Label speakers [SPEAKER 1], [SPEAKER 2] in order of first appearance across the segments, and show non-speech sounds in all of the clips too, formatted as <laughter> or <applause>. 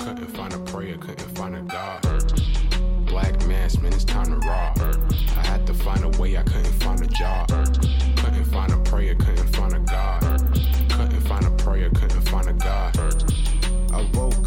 [SPEAKER 1] Couldn't find a prayer, couldn't find a God. Black mass, man, it's time to rock. I had to find a way, I couldn't find a job. Couldn't find a prayer, couldn't find a God. Couldn't find a prayer, couldn't find a God.
[SPEAKER 2] I woke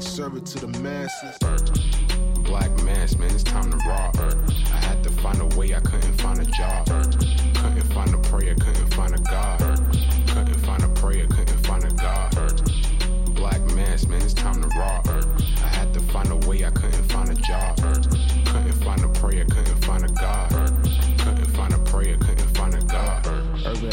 [SPEAKER 2] serve it to the masses.
[SPEAKER 1] Black mass, man, it's time to rock. I had to find a way, I couldn't find a job. Couldn't find a prayer, couldn't find a God. Couldn't find a prayer, couldn't find a God. Black mass, man, it's time to rock. I had to find a way, I couldn't find a job. Couldn't find a prayer, couldn't find a God. Couldn't find a prayer, couldn't find a God.
[SPEAKER 2] Urban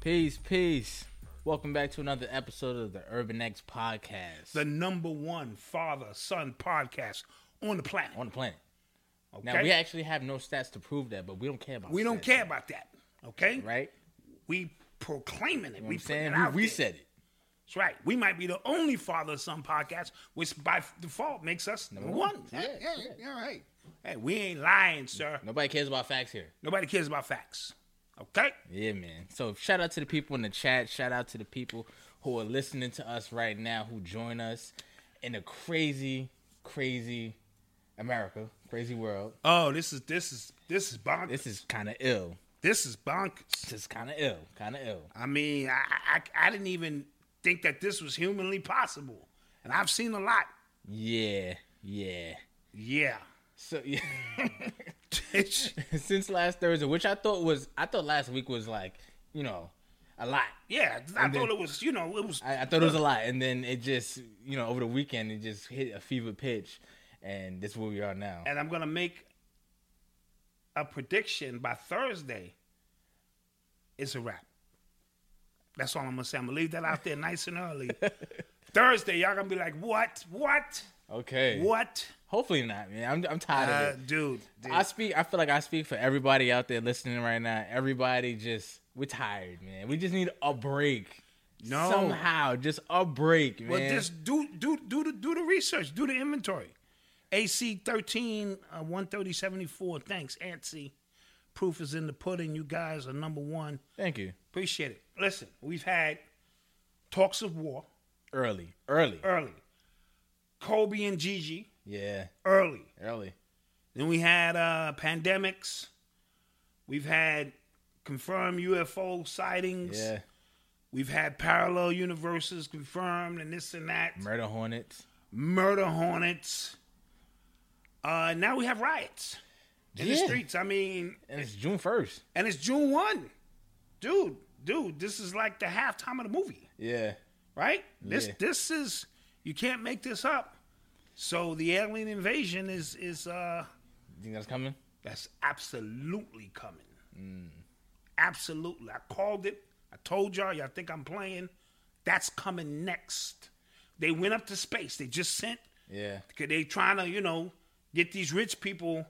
[SPEAKER 3] Peace, peace. Welcome back to another episode of the Urban X Podcast
[SPEAKER 4] the number one father son podcast on the planet.
[SPEAKER 3] on the planet.
[SPEAKER 4] okay?
[SPEAKER 3] Now we actually have no stats to prove that, but we don't care about.
[SPEAKER 4] We don't
[SPEAKER 3] stats,
[SPEAKER 4] care about that. Okay,
[SPEAKER 3] right?
[SPEAKER 4] We proclaiming
[SPEAKER 3] You know
[SPEAKER 4] it.
[SPEAKER 3] what
[SPEAKER 4] we
[SPEAKER 3] I'm saying
[SPEAKER 4] putting it
[SPEAKER 3] we,
[SPEAKER 4] out
[SPEAKER 3] we
[SPEAKER 4] there.
[SPEAKER 3] said it.
[SPEAKER 4] That's right. We might be the only father son podcast, which by default makes us number one. Hey,
[SPEAKER 3] Yeah,
[SPEAKER 4] hey, yeah, hey. Hey, we ain't lying, sir.
[SPEAKER 3] Nobody cares about facts here.
[SPEAKER 4] Nobody cares about facts. Okay,
[SPEAKER 3] Yeah, man. So shout out to the people in the chat. Shout out to the people who are listening to us right now, who join us in a crazy, crazy America, crazy world.
[SPEAKER 4] Oh, this is this is this is bonkers.
[SPEAKER 3] This is kind of ill.
[SPEAKER 4] this is bonkers.
[SPEAKER 3] This is kind of ill. Kind of ill.
[SPEAKER 4] I mean, I, I I didn't even think that this was humanly possible, and I've seen a lot.
[SPEAKER 3] Yeah, yeah.
[SPEAKER 4] Yeah. <laughs>
[SPEAKER 3] So <laughs> yeah. Since last Thursday, which I thought was, I thought last week was like, you know, a lot.
[SPEAKER 4] Yeah, I
[SPEAKER 3] And then-
[SPEAKER 4] thought it was, you know, it was.
[SPEAKER 3] I, I thought it was a lot, and then it just, you know, over the weekend it just hit a fever pitch, and that's where we are now.
[SPEAKER 4] and I'm gonna make a prediction by Thursday. It's a wrap. That's all I'm gonna say. I'm gonna leave that out there nice and
[SPEAKER 3] <laughs>
[SPEAKER 4] early. Thursday, y'all gonna be like, what, what,
[SPEAKER 3] Okay.
[SPEAKER 4] what,
[SPEAKER 3] Hopefully not, man. I'm, I'm tired
[SPEAKER 4] uh,
[SPEAKER 3] of it.
[SPEAKER 4] dude? dude.
[SPEAKER 3] I speak. I feel like I speak for everybody out there listening right now. Everybody, just we're tired, man. We just need a break.
[SPEAKER 4] No.
[SPEAKER 3] Somehow, just a break, man.
[SPEAKER 4] Well, just do do do the do the research, do the inventory. AC thirteen uh, one thirty seventy four. Thanks, Antsy. Proof is in the pudding. You guys are number one.
[SPEAKER 3] Thank you.
[SPEAKER 4] Appreciate it. Listen, we've had talks of war
[SPEAKER 3] Early, early.
[SPEAKER 4] early. Kobe and Gigi
[SPEAKER 3] Yeah,
[SPEAKER 4] early.
[SPEAKER 3] early.
[SPEAKER 4] Then we had uh, pandemics. We've had confirmed UFO sightings.
[SPEAKER 3] Yeah.
[SPEAKER 4] We've had parallel universes confirmed and this and that.
[SPEAKER 3] Murder Hornets.
[SPEAKER 4] Murder hornets. Uh, now we have riots in the
[SPEAKER 3] Yeah.
[SPEAKER 4] streets. I mean,
[SPEAKER 3] And it's June first.
[SPEAKER 4] and it's June 1. Dude, dude, this is like the halftime of the movie.
[SPEAKER 3] Yeah.
[SPEAKER 4] right? This
[SPEAKER 3] Yeah.
[SPEAKER 4] this is you can't make this up. So the alien invasion is is uh
[SPEAKER 3] You think that's coming?
[SPEAKER 4] that's absolutely coming. Absolutely. I called it. I told y'all, y'all think I'm playing. That's coming next. They went up to space. They just sent
[SPEAKER 3] Yeah.
[SPEAKER 4] Cause they trying to, you know, get these rich people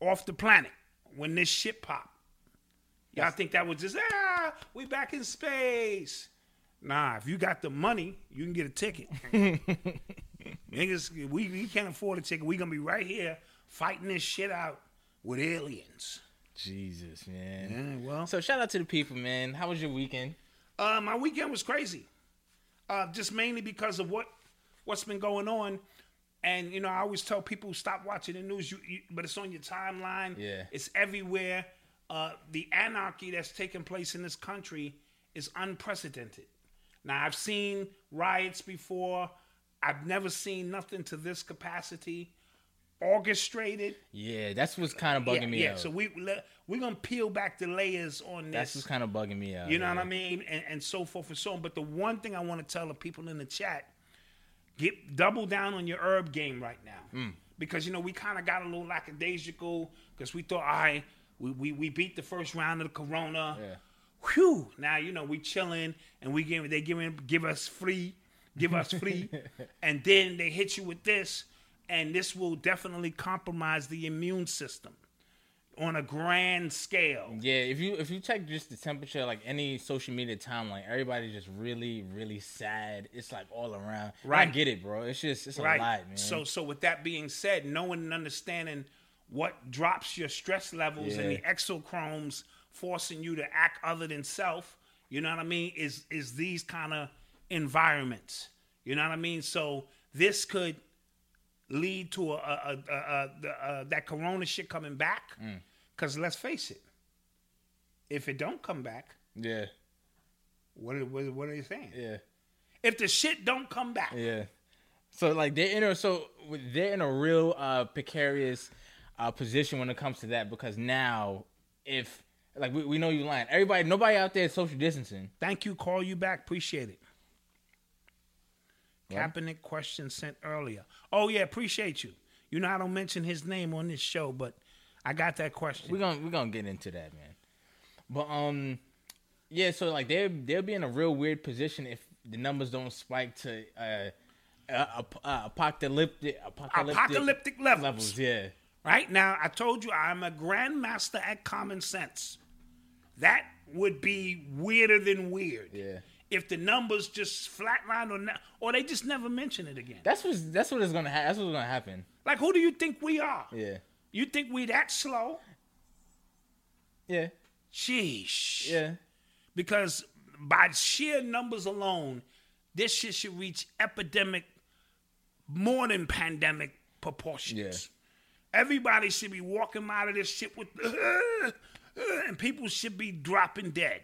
[SPEAKER 4] off the planet when this shit pop. Y'all think that was just ah, we back in space. Nah, if you got the money, you can get a ticket. Niggas, we, we can't afford a ticket. We gonna be right here fighting this shit out with aliens.
[SPEAKER 3] Jesus, man.
[SPEAKER 4] Yeah, well,
[SPEAKER 3] So shout out to the people, man. How was your weekend?
[SPEAKER 4] Uh, my weekend was crazy, uh, just mainly because of what what's been going on. And you know, I always tell people stop watching the news, you, you, but it's on your timeline.
[SPEAKER 3] Yeah.
[SPEAKER 4] it's everywhere. Uh, the anarchy that's taking place in this country is unprecedented. Now, I've seen riots before. I've never seen nothing to this capacity, orchestrated.
[SPEAKER 3] Yeah, that's what's kind of bugging
[SPEAKER 4] Yeah,
[SPEAKER 3] me
[SPEAKER 4] yeah.
[SPEAKER 3] out.
[SPEAKER 4] So we let- we're gonna peel back the layers on this.
[SPEAKER 3] that's what's kind of bugging me out.
[SPEAKER 4] You know
[SPEAKER 3] man.
[SPEAKER 4] what I mean? And, and so forth and so on. But the one thing I want to tell the people in the chat, get double down on your herb game right now. Because, you know, we kind of got a little lackadaisical because we thought, all right, we, we, we beat the first round of the corona.
[SPEAKER 3] Yeah.
[SPEAKER 4] Whew. Now, you know, we chilling and we give, they giving, give us free, give us free. and then they hit you with this. And this will definitely compromise the immune system on a grand scale.
[SPEAKER 3] Yeah, if you if you check just the temperature, like any social media timeline, everybody's just really, really sad. It's like all around. I
[SPEAKER 4] Right.
[SPEAKER 3] get it, bro. It's just it's a lot, man.
[SPEAKER 4] So so with that being said, knowing and understanding what drops your stress levels and
[SPEAKER 3] Yeah.
[SPEAKER 4] the exochromes forcing you to act other than self, you know what I mean, is is these kind of environments. You know what I mean? So this could lead to a, a, a, a, a, a that corona shit coming back.
[SPEAKER 3] Mm.
[SPEAKER 4] Cause let's face it, if it don't come back,
[SPEAKER 3] yeah,
[SPEAKER 4] what are, what, are- what are you saying?
[SPEAKER 3] yeah,
[SPEAKER 4] If the shit don't come back,
[SPEAKER 3] yeah. So like they're in a so they're in a real uh precarious uh position when it comes to that because now if like we, we know you lying. Everybody nobody out there is social distancing.
[SPEAKER 4] Thank you. Call you back. Appreciate it. Kaepernick question sent earlier. Oh yeah, appreciate you. You know I don't mention his name on this show, but I got that question.
[SPEAKER 3] We're gonna we're gonna get into that, man. But um yeah, so like they they'll be in a real weird position if the numbers don't spike to uh, uh, ap- uh apocalyptic apocalyptic,
[SPEAKER 4] Apocalyptic levels.
[SPEAKER 3] levels, yeah.
[SPEAKER 4] Right now, I told you I'm a grandmaster at common sense. That would be weirder than weird.
[SPEAKER 3] Yeah.
[SPEAKER 4] If the numbers just flatline or not, or they just never mention it again.
[SPEAKER 3] That's what's that's what is gonna ha- that's what's gonna happen.
[SPEAKER 4] Like who do you think we are?
[SPEAKER 3] Yeah.
[SPEAKER 4] You think we that slow?
[SPEAKER 3] Yeah.
[SPEAKER 4] Sheesh.
[SPEAKER 3] Yeah.
[SPEAKER 4] because by sheer numbers alone, this shit should reach epidemic, more than pandemic proportions. Everybody should be walking out of this shit with, uh, and people should be dropping dead.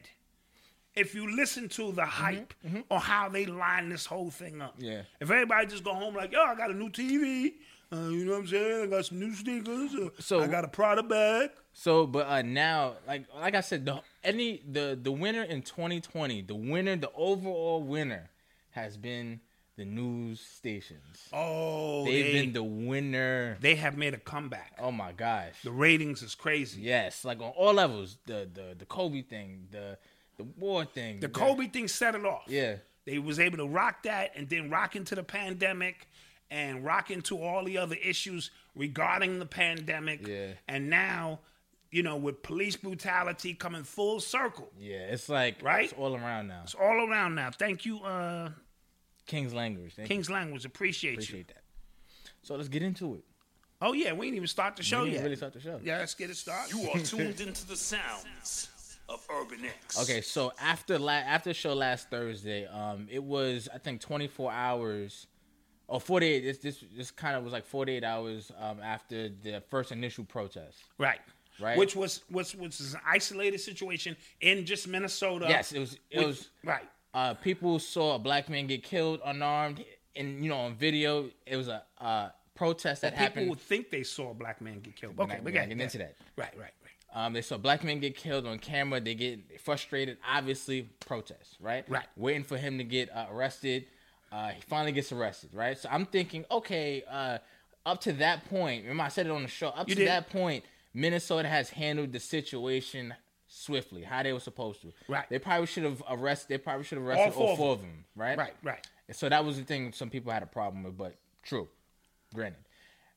[SPEAKER 4] If you listen to the hype on how they line this whole thing up,
[SPEAKER 3] Mm-hmm, Yeah.
[SPEAKER 4] If everybody just go home like, yo, I got a new TV, uh, you know what I'm saying? I got some new sneakers. Uh,
[SPEAKER 3] So-
[SPEAKER 4] I got a Prada bag.
[SPEAKER 3] So, but uh, now, like like I said, the any the the winner in 2020, the winner, the overall winner, has been the news stations.
[SPEAKER 4] Oh,
[SPEAKER 3] They've
[SPEAKER 4] they,
[SPEAKER 3] been the winner.
[SPEAKER 4] they have made a comeback.
[SPEAKER 3] Oh my gosh.
[SPEAKER 4] The ratings is crazy.
[SPEAKER 3] Yes, like on all levels. The the the Kobe thing, the the war thing.
[SPEAKER 4] The Kobe thing set it off.
[SPEAKER 3] Yeah.
[SPEAKER 4] They was able to rock that and then rock into the pandemic and rock into all the other issues regarding the pandemic.
[SPEAKER 3] Yeah.
[SPEAKER 4] And now, you know, with police brutality coming full circle.
[SPEAKER 3] Yeah, it's like
[SPEAKER 4] Right?
[SPEAKER 3] it's all around now.
[SPEAKER 4] It's all around now. Thank you, uh,
[SPEAKER 3] King's language. Thank
[SPEAKER 4] King's Language. Appreciate,
[SPEAKER 3] you.
[SPEAKER 4] you.
[SPEAKER 3] appreciate that. So let's get into it.
[SPEAKER 4] Oh yeah, we didn't even start the show
[SPEAKER 3] We didn't
[SPEAKER 4] yet.
[SPEAKER 3] really start the show.
[SPEAKER 4] Oh, yeah, let's get it started.
[SPEAKER 5] You are tuned into the sounds of Urban X.
[SPEAKER 3] Okay, so after la- after the show last Thursday, um, it was I think 24 hours, or 48. This this this kind of was like 48 hours um after the first initial protest.
[SPEAKER 4] <laughs> Right.
[SPEAKER 3] Right.
[SPEAKER 4] Which was was which is an isolated situation in just Minnesota.
[SPEAKER 3] Yes, it was it
[SPEAKER 4] Which-
[SPEAKER 3] was
[SPEAKER 4] right.
[SPEAKER 3] uh, people saw a black man get killed unarmed, and you know on video it was a uh, protest that
[SPEAKER 4] People
[SPEAKER 3] happened.
[SPEAKER 4] would think they saw a black man get killed. Okay,
[SPEAKER 3] not- we're
[SPEAKER 4] we got
[SPEAKER 3] not getting into that.
[SPEAKER 4] Right, right, right.
[SPEAKER 3] Um, they saw black men get killed on camera. They get frustrated, obviously, protest, right?
[SPEAKER 4] Right.
[SPEAKER 3] Waiting for him to get uh, arrested. Uh, he finally gets arrested, right? So I'm thinking, okay, uh, up to that point, remember I said it on the show, up
[SPEAKER 4] You
[SPEAKER 3] to
[SPEAKER 4] did.
[SPEAKER 3] that point, Minnesota has handled the situation swiftly, how they were supposed to.
[SPEAKER 4] Right.
[SPEAKER 3] They probably should have arrested, they probably should have arrested all four,
[SPEAKER 4] four of
[SPEAKER 3] of them, right?
[SPEAKER 4] Right, right.
[SPEAKER 3] And so that was the thing some people had a problem with, but true. Granted.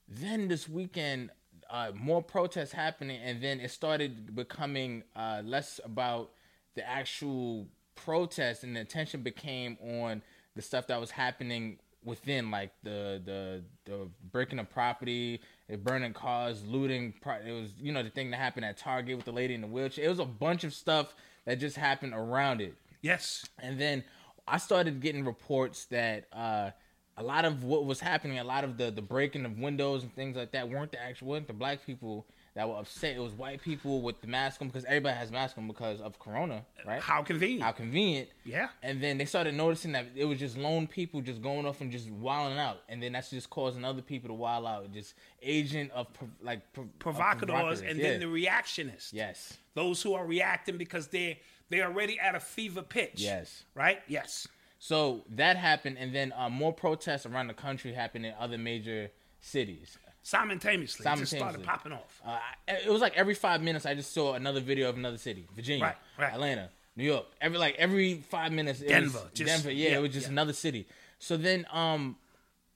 [SPEAKER 3] Then this weekend, uh, more protests happening, and then it started becoming uh, less about the actual protest, and the attention became on the stuff that was happening within, like the the, the breaking of property, the burning cars, looting. Pro- it was you know the thing that happened at Target with the lady in the wheelchair. It was a bunch of stuff that just happened around it.
[SPEAKER 4] Yes.
[SPEAKER 3] And then I started getting reports that uh, a lot of what was happening, a lot of the, the breaking of windows and things like that, weren't the actual weren't the black people that were upset. It was white people with the mask on because everybody has mask on because of Corona, right?
[SPEAKER 4] How convenient.
[SPEAKER 3] How convenient.
[SPEAKER 4] Yeah.
[SPEAKER 3] And then they started noticing that it was just lone people just going off and just wilding out, and then that's just causing other people to wild out. Just agent of pro- like pro- of
[SPEAKER 4] Provocateurs and
[SPEAKER 3] yeah.
[SPEAKER 4] then the reactionists.
[SPEAKER 3] yes,
[SPEAKER 4] Those who are reacting because they're they're already at a fever pitch.
[SPEAKER 3] yes.
[SPEAKER 4] Right? Yes.
[SPEAKER 3] So that happened, and then uh, more protests around the country happened in other major cities.
[SPEAKER 4] Simultaneously. It just started
[SPEAKER 3] Simultaneously.
[SPEAKER 4] popping off.
[SPEAKER 3] Uh, I- it was like every five minutes, I just saw another video of another city: Virginia,
[SPEAKER 4] Right, right.
[SPEAKER 3] Atlanta, New York. Every like every five minutes, it
[SPEAKER 4] Denver,
[SPEAKER 3] was,
[SPEAKER 4] just-
[SPEAKER 3] Denver. Yeah,
[SPEAKER 4] yeah,
[SPEAKER 3] it was just
[SPEAKER 4] yeah.
[SPEAKER 3] another city. So then, um,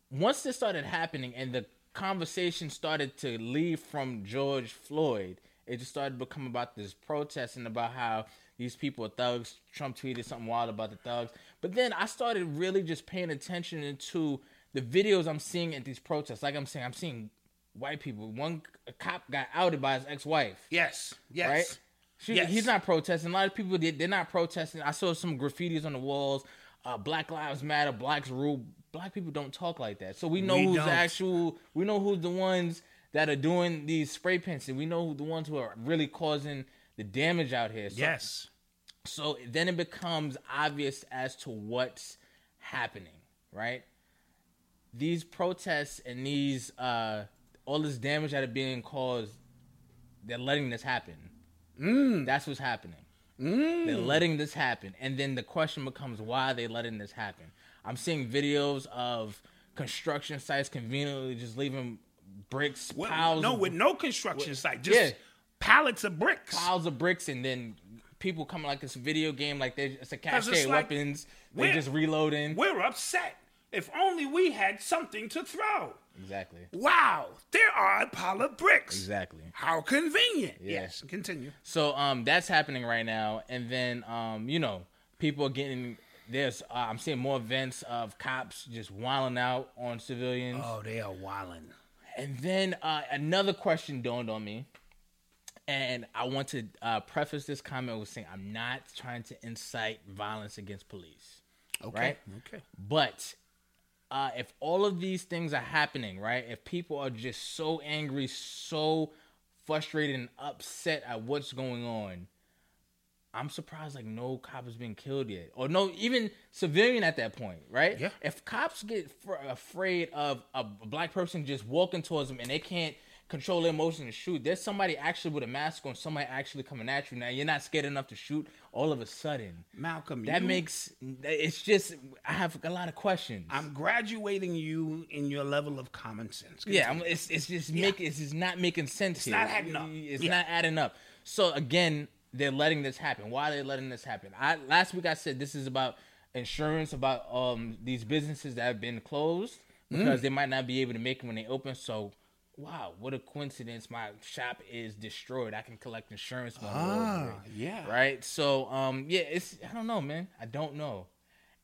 [SPEAKER 3] once this started happening, and the conversation started to leave from George Floyd, it just started to become about this protest and about how these people are thugs. Trump tweeted something wild about the thugs, but then I started really just paying attention into the videos I'm seeing at these protests. Like I'm saying, I'm seeing white people. One c- cop got outed by his ex-wife.
[SPEAKER 4] yes. Yes.
[SPEAKER 3] Right? She,
[SPEAKER 4] Yes.
[SPEAKER 3] He's not protesting. A lot of people did. They're not protesting. I saw some graffitis on the walls. Uh, Black Lives Matter. Blacks rule. Black people don't talk like that. So we know
[SPEAKER 4] We
[SPEAKER 3] who's
[SPEAKER 4] don't.
[SPEAKER 3] the actual. We know who's the ones that are doing these spray paints, and we know who the ones who are really causing the damage out here. So,
[SPEAKER 4] Yes.
[SPEAKER 3] So then it becomes obvious as to what's happening, right? These protests and these uh, all this damage that are being caused, they're letting this happen.
[SPEAKER 4] Mm.
[SPEAKER 3] That's what's happening. They're letting this happen. And then the question becomes why are they letting this happen? I'm seeing videos of construction sites conveniently just leaving bricks,
[SPEAKER 4] Well,
[SPEAKER 3] piles,
[SPEAKER 4] no,
[SPEAKER 3] of,
[SPEAKER 4] with no construction site. Just
[SPEAKER 3] yeah.
[SPEAKER 4] pallets of bricks.
[SPEAKER 3] piles of bricks, and then people coming like this video game, like they it's a
[SPEAKER 4] 'Cause
[SPEAKER 3] cascade
[SPEAKER 4] it's like-
[SPEAKER 3] weapons. They're
[SPEAKER 4] We're-
[SPEAKER 3] just reloading.
[SPEAKER 4] We're upset. If only we had something to throw.
[SPEAKER 3] Exactly.
[SPEAKER 4] Wow, there are a pile of bricks.
[SPEAKER 3] Exactly.
[SPEAKER 4] How convenient. Yes. Continue.
[SPEAKER 3] So um, that's happening right now, and then um, you know, people are getting there's. Uh, I'm seeing more events of cops just wilding out on civilians,
[SPEAKER 4] Oh, they are wilding.
[SPEAKER 3] and then uh, another question dawned on me, and I want to uh, preface this comment with saying I'm not trying to incite violence against police.
[SPEAKER 4] Okay.
[SPEAKER 3] Right?
[SPEAKER 4] Okay.
[SPEAKER 3] But uh, if all of these things are happening, right? If people are just so angry, so frustrated and upset at what's going on, I'm surprised like no cop has been killed yet, or no even civilian at that point, right?
[SPEAKER 4] Yeah.
[SPEAKER 3] If cops get fr- afraid of a black person just walking towards them and they can't control their emotion and shoot, there's somebody actually with a mask on, somebody actually coming at you. Now you're not scared enough to shoot all of a sudden.
[SPEAKER 4] Malcolm,
[SPEAKER 3] That
[SPEAKER 4] you-
[SPEAKER 3] makes it's just I have a lot of questions.
[SPEAKER 4] I'm graduating you in your level of common sense.
[SPEAKER 3] yeah, I'm, it's it's just make it's just not making sense here.
[SPEAKER 4] not adding up.
[SPEAKER 3] It's
[SPEAKER 4] Yeah.
[SPEAKER 3] not adding up. So again, they're letting this happen. Why are they letting this happen? I last week I said this is about insurance about um these businesses that have been closed
[SPEAKER 4] Mm.
[SPEAKER 3] because they might not be able to make it when they open. So wow, what a coincidence! My shop is destroyed. I can collect insurance. money over it.
[SPEAKER 4] Ah, yeah.
[SPEAKER 3] Right. So um yeah, it's I don't know, man. I don't know.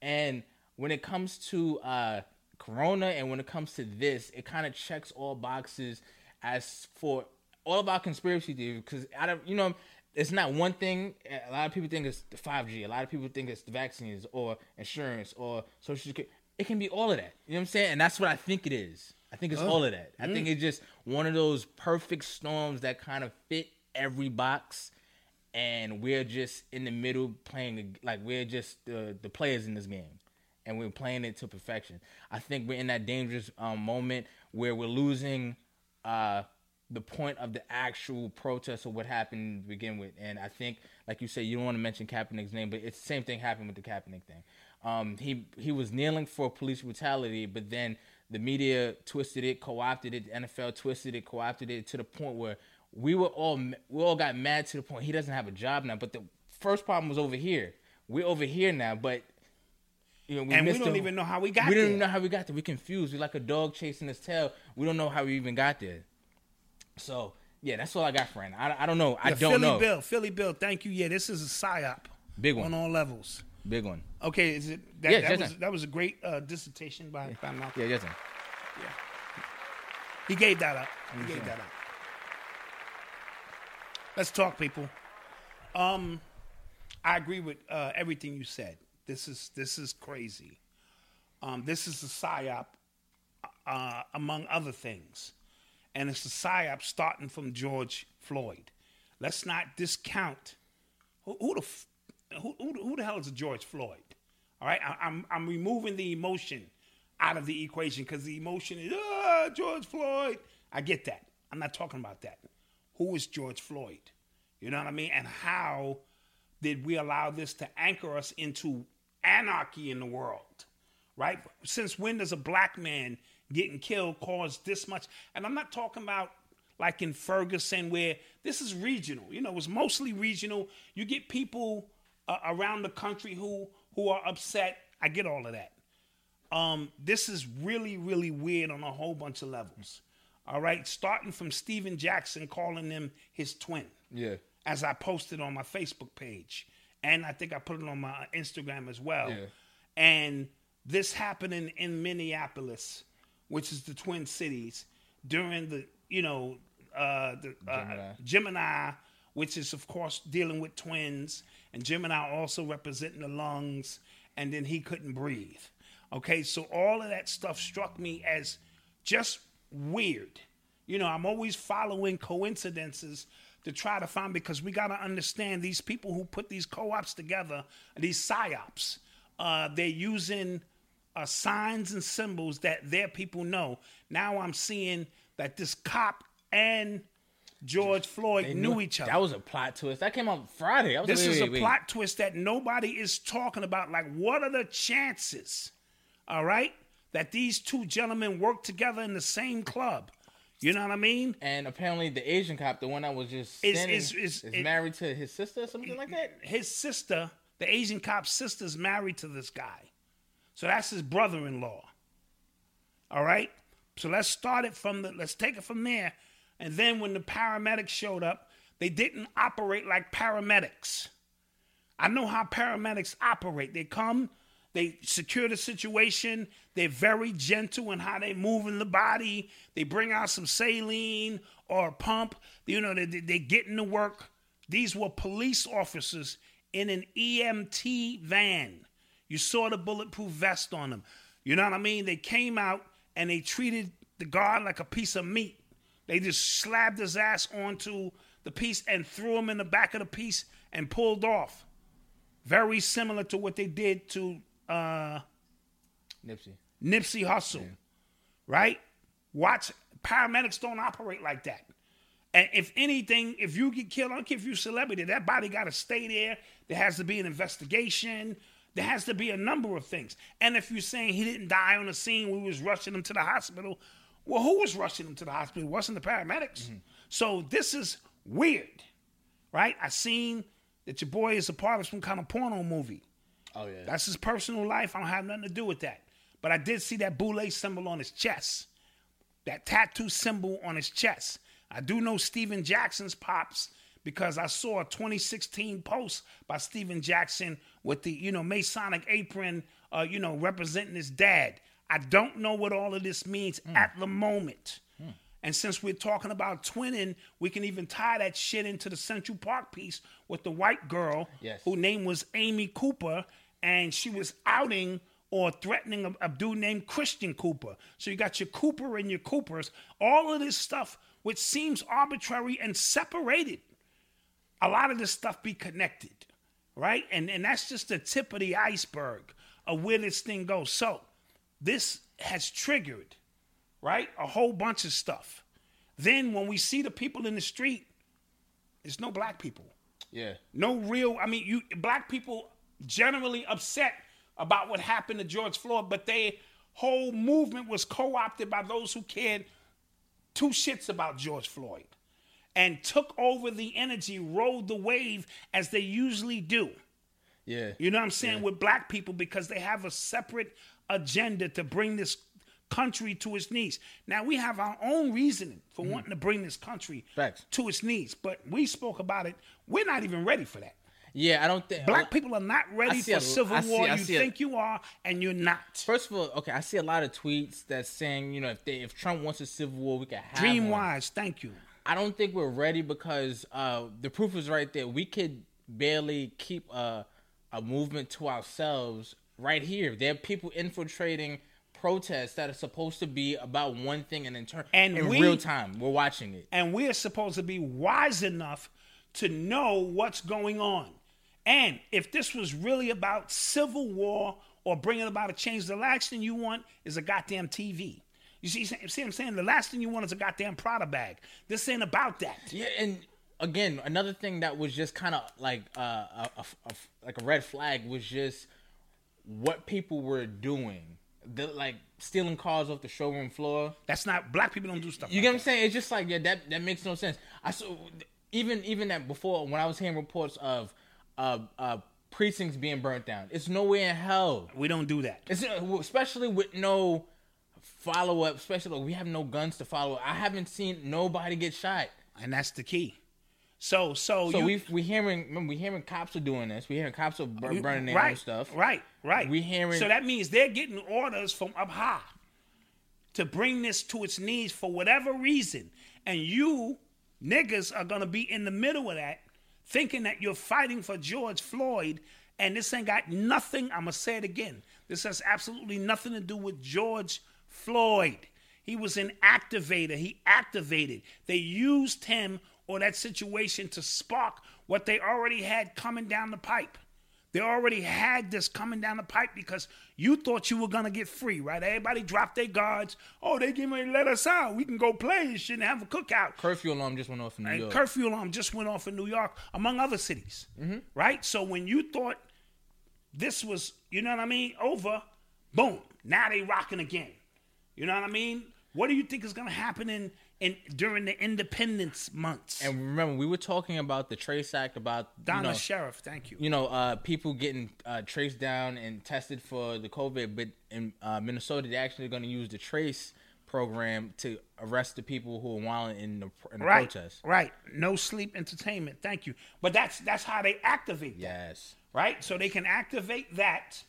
[SPEAKER 3] And when it comes to uh corona and when it comes to this, it kind of checks all boxes as for all of our conspiracy theories because I don't you know it's not one thing. A lot of people think it's the 5G. A lot of people think it's the vaccines or insurance or social security. It can be all of that. You know what I'm saying? And that's what I think it is. I think it's all of that. I think it's just one of those perfect storms that kind of fit every box and we're just in the middle playing the, like we're just the the players in this game and we're playing it to perfection i think we're in that dangerous um, moment where we're losing uh the point of the actual protest of what happened to begin with. And I think, like you said, you don't want to mention Kaepernick's name, but it's the same thing happened with the Kaepernick thing. Um, he he was kneeling for police brutality, but then the media twisted it, co-opted it. The NFL twisted it, co-opted it to the point where we were all we all got mad to the point he doesn't have a job now. But the first problem was over here. We're over here now, but you know, we
[SPEAKER 4] and we
[SPEAKER 3] missed
[SPEAKER 4] don't
[SPEAKER 3] the-
[SPEAKER 4] even know how we got
[SPEAKER 3] we
[SPEAKER 4] there.
[SPEAKER 3] don't even know how we got there. We confused. We like a dog chasing its tail. We don't know how we even got there. So yeah, that's all I got, friend. I, I don't know. I
[SPEAKER 4] Yeah,
[SPEAKER 3] don't
[SPEAKER 4] Philly
[SPEAKER 3] know.
[SPEAKER 4] Bill, Philly Bill, thank you. Yeah, this is a psyop.
[SPEAKER 3] Big one.
[SPEAKER 4] on all levels.
[SPEAKER 3] Big one.
[SPEAKER 4] Okay, is it that,
[SPEAKER 3] Yeah,
[SPEAKER 4] that
[SPEAKER 3] yes,
[SPEAKER 4] was
[SPEAKER 3] sir.
[SPEAKER 4] that was a great uh, dissertation by, by Malcolm.
[SPEAKER 3] Yeah, yes. sir.
[SPEAKER 4] He gave that up. He gave that up. Let's talk, people. Um, I agree with uh, everything you said. This is this is crazy. Um, this is a psyop, uh, among other things, and it's a psyop starting from George Floyd. Let's not discount who, who the f- who, who, the- who the hell is George Floyd? All right, I, I'm I'm removing the emotion out of the equation because the emotion is ah, George Floyd. I get that. I'm not talking about that. Who is George Floyd? You know what I mean? And how did we allow this to anchor us into anarchy in the world? Right? Since when does a black man getting killed cause this much? And I'm not talking about like in Ferguson, where this is regional. You know, it's mostly regional. You get people uh, around the country who who are upset. I get all of that. Um, this is really, really weird on a whole bunch of levels. All right, starting from Steven Jackson calling them his twin.
[SPEAKER 3] Yeah.
[SPEAKER 4] As I posted on my Facebook page, and I think I put it on my Instagram as well.
[SPEAKER 3] Yeah.
[SPEAKER 4] And this happening in Minneapolis, which is the Twin Cities, during the you know uh, the uh,
[SPEAKER 3] Gemini.
[SPEAKER 4] Gemini, which is of course dealing with twins, and Gemini also representing the lungs, and then he couldn't breathe. Okay, so all of that stuff struck me as just weird. You know, I'm always following coincidences to try to find because we got to understand these people who put these co-ops together, these psyops. Uh, they're using uh, signs and symbols that their people know. Now I'm seeing that this cop and George Floyd knew, each other.
[SPEAKER 3] That was a plot twist. That came out Friday. I was
[SPEAKER 4] this
[SPEAKER 3] like, wait,
[SPEAKER 4] is
[SPEAKER 3] wait,
[SPEAKER 4] a
[SPEAKER 3] wait.
[SPEAKER 4] plot twist that nobody is talking about. Like, what are the chances, all right, that these two gentlemen work together in the same club? You know what I mean?
[SPEAKER 3] And apparently, the Asian cop, the one that was just
[SPEAKER 4] Is-
[SPEAKER 3] standing,
[SPEAKER 4] is-
[SPEAKER 3] is,
[SPEAKER 4] is- it-
[SPEAKER 3] married to his sister or something like that.
[SPEAKER 4] His sister, the Asian cop's sister, is married to this guy. So that's his brother in law. All right? So let's start it from the, let's take it from there. And then when the paramedics showed up, they didn't operate like paramedics. I know how paramedics operate. They come, they secure the situation, they're very gentle in how they move in the body. They bring out some saline or a pump. You know, they, they, they get into work. These were police officers in an EMT van. You saw the bulletproof vest on them. You know what I mean? They came out and they treated the guard like a piece of meat. They just slapped his ass onto the piece and threw him in the back of the piece and pulled off. Very similar to what they did to uh,
[SPEAKER 3] Nipsey.
[SPEAKER 4] Nipsey Hussle, right? Watch paramedics don't operate like that. And if anything, if you get killed, I don't care if you're a celebrity, that body got to stay there. There has to be an investigation. There has to be a number of things. And if you're saying he didn't die on the scene, we was rushing him to the hospital. Well, who was rushing him to the hospital? It wasn't the paramedics. So this is weird, right? I seen that your boy is a part of some kind of porno movie.
[SPEAKER 3] Oh yeah.
[SPEAKER 4] That's his personal life. I don't have nothing to do with that. But I did see that boule symbol on his chest, that tattoo symbol on his chest. I do know Steven Jackson's pops because I saw a 2016 post by Steven Jackson with the you know Masonic apron, uh, you know representing his dad. I don't know what all of this means
[SPEAKER 3] Hmm.
[SPEAKER 4] at the moment. And since we're talking about twinning, we can even tie that shit into the Central Park piece with the white girl
[SPEAKER 3] Yes.
[SPEAKER 4] who name was Amy Cooper, and she was outing or threatening a, a dude named Christian Cooper. So you got your Cooper and your Coopers, all of this stuff, which seems arbitrary and separated. A lot of this stuff be connected, right? And and that's just the tip of the iceberg of where this thing goes. So this has triggered, right, a whole bunch of stuff. Then when we see the people in the street, it's no black people.
[SPEAKER 3] Yeah.
[SPEAKER 4] No real. I mean, you black people generally upset about what happened to George Floyd, but they whole movement was co-opted by those who cared two shits about George Floyd and took over the energy, rode the wave as they usually do.
[SPEAKER 3] Yeah.
[SPEAKER 4] You know what I'm saying? With black people because they have a separate agenda to bring this country to its knees. Now we have our own reasoning for wanting to bring this country
[SPEAKER 3] Mm-hmm. Facts.
[SPEAKER 4] to its knees, but we spoke about it. We're not even ready for that.
[SPEAKER 3] Yeah, I don't think
[SPEAKER 4] Black people are not ready
[SPEAKER 3] see
[SPEAKER 4] for
[SPEAKER 3] a-
[SPEAKER 4] civil
[SPEAKER 3] Oh, I see-
[SPEAKER 4] war.
[SPEAKER 3] I
[SPEAKER 4] you
[SPEAKER 3] see a-
[SPEAKER 4] think you are, and you're not.
[SPEAKER 3] First of all, okay, I see a lot of tweets that's saying, you know, if they if Trump wants a civil war, we can have
[SPEAKER 4] Dream
[SPEAKER 3] one.
[SPEAKER 4] wise, thank you.
[SPEAKER 3] I don't think we're ready because uh, the proof is right there. We could barely keep a, a movement to ourselves right here. There are people infiltrating protests that are supposed to be about one thing, and in turn,
[SPEAKER 4] And
[SPEAKER 3] in
[SPEAKER 4] we-
[SPEAKER 3] real time, we're watching it.
[SPEAKER 4] and we're supposed to be wise enough to know what's going on. And if this was really about civil war or bringing about a change, the last thing you want is a goddamn TV. You see, see what I'm saying? The last thing you want is a goddamn Prada bag. This ain't about that.
[SPEAKER 3] Yeah, and again, another thing that was just kind of like uh, a, a, a- like a red flag was just what people were doing, the, like stealing cars off the showroom floor.
[SPEAKER 4] That's not black people don't do stuff.
[SPEAKER 3] You
[SPEAKER 4] like
[SPEAKER 3] get what
[SPEAKER 4] that.
[SPEAKER 3] I'm saying? It's just like yeah, that that makes no sense. I saw even even that before when I was hearing reports of uh, uh, precincts being burnt down. It's nowhere in hell.
[SPEAKER 4] We don't do that.
[SPEAKER 3] It's uh, especially with no follow up. Especially we have no guns to follow. I haven't seen nobody get shot.
[SPEAKER 4] And that's the key. So, so,
[SPEAKER 3] So
[SPEAKER 4] you,
[SPEAKER 3] we we hearing remember, we hearing cops are doing this. We hearing cops are bur- burning their
[SPEAKER 4] right,
[SPEAKER 3] own stuff.
[SPEAKER 4] Right, right.
[SPEAKER 3] We hearing-
[SPEAKER 4] So that means they're getting orders from up high to bring this to its knees for whatever reason, and you niggas are gonna be in the middle of that, thinking that you're fighting for George Floyd, and this ain't got nothing. I'm gonna say it again. This has absolutely nothing to do with George Floyd. He was an activator. He activated. They used him or that situation to spark what they already had coming down the pipe. They already had this coming down the pipe because you thought you were gonna get free, right? Everybody dropped their guards. Oh, they give me let us out. We can go play and shit and have a cookout.
[SPEAKER 3] Curfew alarm just went off in New
[SPEAKER 4] And
[SPEAKER 3] York.
[SPEAKER 4] curfew alarm just went off in New York, among other cities, right? So when you thought this was, you know what I mean, over, boom, now they rocking again. You know what I mean? What do you think is gonna happen in, in during the independence months?
[SPEAKER 3] and remember, we were talking about the Trace Act about
[SPEAKER 4] Donna
[SPEAKER 3] you know,
[SPEAKER 4] Sheriff, thank you.
[SPEAKER 3] you know, uh, people getting uh, traced down and tested for the COVID, but in uh, Minnesota, they're actually going to use the trace program to arrest the people who are wilding in the, in the
[SPEAKER 4] right,
[SPEAKER 3] protest.
[SPEAKER 4] Right. No sleep entertainment. Thank you. But that's that's how they activate that,
[SPEAKER 3] Yes.
[SPEAKER 4] right? So they can activate that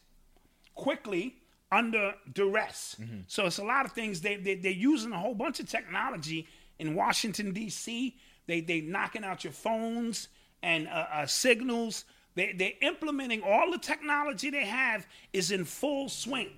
[SPEAKER 4] quickly under duress. So it's a lot of things. They, they they're using a whole bunch of technology in Washington D.C. They they knocking out your phones and uh, uh, signals. They they're implementing all the technology they have is in full swing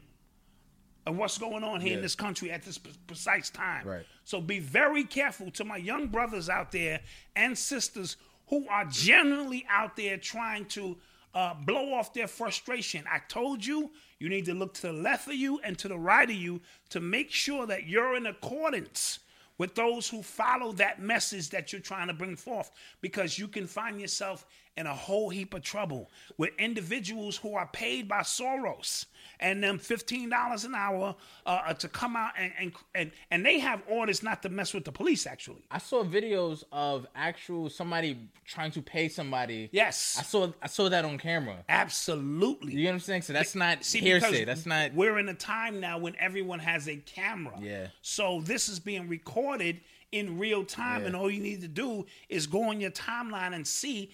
[SPEAKER 4] of what's going on here in this country at this p- precise time.
[SPEAKER 3] Right.
[SPEAKER 4] So be very careful to my young brothers out there and sisters who are generally out there trying to uh, blow off their frustration. I told you, you need to look to the left of you and to the right of you to make sure that you're in accordance with those who follow that message that you're trying to bring forth because you can find yourself in a whole heap of trouble with individuals who are paid by Soros and them $15 an hour uh, uh, to come out and, and and and they have orders not to mess with the police actually.
[SPEAKER 3] I saw videos of actual somebody trying to pay somebody. I
[SPEAKER 4] Yes.
[SPEAKER 3] saw I saw that on camera.
[SPEAKER 4] Absolutely.
[SPEAKER 3] You get what I'm saying? So that's not
[SPEAKER 4] See,
[SPEAKER 3] hearsay.
[SPEAKER 4] because
[SPEAKER 3] That's not.
[SPEAKER 4] We're in a time now when everyone has a camera.
[SPEAKER 3] Yeah.
[SPEAKER 4] So this is being recorded in real time, and all you need to do is go on your timeline and see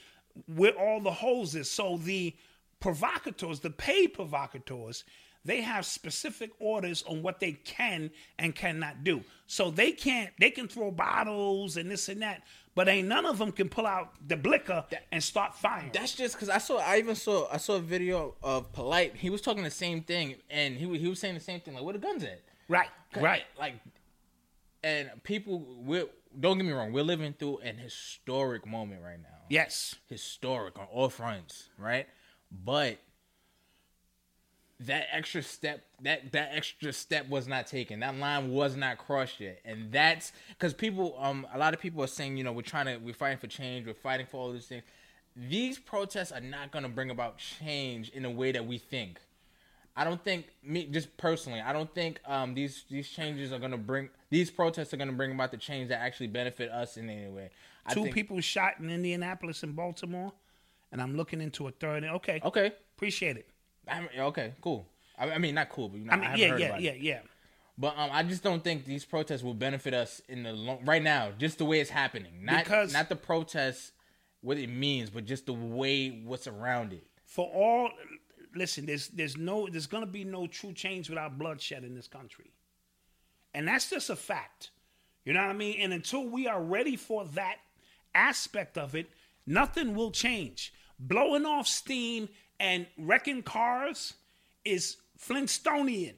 [SPEAKER 4] where all the holes is. So the provocateurs, the paid provocateurs, they have specific orders on what they can and cannot do. So they can't. They can throw bottles and this and that, but ain't none of them can pull out the blicker and start firing.
[SPEAKER 3] That's just because I saw. I even saw. I saw a video of polite. He was talking the same thing, and he wa- he was saying the same thing. Like, where the guns at?
[SPEAKER 4] right. Right.
[SPEAKER 3] Like, and people. We're, don't get me wrong. We're living through an historic moment right now.
[SPEAKER 4] Yes.
[SPEAKER 3] Historic on all fronts, right? But that extra step that that extra step was not taken that line was not crossed yet and that's because people um a lot of people are saying you know we're trying to we're fighting for change we're fighting for all these things these protests are not going to bring about change in the way that we think i don't think me just personally i don't think um these these changes are going to bring these protests are going to bring about the change that actually benefit us in any way I
[SPEAKER 4] Two
[SPEAKER 3] think-
[SPEAKER 4] people shot in Indianapolis and Baltimore, and I'm looking into a third. Okay,
[SPEAKER 3] okay
[SPEAKER 4] appreciate it.
[SPEAKER 3] I mean, okay cool I, I mean not cool but you know,
[SPEAKER 4] I
[SPEAKER 3] i
[SPEAKER 4] mean,
[SPEAKER 3] haven't
[SPEAKER 4] yeah,
[SPEAKER 3] heard
[SPEAKER 4] yeah,
[SPEAKER 3] about it.
[SPEAKER 4] yeah, yeah.
[SPEAKER 3] But um, I just don't think these protests will benefit us in the long right now. Just the way it's happening, not
[SPEAKER 4] Because-
[SPEAKER 3] not the protests, what it means, but just the way what's around it.
[SPEAKER 4] For all, listen, there's there's no there's gonna be no true change without bloodshed in this country, and that's just a fact. You know what I mean? And until we are ready for that aspect of it, nothing will change. Blowing off steam and wrecking cars is Flintstonian.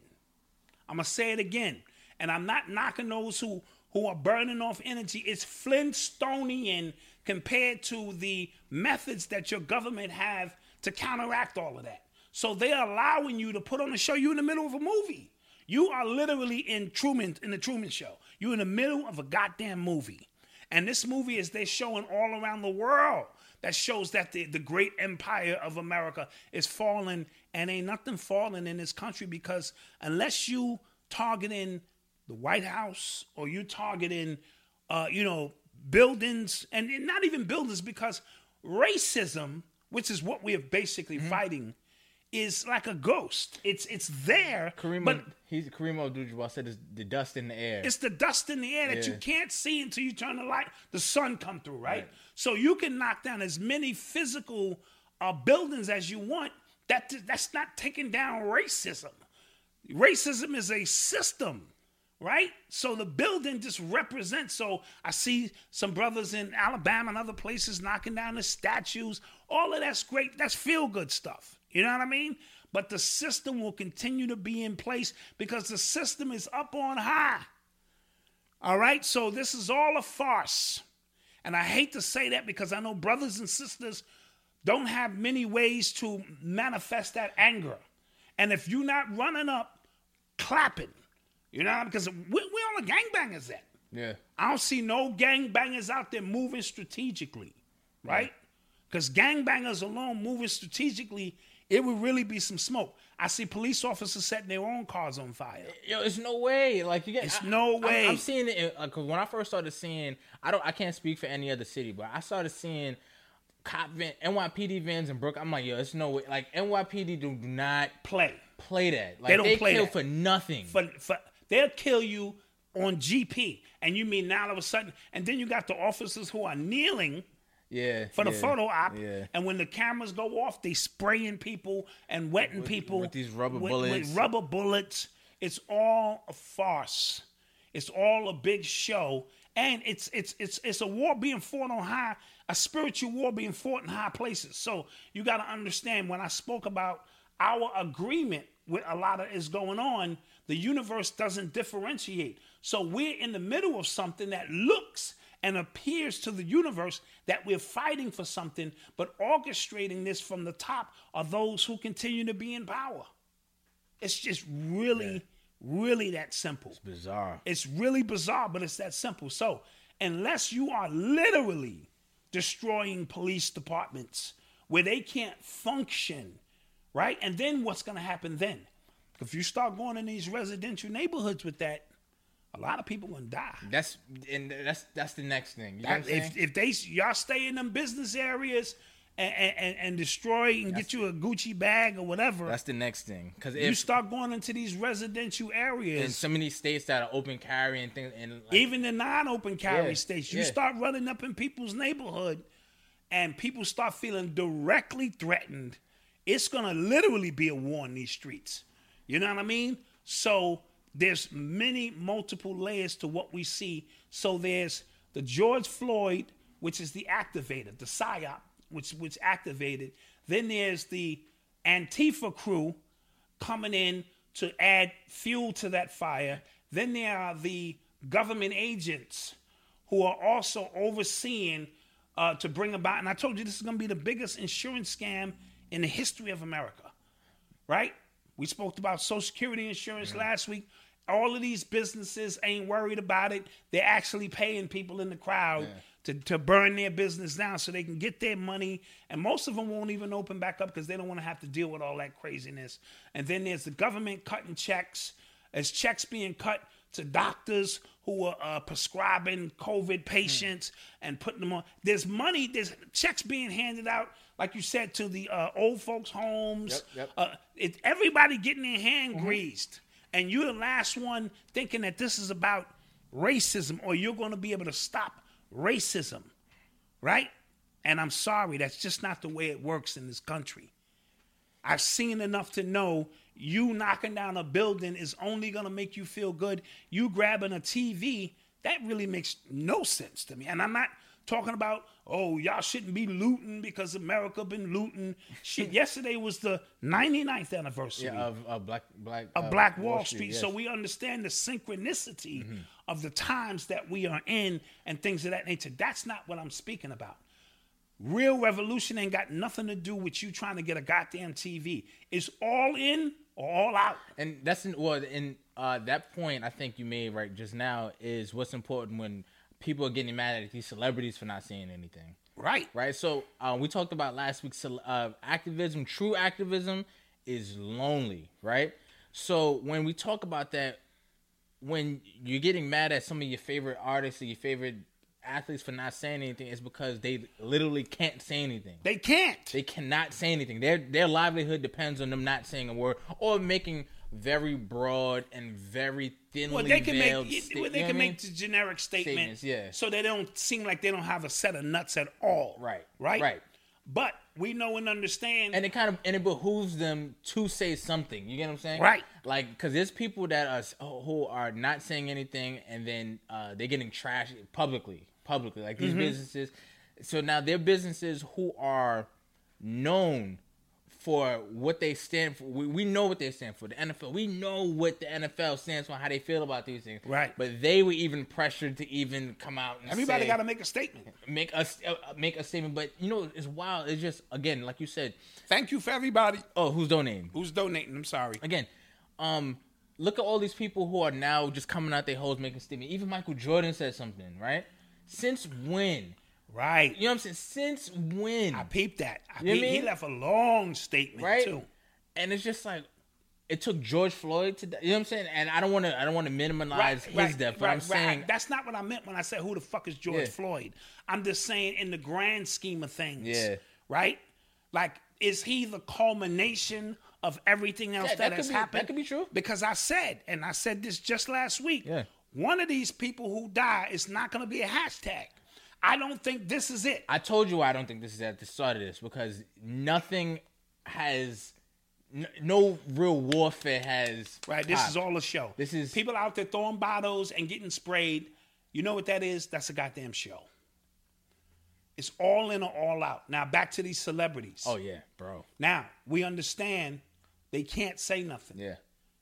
[SPEAKER 4] I'm gonna say it again, and I'm not knocking those who who are burning off energy. It's Flintstonian compared to the methods that your government have to counteract all of that. So they're allowing you to put on a show. You in the middle of a movie. You are literally in Truman in the Truman Show. You're in the middle of a goddamn movie. And this movie is they're showing all around the world that shows that the, the great empire of America is falling and ain't nothing falling in this country because unless you targeting the White House or you targeting uh, you know, buildings and not even buildings because racism, which is what we are basically fighting, is like a ghost. It's it's there.
[SPEAKER 3] Kareem,
[SPEAKER 4] but
[SPEAKER 3] he's Kareem Abdul-Jabbar said it's the dust in the air.
[SPEAKER 4] it's the dust in the air that you
[SPEAKER 3] Yeah.
[SPEAKER 4] can't see until you turn the light, the sun come through, right? So you can knock down as many physical uh, buildings as you want. That that's not taking down racism. Racism is a system, right? So the building just represents. So I see some brothers in Alabama and other places knocking down the statues. All of that's great. That's feel good stuff. You know what I mean? But the system will continue to be in place because the system is up on high. All right, so this is all a farce. And I hate to say that because I know brothers and sisters don't have many ways to manifest that anger. And if you're not running up, clapping, you know, because we, we all are gangbangers at.
[SPEAKER 3] yeah,
[SPEAKER 4] I don't see no gangbangers out there moving strategically, right? Because gangbangers alone moving strategically, it would really be some smoke. I see police officers setting their own cars on fire.
[SPEAKER 3] yo, it's no way. Like you get,
[SPEAKER 4] It's no
[SPEAKER 3] I'm-
[SPEAKER 4] way.
[SPEAKER 3] I'm, seeing it in- like 'cause when I first started seeing. I don't. I can't speak for any other city, but I started seeing cop van, NYPD vans in Brooklyn. I'm like, yo, it's no way. Like NYPD do not
[SPEAKER 4] Play.
[SPEAKER 3] play that. Like
[SPEAKER 4] don't play
[SPEAKER 3] kill
[SPEAKER 4] that.
[SPEAKER 3] for nothing.
[SPEAKER 4] for, for they'll kill you on GP, and you mean now all of a sudden, and then you got the officers who are kneeling
[SPEAKER 3] yeah,
[SPEAKER 4] for the
[SPEAKER 3] yeah,
[SPEAKER 4] photo op,
[SPEAKER 3] Yeah.
[SPEAKER 4] and when the cameras go off, they spraying people and wetting people
[SPEAKER 3] with these rubber
[SPEAKER 4] with- with
[SPEAKER 3] bullets.
[SPEAKER 4] rubber bullets. It's all a farce. It's all a big show, and it's it's it's it's a war being fought on high, a spiritual war being fought in high places. So you got to understand when I spoke about our agreement with a lot of is going on, the universe doesn't differentiate. So we're in the middle of something that looks and appears to the universe that we're fighting for something, but orchestrating this from the top are those who continue to be in power. It's just really, really that simple. It's
[SPEAKER 3] bizarre.
[SPEAKER 4] It's really bizarre, but it's that simple. So, unless you are literally destroying police departments where they can't function, right? And then what's going to happen then? If you start going in these residential neighborhoods with that, a lot of people going to die.
[SPEAKER 3] That's and that's that's the next thing. You know what I'm
[SPEAKER 4] That-
[SPEAKER 3] saying?
[SPEAKER 4] if, if they y'all stay in them business areas and and, and- and destroy and get you a Gucci bag or whatever,
[SPEAKER 3] that's the next thing. Because
[SPEAKER 4] you
[SPEAKER 3] if
[SPEAKER 4] start going into these residential
[SPEAKER 3] in
[SPEAKER 4] areas,
[SPEAKER 3] some of these states that are open carry and things, and like,
[SPEAKER 4] even the non-open carry
[SPEAKER 3] Yeah,
[SPEAKER 4] states, you
[SPEAKER 3] yeah.
[SPEAKER 4] start running up in people's neighborhood, and people start feeling directly threatened. It's gonna literally be a war in these streets. You know what I mean? So there's many multiple layers to what we see. So there's the George Floyd, which is the activator, the psyop, which which activated. Then there's the Antifa crew, coming in to add fuel to that fire. Then there are the government agents who are also overseeing uh, to bring about, and I told you this is going to be the biggest insurance scam in the history of America, right? We spoke about Social Security insurance last week. All of these businesses ain't worried about it. They're actually paying people in the crowd to, to burn their business down so they can get their money. And most of them won't even open back up because they don't want to have to deal with all that craziness. And then there's the government cutting checks. There's checks being cut to doctors who are uh, prescribing COVID patients and putting them on. There's money, there's checks being handed out, like you said, to the uh, old folks' homes.
[SPEAKER 3] Yep, Mm-hmm. yep.
[SPEAKER 4] Uh, it, everybody getting their hand greased. And you're the last one thinking that this is about racism or you're going to be able to stop racism, right? And I'm sorry, that's just not the way it works in this country. I've seen enough to know you knocking down a building is only going to make you feel good. You grabbing a TV, that really makes no sense to me. And I'm not talking about, oh, y'all shouldn't be looting because America been looting.
[SPEAKER 3] <laughs>
[SPEAKER 4] Shit, yesterday was the 99th anniversary
[SPEAKER 3] Yeah, of uh, black black
[SPEAKER 4] of
[SPEAKER 3] uh,
[SPEAKER 4] Black Wall, Street.
[SPEAKER 3] yes.
[SPEAKER 4] So
[SPEAKER 3] Mm-hmm.
[SPEAKER 4] we understand the synchronicity of the times that we are in and things of that nature. That's not what I'm speaking about. Real revolution ain't got nothing to do with you trying to get a goddamn TV. It's all in or all out.
[SPEAKER 3] and that's in, well, and uh, that point I think you made right just now is what's important when people are getting mad at these celebrities for not saying anything.
[SPEAKER 4] Right.
[SPEAKER 3] right? So uh, we talked about last week's cel- uh, activism. True activism is lonely, right? So when we talk about that, when you're getting mad at some of your favorite artists or your favorite athletes for not saying anything, it's because they literally can't say anything.
[SPEAKER 4] They can't.
[SPEAKER 3] They cannot say anything. Their their livelihood depends on them not saying a word or making very broad and very thinly
[SPEAKER 4] well, they can make
[SPEAKER 3] veiled sta-
[SPEAKER 4] well,
[SPEAKER 3] you
[SPEAKER 4] they
[SPEAKER 3] know
[SPEAKER 4] can
[SPEAKER 3] what I mean?
[SPEAKER 4] make the generic statement,
[SPEAKER 3] Statements, yeah.
[SPEAKER 4] so they don't seem like they don't have a set of nuts at all.
[SPEAKER 3] Right.
[SPEAKER 4] Right.
[SPEAKER 3] Right.
[SPEAKER 4] But we know and understand.
[SPEAKER 3] and it kind of and it behooves them to say something. You get what I'm saying?
[SPEAKER 4] Right.
[SPEAKER 3] Like, because there's people that are s- who are not saying anything, and then uh, they're getting trashed publicly. Publicly, like
[SPEAKER 4] Mm-hmm.
[SPEAKER 3] these businesses. So now they're businesses who are known for what they stand for. We, we know what they stand for. The NFL. We know what the NFL stands for. How they feel about these things.
[SPEAKER 4] Right.
[SPEAKER 3] But they were even pressured to even come out. And
[SPEAKER 4] Everybody
[SPEAKER 3] say-
[SPEAKER 4] got to make
[SPEAKER 3] <laughs>
[SPEAKER 4] a statement.
[SPEAKER 3] make us uh, uh, make a statement. But you know, it's wild. It's just again, like you said.
[SPEAKER 4] Thank you for everybody
[SPEAKER 3] Oh, who's donating?
[SPEAKER 4] who's donating. I'm sorry.
[SPEAKER 3] again, um, look at all these people who are now just coming out their holes making statements. Even Michael Jordan said something, right? Since when?
[SPEAKER 4] Right.
[SPEAKER 3] You know what I'm saying? Since when?
[SPEAKER 4] I peeped that. I
[SPEAKER 3] You know what I
[SPEAKER 4] peeped- He
[SPEAKER 3] mean?
[SPEAKER 4] left a long statement
[SPEAKER 3] Right?
[SPEAKER 4] too.
[SPEAKER 3] and it's just like it took George Floyd to die. You know what I'm saying? And I don't want to I don't want to minimize his death, but I'm saying
[SPEAKER 4] that's not what I meant when I said who the fuck is George
[SPEAKER 3] Yeah.
[SPEAKER 4] Floyd. I'm just saying in the grand scheme of things.
[SPEAKER 3] Yeah.
[SPEAKER 4] Right? Like, is he the culmination of everything else
[SPEAKER 3] Yeah,
[SPEAKER 4] that,
[SPEAKER 3] that
[SPEAKER 4] has
[SPEAKER 3] could be-
[SPEAKER 4] happened?
[SPEAKER 3] that could be true.
[SPEAKER 4] Because I said, and I said this just last week,
[SPEAKER 3] Yeah.
[SPEAKER 4] one of these people who die is not gonna be a hashtag. I don't think this is it.
[SPEAKER 3] I told you I don't think this is at the start of this because nothing has n- no real warfare has
[SPEAKER 4] Right. This is
[SPEAKER 3] popped.
[SPEAKER 4] all a show.
[SPEAKER 3] This is-
[SPEAKER 4] people out there throwing bottles and getting sprayed. You know what that is? That's a goddamn show. It's all in or all out. Now back to these celebrities.
[SPEAKER 3] Oh yeah, bro.
[SPEAKER 4] Now we understand they can't say nothing.
[SPEAKER 3] Yeah.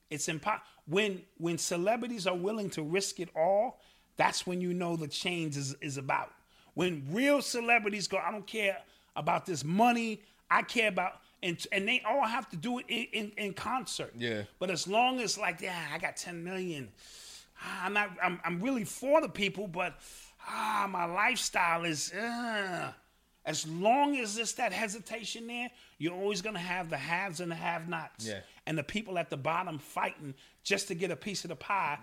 [SPEAKER 4] It's impossible. When when celebrities are willing to risk it all, that's when you know the change is, is about. When real celebrities go, I don't care about this money. I care about and and they all have to do it in, in, in concert.
[SPEAKER 3] Yeah.
[SPEAKER 4] But as long as like, yeah, I got 10 million. Ah, I'm not I'm I'm really for the people, but ah, my lifestyle is uh. as long as it's that hesitation there, you're always gonna have the haves and the have nots
[SPEAKER 3] Yeah.
[SPEAKER 4] and the people at the bottom fighting just to get a piece of the pie.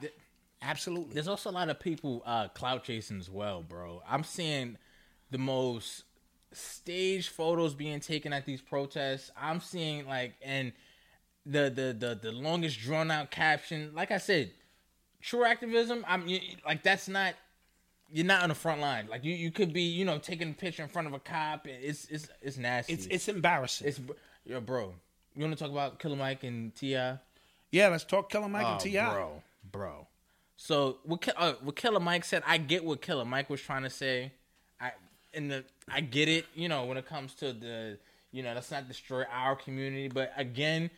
[SPEAKER 4] Absolutely.
[SPEAKER 3] There's also a lot of people uh, clout chasing as well, bro. I'm seeing the most stage photos being taken at these protests. I'm seeing like and the the the, the longest drawn out caption. Like I said, true activism. I'm you, like that's not you're not on the front line. Like you, you could be you know taking a picture in front of a cop. It's it's it's nasty.
[SPEAKER 4] it's it's embarrassing.
[SPEAKER 3] it's yo bro. You want to talk about Killer Mike and Ti?
[SPEAKER 4] yeah, let's talk Killer Mike
[SPEAKER 3] Oh,
[SPEAKER 4] and T.I.
[SPEAKER 3] bro, bro. So what? Ki- Uh, what Killer Mike said, I get what Killer Mike was trying to say. I and the I get it. You know, when it comes to the, you know, let's not destroy our community. But again,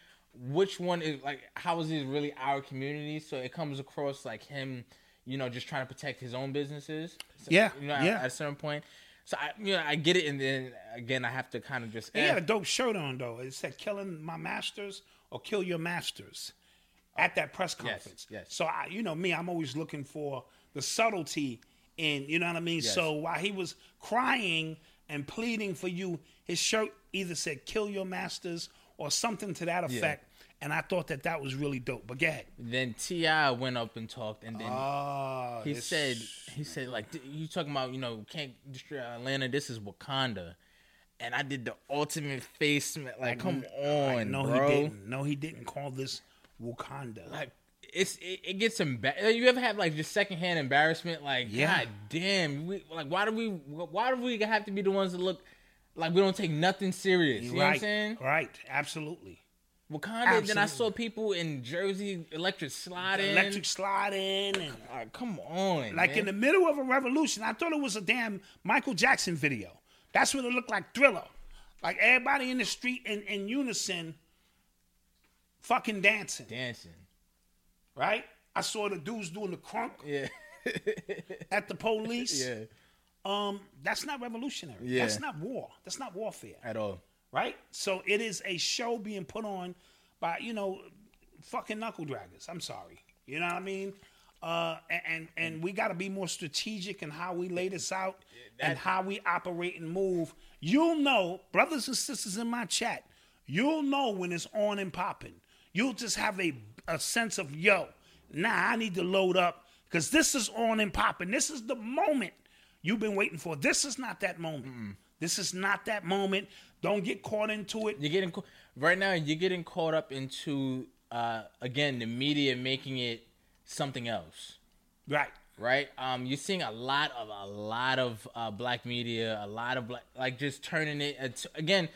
[SPEAKER 3] which one is like? How is this really our community? So it comes across like him, you know, just trying to protect his own businesses. So,
[SPEAKER 4] Yeah,
[SPEAKER 3] you know, at-
[SPEAKER 4] yeah.
[SPEAKER 3] At, a certain point. So I, you know, I get it, and then again, I have to kind of just.
[SPEAKER 4] He
[SPEAKER 3] eh.
[SPEAKER 4] had a dope shirt on though. It said "Killing My Masters" or kill your masters at that press conference.
[SPEAKER 3] yes.
[SPEAKER 4] So I, you know me, I'm always looking for the subtlety in you know what I mean. So while he was crying and pleading for you, his shirt either said "kill your masters" or something to that effect. And I thought that that was really dope. But go ahead.
[SPEAKER 3] Then Ti went up and talked, and then
[SPEAKER 4] Uh,
[SPEAKER 3] he
[SPEAKER 4] it's-
[SPEAKER 3] said he said like "D- you talking about you know can't destroy Atlanta. This is Wakanda, and I did the ultimate face sm- like
[SPEAKER 4] Oh
[SPEAKER 3] come on,
[SPEAKER 4] no,
[SPEAKER 3] bro.
[SPEAKER 4] he didn't. No, he didn't call this Wakanda.
[SPEAKER 3] Like it's it, it gets embarrassing. You ever have like just secondhand embarrassment? Like
[SPEAKER 4] Yeah.
[SPEAKER 3] god damn, we, like why do we why do we have to be the ones that look like we don't take nothing serious? You know what I'm
[SPEAKER 4] right,
[SPEAKER 3] saying?
[SPEAKER 4] right, absolutely.
[SPEAKER 3] Wakanda. Then I saw people in Jersey electric sliding.
[SPEAKER 4] Electric sliding and
[SPEAKER 3] Ah, come on,
[SPEAKER 4] Like in
[SPEAKER 3] man.
[SPEAKER 4] the middle of a revolution, I thought it was a damn Michael Jackson video. That's what it looked like, Thriller. Like everybody in the street in, in unison, fucking dancing,
[SPEAKER 3] dancing.
[SPEAKER 4] right? I saw the dudes doing the crunk
[SPEAKER 3] Yeah,
[SPEAKER 4] at the
[SPEAKER 3] <laughs>
[SPEAKER 4] police.
[SPEAKER 3] yeah,
[SPEAKER 4] Um, that's not revolutionary.
[SPEAKER 3] Yeah.
[SPEAKER 4] That's not war. That's not warfare,
[SPEAKER 3] at all.
[SPEAKER 4] right? So it is a show being put on by you know, fucking knuckle draggers. I'm sorry, you know what I mean? Uh, and and, and we got to be more strategic in how we lay this out and how we operate and move. You'll know, brothers and sisters in my chat, you'll know when it's on and popping. You'll just have a a sense of yo, nah, I need to load up because this is on and popping. This is the moment you've been waiting for. This is not that moment. This is not that moment. Don't get caught into it.
[SPEAKER 3] You're getting ca- right now. You're getting caught up into uh, again the media making it something else,
[SPEAKER 4] Right.
[SPEAKER 3] right? Um, you're seeing a lot of a lot of uh, black media, a lot of black, like just turning it at, again.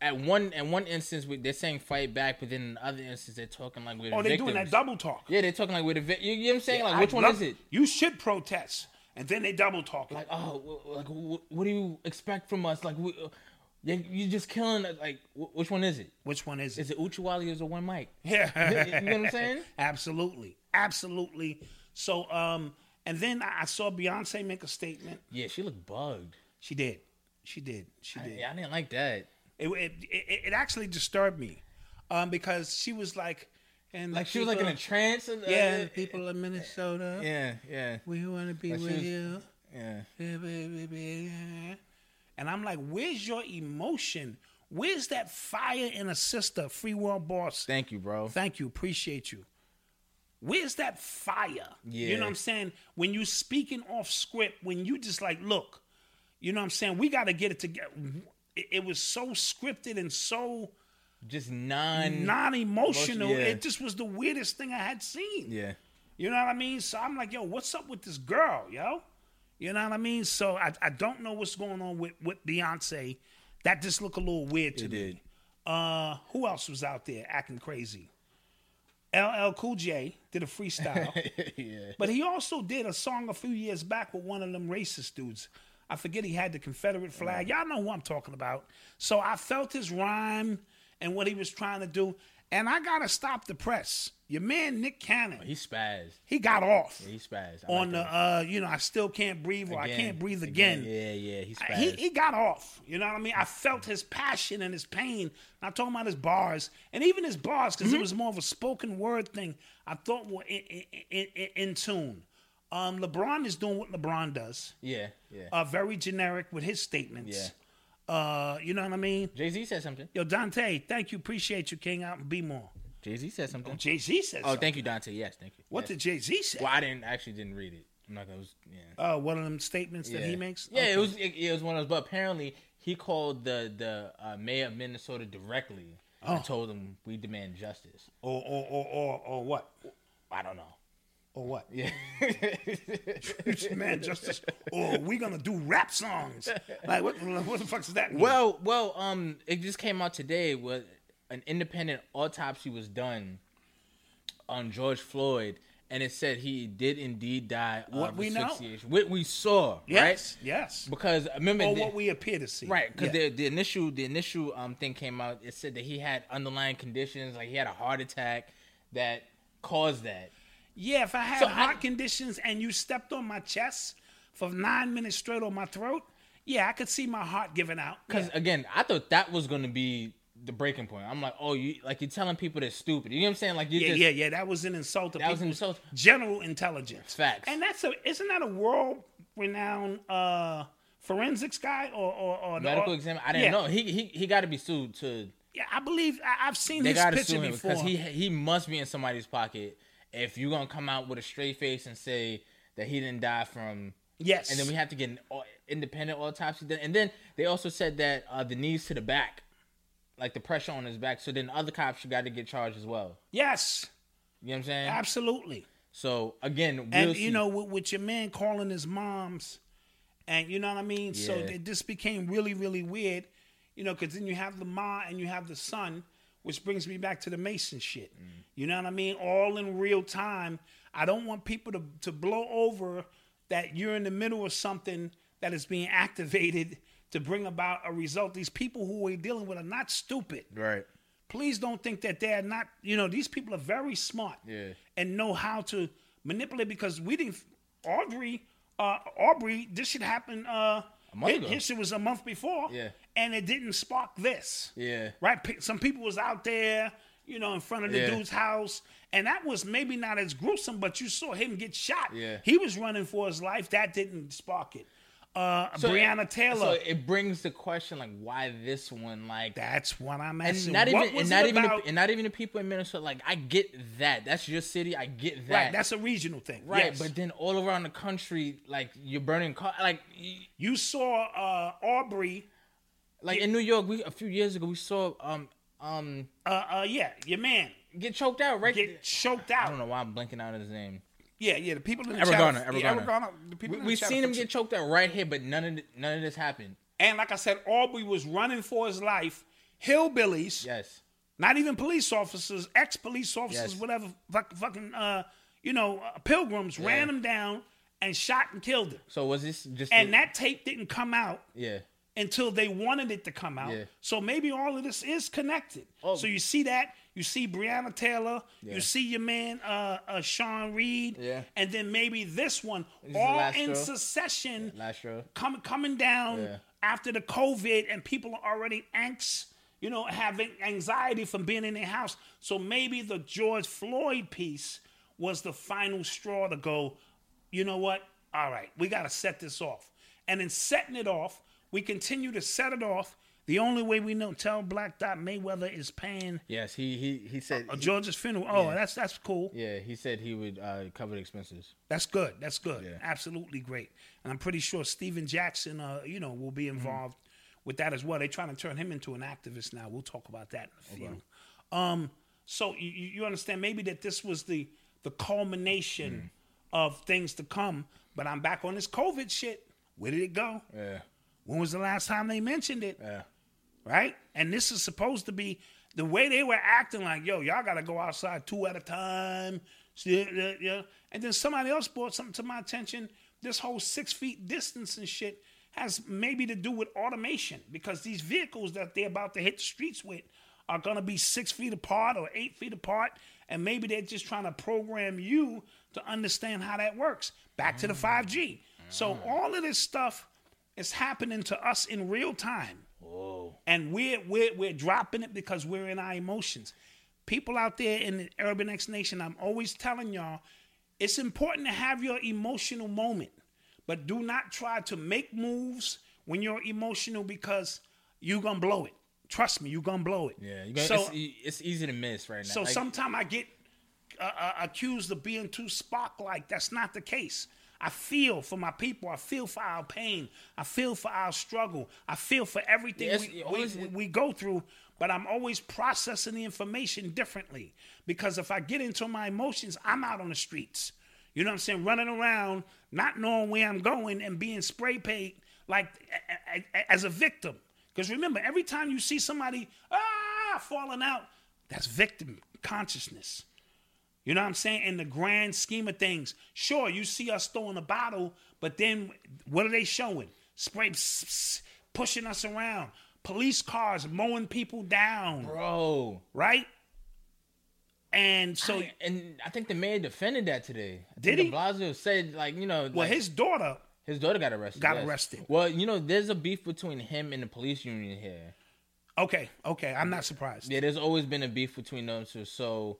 [SPEAKER 3] At one at one instance, we, they're saying fight back, but then in other instance, they're talking like we're the
[SPEAKER 4] Oh, they're
[SPEAKER 3] victims.
[SPEAKER 4] doing that double talk.
[SPEAKER 3] yeah, they're talking like we're the vi- you, you know what I'm saying? like
[SPEAKER 4] I
[SPEAKER 3] which one
[SPEAKER 4] love-
[SPEAKER 3] is it?
[SPEAKER 4] You should protest, and then they double talk.
[SPEAKER 3] like oh wh- like wh- what do you expect from us like we, uh, you- you just killing us. like wh- which one is it
[SPEAKER 4] which one is it?
[SPEAKER 3] is it Uchiwali or is it <laughs> one mic
[SPEAKER 4] Yeah,
[SPEAKER 3] you know
[SPEAKER 4] <laughs>
[SPEAKER 3] what I'm saying?
[SPEAKER 4] Absolutely, absolutely. So, um, and then I I saw Beyonce make a statement.
[SPEAKER 3] yeah she looked bugged
[SPEAKER 4] She did, she did, she did.
[SPEAKER 3] yeah I didn't like that
[SPEAKER 4] It, it, it, it actually disturbed me, um, because she was like, and
[SPEAKER 3] like she was like in a
[SPEAKER 4] people-
[SPEAKER 3] trance and, uh,
[SPEAKER 4] yeah, and the people of Minnesota,
[SPEAKER 3] yeah yeah
[SPEAKER 4] we want to be
[SPEAKER 3] Like she
[SPEAKER 4] with
[SPEAKER 3] was-
[SPEAKER 4] you.
[SPEAKER 3] yeah
[SPEAKER 4] And I'm like, where's your emotion? Where's that fire in a sister, free world boss?
[SPEAKER 3] thank you bro
[SPEAKER 4] Thank you, appreciate you. Where's that fire? You
[SPEAKER 3] Yeah.
[SPEAKER 4] know what I'm saying? When you speaking off script, when you just like, look, you know what I'm saying? We got to get it together. It, it was so scripted and so
[SPEAKER 3] just non
[SPEAKER 4] non-emotional.
[SPEAKER 3] Mm. yeah.
[SPEAKER 4] It just was the weirdest thing I had seen.
[SPEAKER 3] yeah
[SPEAKER 4] You know what I mean? So I'm like, yo, what's up with this girl, yo? You know what I mean? So I, I don't know what's going on with, with Beyonce. That just looked a little weird to me.
[SPEAKER 3] did.
[SPEAKER 4] Uh, who else was out there acting crazy? LL Cool J did
[SPEAKER 3] <laughs>
[SPEAKER 4] a freestyle. But he also did a song a few years back with one of them racist dudes. I forget he had the Confederate
[SPEAKER 3] Mm.
[SPEAKER 4] flag. Y'all know who I'm talking about. So I felt his rhyme and what he was trying to do. And I got to stop the press. Your man, Nick Cannon
[SPEAKER 3] Oh, he spazzed
[SPEAKER 4] he got off
[SPEAKER 3] he spazzed I
[SPEAKER 4] on the
[SPEAKER 3] like
[SPEAKER 4] uh you know i still can't breathe or
[SPEAKER 3] that.
[SPEAKER 4] i can't breathe again,
[SPEAKER 3] yeah yeah he
[SPEAKER 4] I-
[SPEAKER 3] spazzed
[SPEAKER 4] he, he got off you know what i mean i felt his passion and his pain not talking about his bars and even his bars
[SPEAKER 3] Mm-hmm.
[SPEAKER 4] because it was more of a spoken word thing i thought were in, in, in, in, in tune um lebron is doing what lebron does
[SPEAKER 3] yeah yeah
[SPEAKER 4] uh very generic with his statements uh you know what i mean
[SPEAKER 3] Jay Z said something
[SPEAKER 4] yo dante thank you appreciate you king out and be more
[SPEAKER 3] Jay Z said something
[SPEAKER 4] jay-z says
[SPEAKER 3] oh thank you Dante yes thank you
[SPEAKER 4] what
[SPEAKER 3] yes.
[SPEAKER 4] did jay-z say
[SPEAKER 3] well I didn't I actually didn't read it I'm not gonna yeah
[SPEAKER 4] uh, one of them statements that he makes
[SPEAKER 3] Yeah, it was it, it was one of those. But apparently, he called the the uh, mayor of Minnesota directly and told him we demand justice.
[SPEAKER 4] or or or or, or what
[SPEAKER 3] I don't know.
[SPEAKER 4] or what? Yeah, man, justice. Or we gonna do rap songs? Like what? What the fuck is that? mean?
[SPEAKER 3] Well, well, um, it just came out today. Was an independent autopsy was done on George Floyd, and it said he did indeed die of
[SPEAKER 4] What we know.
[SPEAKER 3] asphyxiation. What we saw,
[SPEAKER 4] yes,
[SPEAKER 3] right?
[SPEAKER 4] yes.
[SPEAKER 3] Because remember,
[SPEAKER 4] Or
[SPEAKER 3] the-
[SPEAKER 4] what we appear to see.
[SPEAKER 3] Right, because
[SPEAKER 4] Yeah.
[SPEAKER 3] the, the initial the initial um thing came out. It said that he had underlying conditions, like he had a heart attack that caused that.
[SPEAKER 4] yeah, if I had
[SPEAKER 3] So I-
[SPEAKER 4] heart conditions and you stepped on my chest for nine minutes straight on my throat, yeah, I could see my heart giving out.
[SPEAKER 3] Because again, I thought that was going to be the breaking point. I'm like, oh, you like you're telling people they're stupid. You know what I'm saying? Like you
[SPEAKER 4] Yeah,
[SPEAKER 3] just
[SPEAKER 4] yeah, yeah. That was an insult to
[SPEAKER 3] That was an
[SPEAKER 4] people's
[SPEAKER 3] insult.
[SPEAKER 4] general intelligence.
[SPEAKER 3] Facts.
[SPEAKER 4] And that's a isn't that a world renowned uh forensics guy or or, or the-
[SPEAKER 3] medical exam. I didn't
[SPEAKER 4] Yeah.
[SPEAKER 3] know he he he got to be sued to.
[SPEAKER 4] Yeah, I believe I, I've seen
[SPEAKER 3] They
[SPEAKER 4] his
[SPEAKER 3] got to
[SPEAKER 4] picture
[SPEAKER 3] sue him
[SPEAKER 4] before.
[SPEAKER 3] because he he must be in somebody's pocket if you're gonna come out with a straight face and say that he didn't die from.
[SPEAKER 4] yes.
[SPEAKER 3] And then we have to get an au- independent autopsy done. And then they also said that uh, the knees to the back, like the pressure on his back. So then other cops got to get charged as well.
[SPEAKER 4] yes,
[SPEAKER 3] You know what I'm saying?
[SPEAKER 4] absolutely.
[SPEAKER 3] So again, we'll
[SPEAKER 4] and
[SPEAKER 3] see.
[SPEAKER 4] you know, with, with your man calling his moms, and you know what I mean. So
[SPEAKER 3] Yeah.
[SPEAKER 4] it just became really, really weird, you know, because then you have the ma and you have the son, which brings me back to the Mason shit.
[SPEAKER 3] Mm.
[SPEAKER 4] You know what I mean? All in real time. I don't want people to to blow over that you're in the middle of something that is being activated to bring about a result. These people who we're dealing with are not stupid
[SPEAKER 3] right?
[SPEAKER 4] please don't think that they're not you know these people are very smart
[SPEAKER 3] Yeah.
[SPEAKER 4] and know how to manipulate because we didn't aubrey uh aubrey this should happen uh a
[SPEAKER 3] month ago.
[SPEAKER 4] his shit was a month before
[SPEAKER 3] Yeah.
[SPEAKER 4] and it didn't spark this
[SPEAKER 3] Yeah.
[SPEAKER 4] right Pe- some people was out there you know in front of the
[SPEAKER 3] Yeah.
[SPEAKER 4] dude's house and that was maybe not as gruesome but you saw him get shot
[SPEAKER 3] Yeah.
[SPEAKER 4] he was running for his life that didn't spark it uh breonna taylor
[SPEAKER 3] So eh, it brings the question like why this one like
[SPEAKER 4] that's what i'm
[SPEAKER 3] and
[SPEAKER 4] asking
[SPEAKER 3] not
[SPEAKER 4] What
[SPEAKER 3] even
[SPEAKER 4] was
[SPEAKER 3] and
[SPEAKER 4] it
[SPEAKER 3] not even
[SPEAKER 4] about?
[SPEAKER 3] the, and not even the people in Minnesota like I get that that's your city I get that
[SPEAKER 4] Right, that's a regional thing.
[SPEAKER 3] right
[SPEAKER 4] yes.
[SPEAKER 3] but then all around the country like you're burning car like y-
[SPEAKER 4] you saw uh, Aubrey.
[SPEAKER 3] like in New York we a few years ago we saw um um
[SPEAKER 4] Uh, uh, yeah, your man
[SPEAKER 3] get choked out right
[SPEAKER 4] get choked out.
[SPEAKER 3] I don't know why I'm blinking out his name
[SPEAKER 4] Yeah, yeah, the people in the
[SPEAKER 3] Ever
[SPEAKER 4] chat.
[SPEAKER 3] Garner, Ever
[SPEAKER 4] yeah,
[SPEAKER 3] Garner.
[SPEAKER 4] Garner, The people
[SPEAKER 3] we,
[SPEAKER 4] in the
[SPEAKER 3] we
[SPEAKER 4] chat
[SPEAKER 3] seen
[SPEAKER 4] are
[SPEAKER 3] him get
[SPEAKER 4] picturing-
[SPEAKER 3] chot- choked out right here but none of th- none of this happened
[SPEAKER 4] And like I said, Aubrey was running for his life. Hillbillies,
[SPEAKER 3] yes
[SPEAKER 4] not even police officers, ex police officers,
[SPEAKER 3] Yes.
[SPEAKER 4] whatever, fuck, fucking, uh, you know, uh, pilgrims ran him down and shot and killed him.
[SPEAKER 3] so was this just
[SPEAKER 4] And
[SPEAKER 3] the-
[SPEAKER 4] that tape didn't come out
[SPEAKER 3] yeah
[SPEAKER 4] until they wanted it to come out.
[SPEAKER 3] Yeah. Oh.
[SPEAKER 4] So maybe all of this is connected. So you see that, you see Breonna Taylor, you see your man uh, uh, Sean Reed,
[SPEAKER 3] Yeah.
[SPEAKER 4] and then maybe this one,
[SPEAKER 3] the
[SPEAKER 4] all
[SPEAKER 3] last
[SPEAKER 4] in
[SPEAKER 3] straw.
[SPEAKER 4] succession,
[SPEAKER 3] last show
[SPEAKER 4] come, coming down
[SPEAKER 3] Yeah.
[SPEAKER 4] after the COVID, and people are already angst, you know, having anxiety from being in their house. So maybe the George Floyd piece was the final straw to go, you know what? All right, we got to set this off. And in setting it off, we continue to set it off. The only way we know, tell Black Dot Mayweather is paying
[SPEAKER 3] yes he he he said
[SPEAKER 4] a George's funeral. Oh, that's that's cool.
[SPEAKER 3] yeah he said he would uh, cover the expenses
[SPEAKER 4] That's good. That's good. Absolutely great. And I'm pretty sure Steven Jackson, uh, you know, will be involved with that as well. They're trying to turn him into an activist now. We'll talk about that in a few. Um, so you, you you understand maybe that this was the the culmination of things to come. But I'm back on this COVID shit. Where did it go?
[SPEAKER 3] yeah
[SPEAKER 4] When was the last time they mentioned it? Right? And this is supposed to be the way they were acting like, yo, y'all got to go outside two at a time. Yeah, yeah, yeah. And then somebody else brought something to my attention. This whole six feet distance and shit has maybe to do with automation because these vehicles that they're about to hit the streets with are going to be six feet apart or eight feet apart. And maybe they're just trying to program you to understand how that works. Back to the 5G. So all of this stuff is happening to us in real time. And we're, we're, we're dropping it because we're in our emotions. People out there in the Urban X Nation, I'm always telling y'all, it's important to have your emotional moment, but do not try to make moves when you're emotional because you're going to blow it. Trust me, you're going to blow it.
[SPEAKER 3] yeah you gonna,
[SPEAKER 4] So-
[SPEAKER 3] it's, e- it's easy to miss right now
[SPEAKER 4] so
[SPEAKER 3] Like,
[SPEAKER 4] sometimes I get uh, uh, accused of being too spark like. That's not the case. I feel for my people. I feel for our pain. I feel for our struggle. I feel for everything
[SPEAKER 3] Yes,
[SPEAKER 4] we,
[SPEAKER 3] it always-
[SPEAKER 4] we, we go through. But I'm always processing the information differently because if I get into my emotions, I'm out on the streets. You know what I'm saying? Running around, not knowing where I'm going, and being spray paid like a- a- a- as a victim. Because remember, every time you see somebody ah falling out, that's victim consciousness. You know what I'm saying? In the grand scheme of things, sure, you see us throwing a bottle, but then what are they showing? Spray pss, pss, pushing us around, police cars mowing people down,
[SPEAKER 3] bro
[SPEAKER 4] right? And so,
[SPEAKER 3] I- and I think the mayor defended that today. I
[SPEAKER 4] Did
[SPEAKER 3] think
[SPEAKER 4] he?
[SPEAKER 3] De Blasio said like you know,
[SPEAKER 4] well,
[SPEAKER 3] like,
[SPEAKER 4] his daughter,
[SPEAKER 3] his daughter got arrested.
[SPEAKER 4] got arrested.
[SPEAKER 3] Well, you know, there's a beef between him and the police union here.
[SPEAKER 4] Okay, okay, I'm not surprised.
[SPEAKER 3] Yeah, there's always been a beef between them two. So,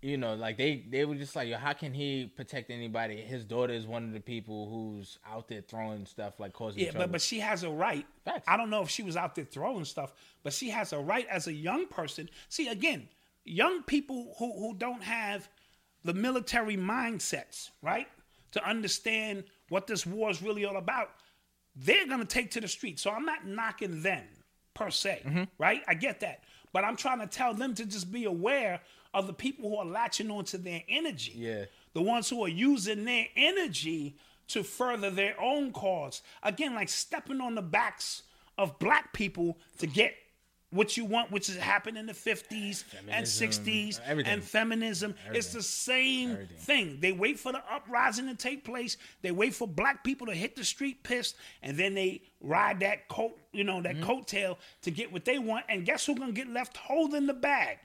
[SPEAKER 3] you know, like they they were just like, yo, how can he protect anybody? His daughter is one of the people who's out there throwing stuff like causing
[SPEAKER 4] Yeah,
[SPEAKER 3] trouble.
[SPEAKER 4] but, but she has a right.
[SPEAKER 3] Facts.
[SPEAKER 4] I don't know if she was out there throwing stuff, but she has a right as a young person. See, again, young people who, who don't have the military mindsets, right? To understand what this war is really all about, they're going to take to the street. So I'm not knocking them per se, right? I get that. But I'm trying to tell them to just be aware of the people who are latching onto their energy
[SPEAKER 3] Yeah.
[SPEAKER 4] the ones who are using their energy to further their own cause. Again, like stepping on the backs of black people to get what you want, which has happened in the 50s and 60s
[SPEAKER 3] everything.
[SPEAKER 4] and feminism. It's the same thing. They wait for the uprising to take place. They wait for black people to hit the street pissed, and then they ride that coat, you know,
[SPEAKER 3] Mm-hmm.
[SPEAKER 4] that coattail to get what they want. And guess who's gonna get left holding the bag?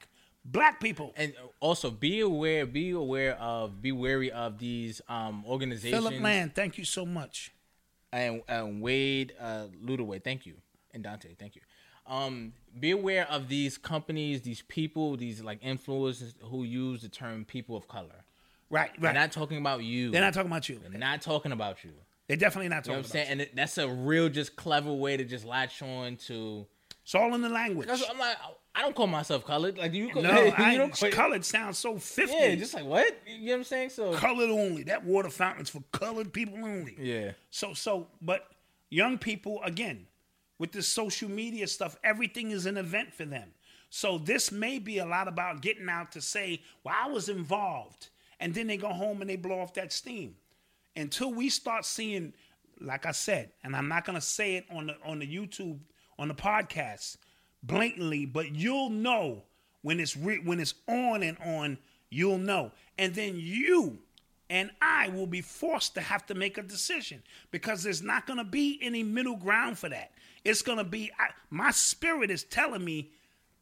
[SPEAKER 4] Black people.
[SPEAKER 3] and also be aware, be aware of, be wary of these um organizations.
[SPEAKER 4] Philip Land, thank you so much.
[SPEAKER 3] and, and Wade uh, Ludaway, thank you, and Dante, thank you. Um, be aware of these companies, these people, these like influencers who use the term "people of color."
[SPEAKER 4] Right, right.
[SPEAKER 3] They're not talking about you.
[SPEAKER 4] They're not talking about you.
[SPEAKER 3] They're not talking about you.
[SPEAKER 4] They're definitely not
[SPEAKER 3] You know
[SPEAKER 4] talking
[SPEAKER 3] what I'm saying?
[SPEAKER 4] about you.
[SPEAKER 3] And it- that's a real, just clever way to just latch on to.
[SPEAKER 4] It's all in the language.
[SPEAKER 3] That's, I'm like, I don't call myself colored. Like, do you? Call, <laughs>
[SPEAKER 4] no,
[SPEAKER 3] you
[SPEAKER 4] I
[SPEAKER 3] don't call,
[SPEAKER 4] colored sounds so 50.
[SPEAKER 3] Yeah, just like what? You know what I'm saying? So
[SPEAKER 4] colored only. That water fountain's for colored people only.
[SPEAKER 3] yeah,
[SPEAKER 4] So, so, but young people, again, with this social media stuff, everything is an event for them. So this may be a lot about getting out to say, well, I was involved. And then they go home and they blow off that steam. Until we start seeing, like I said, and I'm not gonna say it on the on the YouTube, on the podcast, blatantly, but you'll know when it's re- when it's on and on, you'll know. And then you and I will be forced to have to make a decision because there's not going to be any middle ground for that. It's going to be I, my spirit is telling me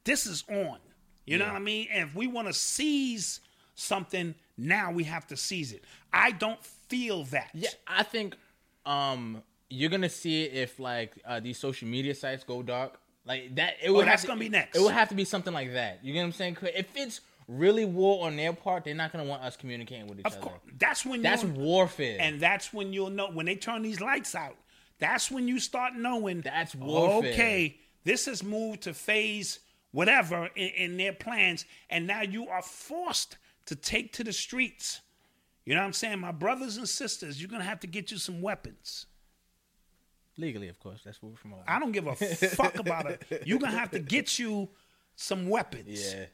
[SPEAKER 4] this is on. You know what I mean? And if we want to seize something, now we have to seize it. I don't feel that.
[SPEAKER 3] yeah. I think um you're gonna see it if like uh, these social media sites go dark. Like that, it would have
[SPEAKER 4] Oh, that's
[SPEAKER 3] to-
[SPEAKER 4] gonna be next.
[SPEAKER 3] It would have to be something like that. You get what I'm saying? If it's really war on their part, they're not gonna want us communicating with each
[SPEAKER 4] Of
[SPEAKER 3] other.
[SPEAKER 4] course, that's when
[SPEAKER 3] That's
[SPEAKER 4] you're-
[SPEAKER 3] warfare.
[SPEAKER 4] and that's when you'll know when they turn these lights out. That's when you start knowing
[SPEAKER 3] That's warfare.
[SPEAKER 4] Okay, this has moved to phase whatever in, in their plans, and now you are forced to take to the streets. You know what I'm saying, my brothers and sisters? You're gonna have to get you some weapons.
[SPEAKER 3] legally, of course. That's what we're promoting.
[SPEAKER 4] I don't give a fuck about it. You're gonna have to get you some weapons.
[SPEAKER 3] yeah.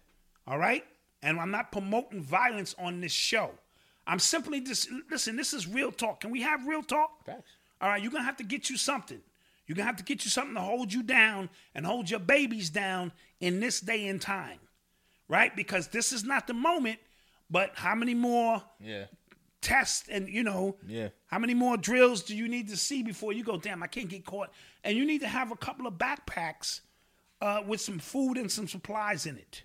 [SPEAKER 4] All right? And I'm not promoting violence on this show. I'm simply just listen, this is real talk. Can we have real talk?
[SPEAKER 3] Facts.
[SPEAKER 4] All right, you're gonna have to get you something. You're gonna have to get you something to hold you down and hold your babies down in this day and time. Right? Because this is not the moment, but how many more
[SPEAKER 3] Yeah.
[SPEAKER 4] tests and you know
[SPEAKER 3] Yeah.
[SPEAKER 4] how many more drills do you need to see before you go damn i can't get caught and you need to have a couple of backpacks uh, with some food and some supplies in it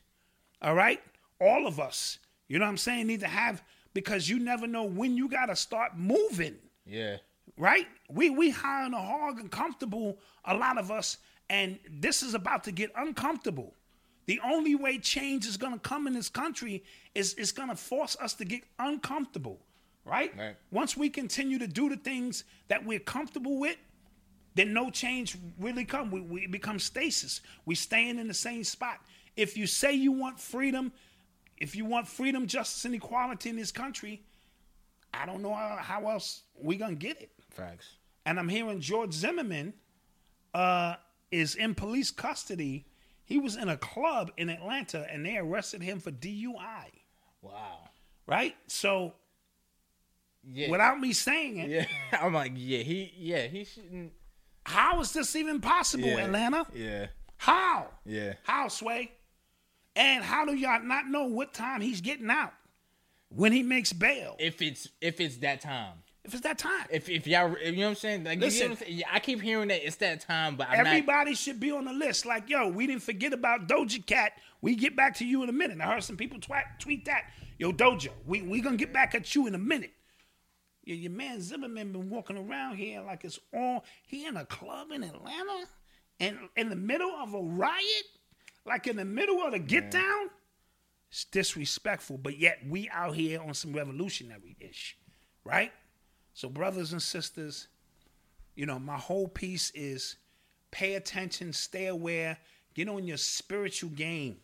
[SPEAKER 4] all right all of us you know what i'm saying need to have because you never know when you got to start moving
[SPEAKER 3] Yeah.
[SPEAKER 4] right we we high on the hog and comfortable a lot of us and this is about to get uncomfortable the only way change is going to come in this country is it's going to force us to get uncomfortable right?
[SPEAKER 3] Right.
[SPEAKER 4] once we continue to do the things that we're comfortable with then no change really come we, we become stasis we staying in the same spot if you say you want freedom if you want freedom justice and equality in this country i don't know how, how else we going to get it
[SPEAKER 3] Facts.
[SPEAKER 4] and I'm hearing George Zimmerman uh, is in police custody. He was in a club in Atlanta, and they arrested him for DUI.
[SPEAKER 3] Wow. <laughs>
[SPEAKER 4] Right. So
[SPEAKER 3] Yeah.
[SPEAKER 4] without me saying it,
[SPEAKER 3] yeah. I'm like, yeah, he yeah, he shouldn't
[SPEAKER 4] how is this even possible,
[SPEAKER 3] yeah.
[SPEAKER 4] Atlanta?
[SPEAKER 3] Yeah.
[SPEAKER 4] How?
[SPEAKER 3] Yeah.
[SPEAKER 4] How, Sway? And how do y'all not know what time he's getting out when he makes bail?
[SPEAKER 3] If it's if it's that time.
[SPEAKER 4] If it's that time,
[SPEAKER 3] If if y'all if you know what I'm saying? Like you
[SPEAKER 4] Listen.
[SPEAKER 3] know what I'm saying? Yeah, I keep hearing that it's that time, but I'm not
[SPEAKER 4] Everybody should be on the list. Like, yo, we didn't forget about Doja Cat. We get back to you in a minute. I heard some people twat, tweet that. Yo, Doja, we we gonna get back at you in a minute. Yo, your man Zimmerman been walking around here like it's all. He in a club in Atlanta. and in the middle of a riot, like in the middle of the get down, it's disrespectful. But yet we out here on some revolutionary ish, right? So brothers and sisters, you know, my whole piece is pay attention, stay aware, get on your spiritual game.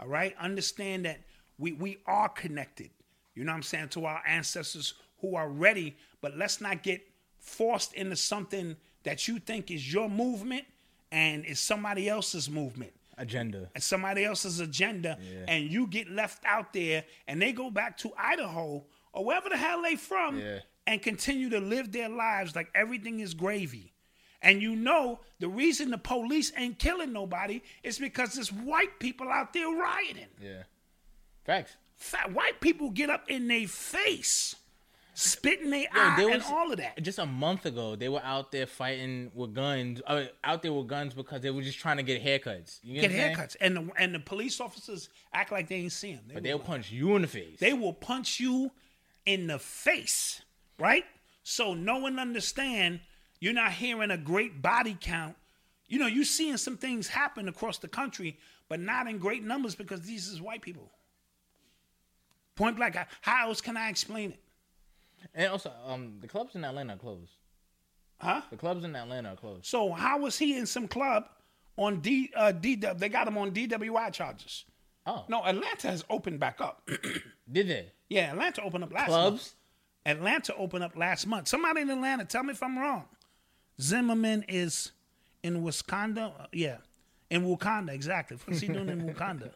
[SPEAKER 4] All right? Understand that we we are connected. You know what I'm saying? To our ancestors who are ready, but let's not get forced into something that you think is your movement and is somebody else's movement
[SPEAKER 3] Agenda.
[SPEAKER 4] and somebody else's agenda and you get left out there and they go back to Idaho or wherever the hell they from
[SPEAKER 3] Yeah.
[SPEAKER 4] and continue to live their lives like everything is gravy. And you know the reason the police ain't killing nobody is because there's white people out there rioting.
[SPEAKER 3] Yeah. Facts.
[SPEAKER 4] Fa- White people get up in their face, spit in their
[SPEAKER 3] Yeah,
[SPEAKER 4] eye,
[SPEAKER 3] there
[SPEAKER 4] and
[SPEAKER 3] was-
[SPEAKER 4] all of that.
[SPEAKER 3] Just a month ago, they were out there fighting with guns. I mean, out there with guns because they were just trying to get haircuts. You get what
[SPEAKER 4] Get
[SPEAKER 3] I'm saying?
[SPEAKER 4] haircuts, and the, and the police officers act like they ain't see them.
[SPEAKER 3] But they'll punch you in the face.
[SPEAKER 4] they will punch you in the face, right? So no one understand. You're not hearing a great body count. You know, you're seeing some things happen across the country, but not in great numbers because these is white people. Point blank. I- How else can I explain it?
[SPEAKER 3] and also, um, the clubs in Atlanta are closed.
[SPEAKER 4] Huh?
[SPEAKER 3] The clubs in Atlanta are closed.
[SPEAKER 4] So how was he in some club on D uh, DW? They got him on DWI charges.
[SPEAKER 3] Oh,
[SPEAKER 4] No, Atlanta has opened back up. <clears throat>
[SPEAKER 3] did they?
[SPEAKER 4] yeah, Atlanta opened up last month.
[SPEAKER 3] Clubs?
[SPEAKER 4] Atlanta opened up last month. Somebody in Atlanta, tell me if I'm wrong. Zimmerman is in Wisconsin. Uh, Yeah, in Wakanda, exactly. What's he doing in Wakanda?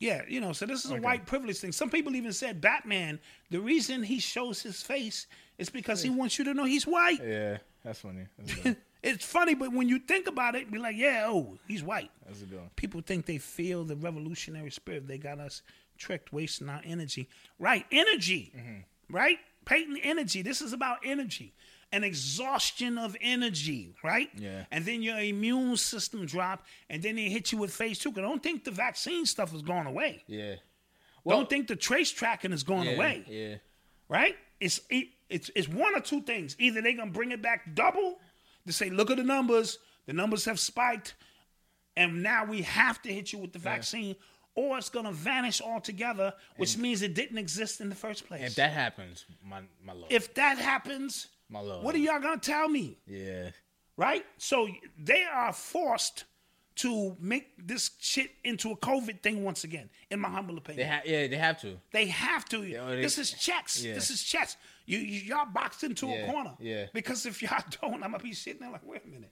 [SPEAKER 4] Yeah, you know, so this is a white privilege thing. Some people even said Batman, the reason he shows his face is because he wants you to know he's white.
[SPEAKER 3] Yeah, that's funny. That's
[SPEAKER 4] It's funny, but when you think about it, be like, yeah, oh, he's white.
[SPEAKER 3] a good one.
[SPEAKER 4] People think they feel the revolutionary spirit. They got us tricked, wasting our energy. Right, energy.
[SPEAKER 3] Mm-hmm.
[SPEAKER 4] Right, Peyton, energy. This is about energy, an exhaustion of energy. Right.
[SPEAKER 3] Yeah.
[SPEAKER 4] And then your immune system drop, and then they hit you with phase two. 'Cause don't think the vaccine stuff is going away.
[SPEAKER 3] Yeah.
[SPEAKER 4] don't think the trace tracking is going
[SPEAKER 3] yeah,
[SPEAKER 4] away.
[SPEAKER 3] Yeah.
[SPEAKER 4] Right. It's it, it's it's one or two things. Either they're gonna bring it back double to say, look at the numbers. The numbers have spiked and now we have to hit you with the vaccine, or it's gonna vanish altogether, which means it didn't exist in the first place.
[SPEAKER 3] If that happens, my my lord.
[SPEAKER 4] If that happens,
[SPEAKER 3] my lord.
[SPEAKER 4] what are y'all gonna tell me?
[SPEAKER 3] Yeah.
[SPEAKER 4] Right? So they are forced to make this shit into a COVID thing once again, in my humble opinion.
[SPEAKER 3] They ha- yeah, they have to.
[SPEAKER 4] They have to.
[SPEAKER 3] they-
[SPEAKER 4] this is checks.
[SPEAKER 3] Yeah.
[SPEAKER 4] This is chess. You, you y'all boxed into a
[SPEAKER 3] Yeah,
[SPEAKER 4] corner.
[SPEAKER 3] yeah.
[SPEAKER 4] Because if y'all <laughs> don't, I'm gonna be sitting there like, wait a minute.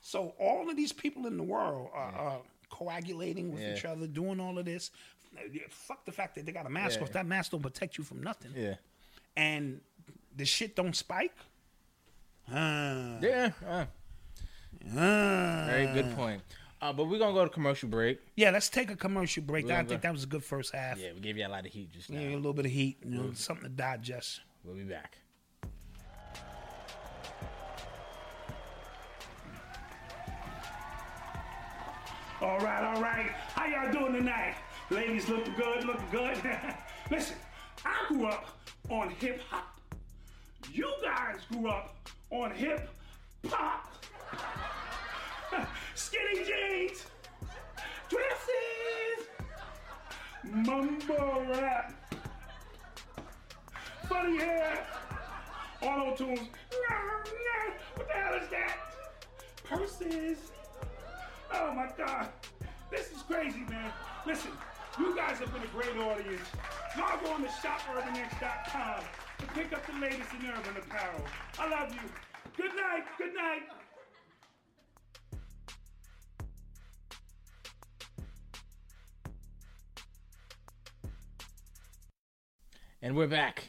[SPEAKER 4] So all of these people in the world are, are coagulating with each other, doing all of this. Fuck the fact that they got a mask off. That mask don't protect you from nothing.
[SPEAKER 3] Yeah.
[SPEAKER 4] And the shit don't spike. Uh,
[SPEAKER 3] Yeah. uh,
[SPEAKER 4] uh.
[SPEAKER 3] very good point. Uh, but we're gonna go to commercial break.
[SPEAKER 4] Yeah, let's take a commercial break. I
[SPEAKER 3] gonna
[SPEAKER 4] think
[SPEAKER 3] go-
[SPEAKER 4] that was a good first half.
[SPEAKER 3] Yeah, we gave you a lot of heat just now.
[SPEAKER 4] Yeah, a little bit of heat, you know, something to digest.
[SPEAKER 3] We'll be back.
[SPEAKER 4] All right, all right. How y'all doing tonight? Ladies looking good, looking good. <laughs> Listen, I grew up on hip hop. You guys grew up on hip hop. <laughs> Skinny jeans, dresses, mumble rap, funny hair, auto tunes. <laughs> What the hell is that? Purses. Oh my God. This is crazy, man. Listen, you guys have been a great audience. Y'all go on to shopurbanx.com to pick up the latest in urban apparel. I love you. Good night. Good night.
[SPEAKER 3] And we're back.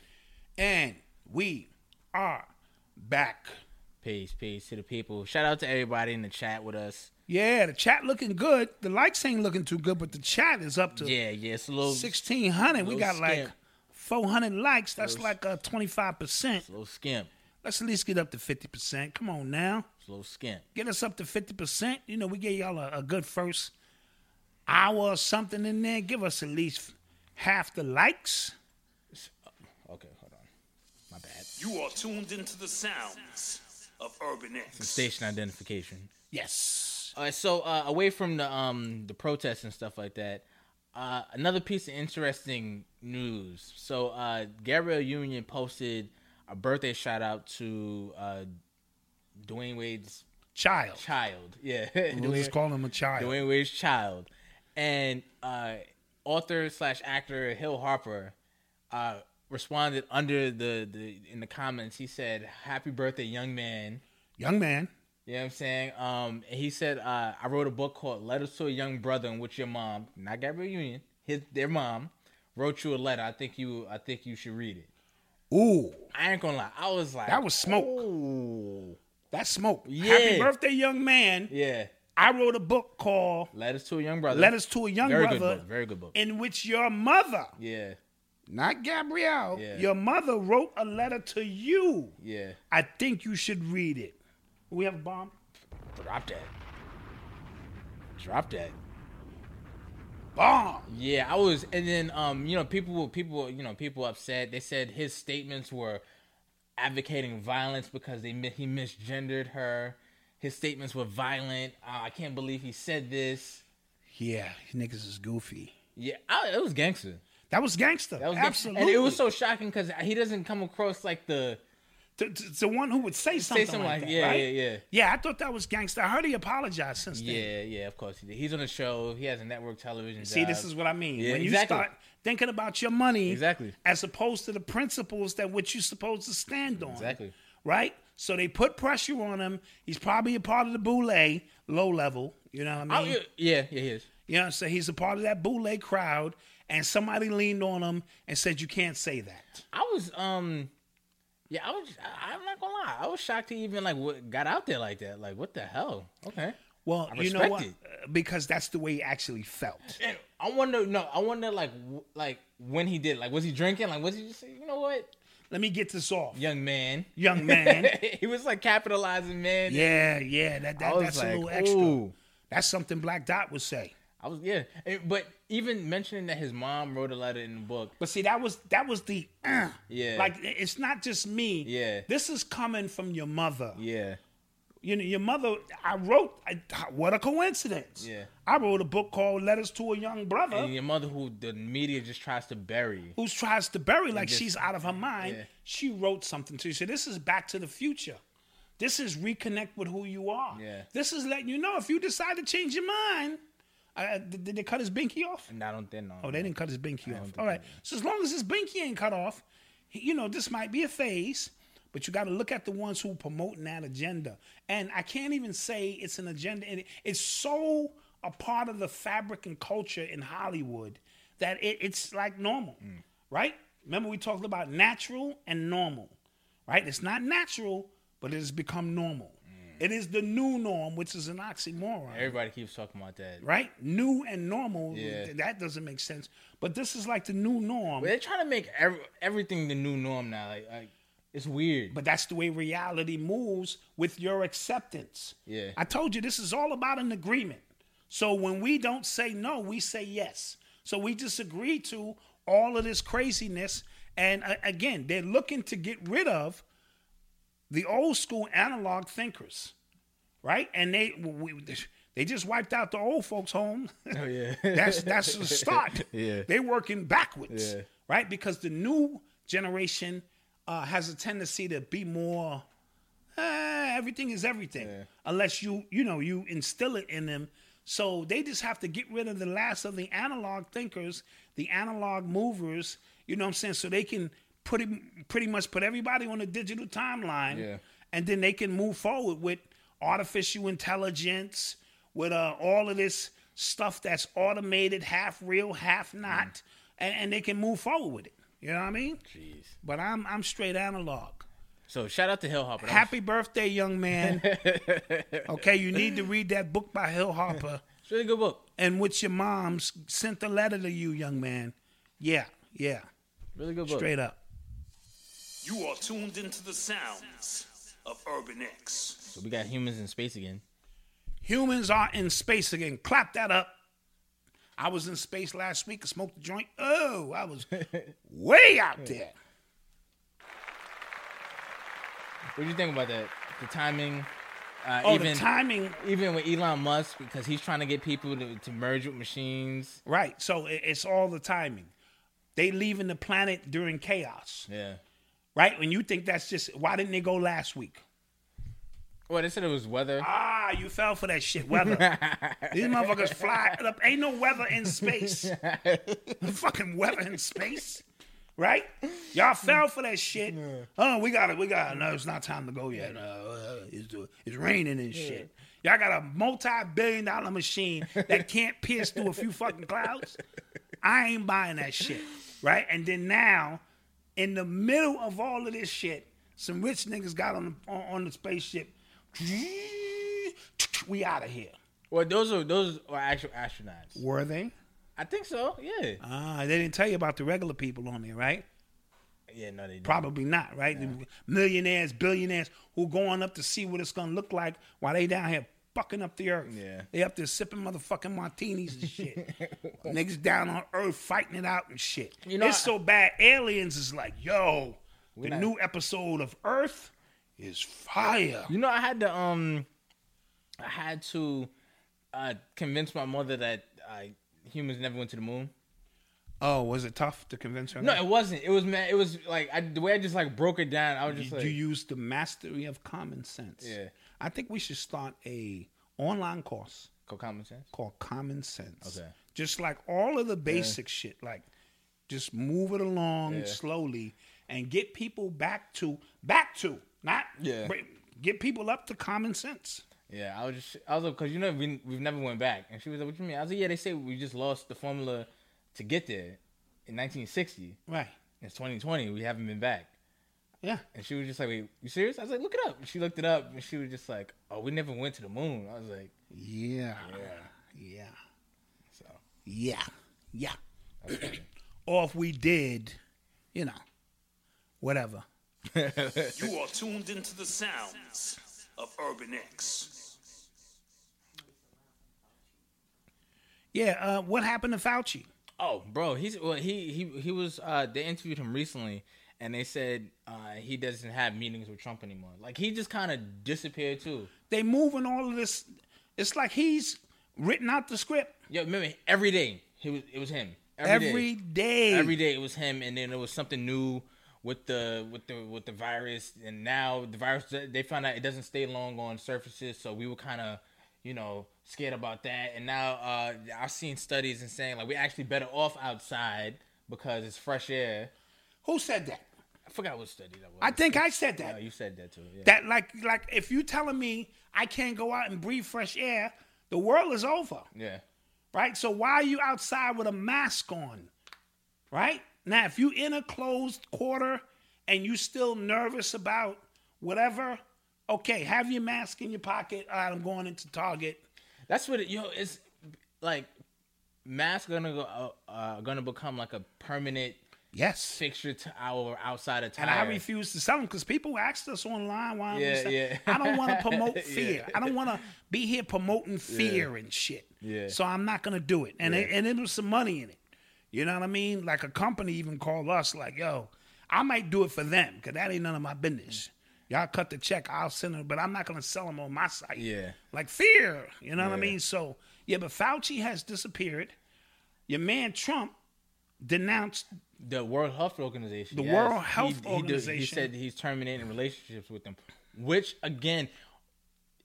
[SPEAKER 4] And we are back.
[SPEAKER 3] Peace, peace to the people. Shout out to everybody in the chat with us.
[SPEAKER 4] Yeah, the chat looking good. The likes ain't looking too good, but the chat is up to
[SPEAKER 3] Yeah, yeah, it's a little, it's
[SPEAKER 4] 1600. We
[SPEAKER 3] Little
[SPEAKER 4] got like
[SPEAKER 3] skimp.
[SPEAKER 4] 400 likes. That's like uh, 25%.
[SPEAKER 3] a little skimp.
[SPEAKER 4] Let's at least get up to 50%. Come on now.
[SPEAKER 3] It's a little skimp.
[SPEAKER 4] get us up to 50%. You know, we gave y'all a, a good first hour or something in there. Give us at least half the likes.
[SPEAKER 3] Okay, hold on. My bad.
[SPEAKER 5] You are tuned into the sounds of Urban X.
[SPEAKER 3] Station identification.
[SPEAKER 4] Yes.
[SPEAKER 3] All right, so uh, away from the um the protests and stuff like that, uh, another piece of interesting news. So uh, Gabrielle Union posted a birthday shout out to uh, Dwayne Wade's
[SPEAKER 4] Child.
[SPEAKER 3] child. <laughs> Yeah,
[SPEAKER 4] We'll
[SPEAKER 3] Dwayne,
[SPEAKER 4] just call him a child.
[SPEAKER 3] Dwayne Wade's child, and uh, author slash actor Hill Harper uh, responded under the, the in the comments. He said, "Happy birthday, young man."
[SPEAKER 4] Young man.
[SPEAKER 3] You know what I'm saying? Um, he said, uh, I wrote a book called Letters to a Young Brother in which your mom, not Gabrielle Union, his their mom, wrote you a letter. I think you I think you should read it.
[SPEAKER 4] Ooh,
[SPEAKER 3] I ain't gonna lie. I was like
[SPEAKER 4] that was smoke.
[SPEAKER 3] Ooh.
[SPEAKER 4] That's smoke.
[SPEAKER 3] Yeah.
[SPEAKER 4] Happy birthday, young man.
[SPEAKER 3] Yeah.
[SPEAKER 4] I wrote a book called
[SPEAKER 3] Letters to a Young Brother.
[SPEAKER 4] Letters to a Young
[SPEAKER 3] Very
[SPEAKER 4] Brother,
[SPEAKER 3] Good book. Very good book.
[SPEAKER 4] in which your mother,
[SPEAKER 3] yeah,
[SPEAKER 4] not Gabrielle,
[SPEAKER 3] Yeah.
[SPEAKER 4] your mother wrote a letter to you.
[SPEAKER 3] yeah.
[SPEAKER 4] I think you should read it. We have a bomb.
[SPEAKER 3] Drop that. Drop that.
[SPEAKER 4] Bomb.
[SPEAKER 3] Yeah, I was, and then um, you know, people were people, were, you know, people upset. They said his statements were advocating violence because they mi- he misgendered her. His statements were violent. Uh, I can't believe he said this.
[SPEAKER 4] Yeah, niggas is goofy.
[SPEAKER 3] Yeah, I, it was gangster.
[SPEAKER 4] That was gangster.
[SPEAKER 3] That was gangsta.
[SPEAKER 4] Absolutely.
[SPEAKER 3] and it was so shocking because he doesn't come across like the
[SPEAKER 4] the, the- the one who would say something,
[SPEAKER 3] something like-
[SPEAKER 4] like, that.
[SPEAKER 3] yeah,
[SPEAKER 4] right?
[SPEAKER 3] yeah, yeah.
[SPEAKER 4] Yeah, I thought that was gangster. I heard he apologized since then.
[SPEAKER 3] yeah, yeah. Of course, he did. he's on a show. He has a network television.
[SPEAKER 4] See,
[SPEAKER 3] job.
[SPEAKER 4] this is what I mean.
[SPEAKER 3] uh, Yeah,
[SPEAKER 4] when you
[SPEAKER 3] exactly.
[SPEAKER 4] start thinking about your money
[SPEAKER 3] Exactly.
[SPEAKER 4] as opposed to the principles that which you're supposed to stand on.
[SPEAKER 3] Exactly.
[SPEAKER 4] Right? So they put pressure on him. He's probably a part of the boule, low level. You know what I
[SPEAKER 3] Oh,
[SPEAKER 4] mean?
[SPEAKER 3] yeah, yeah, yeah, he is.
[SPEAKER 4] You know what I'm saying? He's a part of that boule crowd, and somebody leaned on him and said, You can't say that.
[SPEAKER 3] I was um yeah, I was I, I'm not gonna lie. I was shocked he even like what, got out there like that. Like what the hell? Okay.
[SPEAKER 4] Well,
[SPEAKER 3] I
[SPEAKER 4] you know what?
[SPEAKER 3] respect
[SPEAKER 4] Uh, Because that's the way he actually felt.
[SPEAKER 3] And I wonder no, I wonder like w- like when he did. Like was he drinking? Like was he just you know what?
[SPEAKER 4] Let me get this off.
[SPEAKER 3] Young man. <laughs>
[SPEAKER 4] Young man.
[SPEAKER 3] he was like capitalizing man.
[SPEAKER 4] yeah, yeah. That,
[SPEAKER 3] I
[SPEAKER 4] that,
[SPEAKER 3] was
[SPEAKER 4] that's
[SPEAKER 3] like,
[SPEAKER 4] a little extra.
[SPEAKER 3] ooh.
[SPEAKER 4] That's something Black Dot would say.
[SPEAKER 3] I was yeah. And- but even mentioning that his mom wrote a letter in the book.
[SPEAKER 4] But see, that was that was the uh,
[SPEAKER 3] Yeah.
[SPEAKER 4] Like it's not just me.
[SPEAKER 3] Yeah.
[SPEAKER 4] This is coming from your mother.
[SPEAKER 3] Yeah.
[SPEAKER 4] You know, your mother. I wrote. I, what a coincidence.
[SPEAKER 3] Yeah.
[SPEAKER 4] I wrote a book called "Letters to a Young Brother,"
[SPEAKER 3] And your mother who the media just tries to bury.
[SPEAKER 4] who tries to bury like
[SPEAKER 3] just-
[SPEAKER 4] she's out of her mind.
[SPEAKER 3] yeah.
[SPEAKER 4] She wrote something to you. So this is Back to the Future. This is reconnect with who you are.
[SPEAKER 3] Yeah.
[SPEAKER 4] This is letting you know if you decide to change your mind. Uh, did, did they cut his binky off?
[SPEAKER 3] And I don't think no.
[SPEAKER 4] Oh, they didn't cut his binky off. All right. So as long as his binky ain't cut off, he- you know, this might be a phase, but you got to look at the ones who promoting that agenda. And I can't even say it's an agenda. And it- It's so a part of the fabric and culture in Hollywood that it, it's like normal, right? Remember we talked about natural and normal, right? It's not natural, but it has become normal. It is the new norm, which is an oxymoron
[SPEAKER 3] Everybody keeps talking about that.
[SPEAKER 4] right? New and normal.
[SPEAKER 3] Yeah.
[SPEAKER 4] th- That doesn't make sense. But this is like the new norm.
[SPEAKER 3] They're trying to make every, everything the new norm now. Like, like it's weird.
[SPEAKER 4] But that's the way reality moves with your acceptance.
[SPEAKER 3] Yeah.
[SPEAKER 4] I told you this is all about an agreement. So when we don't say no, we say yes. So we just agree to all of this craziness. And uh, again, they're looking to get rid of the old school analog thinkers, right? And they we, they just wiped out the old folks' home. <laughs>
[SPEAKER 3] Oh yeah.
[SPEAKER 4] That's that's the start.
[SPEAKER 3] <laughs> Yeah.
[SPEAKER 4] They working backwards,
[SPEAKER 3] Yeah.
[SPEAKER 4] right? Because the new generation uh, has a tendency to be more. "Ah, everything is everything, unless you you know you instill it in them. So they just have to get rid of the last of the analog thinkers, the analog movers. You know what I'm saying? So they can pretty pretty much put everybody on a digital timeline,
[SPEAKER 3] Yeah.
[SPEAKER 4] and then they can move forward with artificial intelligence, with uh, all of this stuff that's automated, half real, half not,
[SPEAKER 3] Mm.
[SPEAKER 4] and, and they can move forward with it. You know what I mean?
[SPEAKER 3] Jeez.
[SPEAKER 4] But I'm I'm straight analog.
[SPEAKER 3] So shout out to Hill Hopper. That
[SPEAKER 4] Happy birthday,
[SPEAKER 3] <laughs>
[SPEAKER 4] young man. okay, you need to read that book by Hill Harper,
[SPEAKER 3] was- It's a really good book.
[SPEAKER 4] in which your mom s- sent the letter to you, young man. Yeah, yeah,
[SPEAKER 3] Really good book.
[SPEAKER 4] straight up.
[SPEAKER 5] You are tuned into the sounds of Urban X.
[SPEAKER 3] So we got humans in space again.
[SPEAKER 4] Humans are in space again. Clap that up. I was in space last week and smoked a joint. Oh, I
[SPEAKER 3] <laughs>
[SPEAKER 4] was way out there.
[SPEAKER 3] What do you think about that? the timing. Uh,
[SPEAKER 4] Oh,
[SPEAKER 3] even
[SPEAKER 4] the timing.
[SPEAKER 3] even with Elon Musk because he's trying to get people to, to merge with machines.
[SPEAKER 4] Right. So it- it's all the timing. They leaving the planet during chaos.
[SPEAKER 3] Yeah.
[SPEAKER 4] Right? When you think that's just why didn't they go last week?
[SPEAKER 3] Well, they said it was weather.
[SPEAKER 4] Ah, you fell for that shit. Weather. These motherfuckers fly up. Ain't no weather in space. Fucking weather in space. Right? Y'all fell for that shit. Oh, we got it. We got No, it's not time to go yet. No, uh, it's, it's raining and shit. Y'all got a multi-billion dollar machine <laughs> that can't pierce through a few fucking clouds. I ain't buying that shit. Right? And then now, in the middle of all of this shit, some rich niggas got on the, on, on the spaceship. We out of here.
[SPEAKER 3] Well, those are those are actual astronauts.
[SPEAKER 4] Were they?
[SPEAKER 3] I think so. Yeah.
[SPEAKER 4] Ah, they didn't tell you about the regular people on there, right?
[SPEAKER 3] Yeah. No, they didn't.
[SPEAKER 4] Probably not, right? The millionaires, billionaires who going up to see what it's gonna look like while they down here fucking up the earth.
[SPEAKER 3] Yeah.
[SPEAKER 4] They up there sipping motherfucking martinis and shit.
[SPEAKER 3] <laughs>
[SPEAKER 4] Niggas down on earth fighting it out and shit.
[SPEAKER 3] You know,
[SPEAKER 4] it's
[SPEAKER 3] I-
[SPEAKER 4] so bad. Aliens is like, yo, the
[SPEAKER 3] not-
[SPEAKER 4] new episode of Earth is fire.
[SPEAKER 3] You know, I had to um, I had to uh convince my mother that uh, humans never went to the moon.
[SPEAKER 4] Oh, was it tough to convince her?
[SPEAKER 3] No, it wasn't. It was mad. It was like I, the way I just like broke it down. I was just
[SPEAKER 4] you,
[SPEAKER 3] like,
[SPEAKER 4] you use the mastery of common sense.
[SPEAKER 3] Yeah.
[SPEAKER 4] I think we should start a online course
[SPEAKER 3] Co- common sense.
[SPEAKER 4] called Common Sense.
[SPEAKER 3] Okay.
[SPEAKER 4] Just like all of the basic shit, like just move it along
[SPEAKER 3] Yeah.
[SPEAKER 4] slowly and get people back to back to not
[SPEAKER 3] Yeah.
[SPEAKER 4] but get people up to common sense.
[SPEAKER 3] Yeah, I was just I was like, cause you know we we've never went back, and she was like, what you mean? I was like, yeah, they say we just lost the formula to get there in 1960.
[SPEAKER 4] Right.
[SPEAKER 3] It's 2020. We haven't been back.
[SPEAKER 4] Yeah.
[SPEAKER 3] And she was just like, wait, you serious? I was like, look it up. And she looked it up, and she was just like, oh, we never went to the moon. I was like,
[SPEAKER 4] Yeah. Yeah.
[SPEAKER 3] so
[SPEAKER 4] Yeah. Yeah. <clears throat> or if we did, you know, whatever.
[SPEAKER 5] You are tuned into the sounds of Urban X.
[SPEAKER 4] Yeah, uh, what happened to Fauci?
[SPEAKER 3] Oh, bro, he's well. He he he was. Uh, they interviewed him recently, and they said uh, he doesn't have meetings with Trump anymore. Like he just kind of disappeared too.
[SPEAKER 4] They moving all of this. It's like he's written out the script
[SPEAKER 3] Yeah, remember every day he was. It was him
[SPEAKER 4] every day.
[SPEAKER 3] Every day it was him, and then it was something new with the with the with the virus, and now the virus they found out it doesn't stay long on surfaces, so we were kind of you know scared about that, and now uh, I've seen studies and saying like we're actually better off outside because it's fresh air.
[SPEAKER 4] Who said that?
[SPEAKER 3] I forgot what study that was.
[SPEAKER 4] I think I said
[SPEAKER 3] Yeah,
[SPEAKER 4] that.
[SPEAKER 3] you said that too. Yeah.
[SPEAKER 4] That like like if you telling me I can't go out and breathe fresh air, the world is over,
[SPEAKER 3] yeah.
[SPEAKER 4] right? So why are you outside with a mask on, right? Now if you in a closed quarter and you still nervous about whatever, okay, have your mask in your pocket. All right, I'm going into Target.
[SPEAKER 3] That's what it, yo. It's like masks gonna go uh, uh, gonna become like a permanent
[SPEAKER 4] Yes.
[SPEAKER 3] fixture to our outside attire.
[SPEAKER 4] And I refuse to sell them because people asked us online why. I'm
[SPEAKER 3] Yeah,
[SPEAKER 4] selling-
[SPEAKER 3] yeah.
[SPEAKER 4] I don't want
[SPEAKER 3] <laughs>
[SPEAKER 4] to promote
[SPEAKER 3] Yeah.
[SPEAKER 4] fear. I don't want to be here promoting fear and shit.
[SPEAKER 3] Yeah.
[SPEAKER 4] So I'm not gonna do it. And it, and it was some money in it. You know what I mean? Like a company even called us like, yo, I might do it for them because that ain't none of my business. Y'all cut the check, I'll send them, but I'm not gonna sell them on my site.
[SPEAKER 3] Yeah.
[SPEAKER 4] Like fear. You know what I mean? So yeah, but Fauci has disappeared. Your man Trump denounced
[SPEAKER 3] the World Health Organization.
[SPEAKER 4] The
[SPEAKER 3] yes.
[SPEAKER 4] World Health
[SPEAKER 3] do- He
[SPEAKER 4] Organization.
[SPEAKER 3] said he's terminating relationships with them, which again,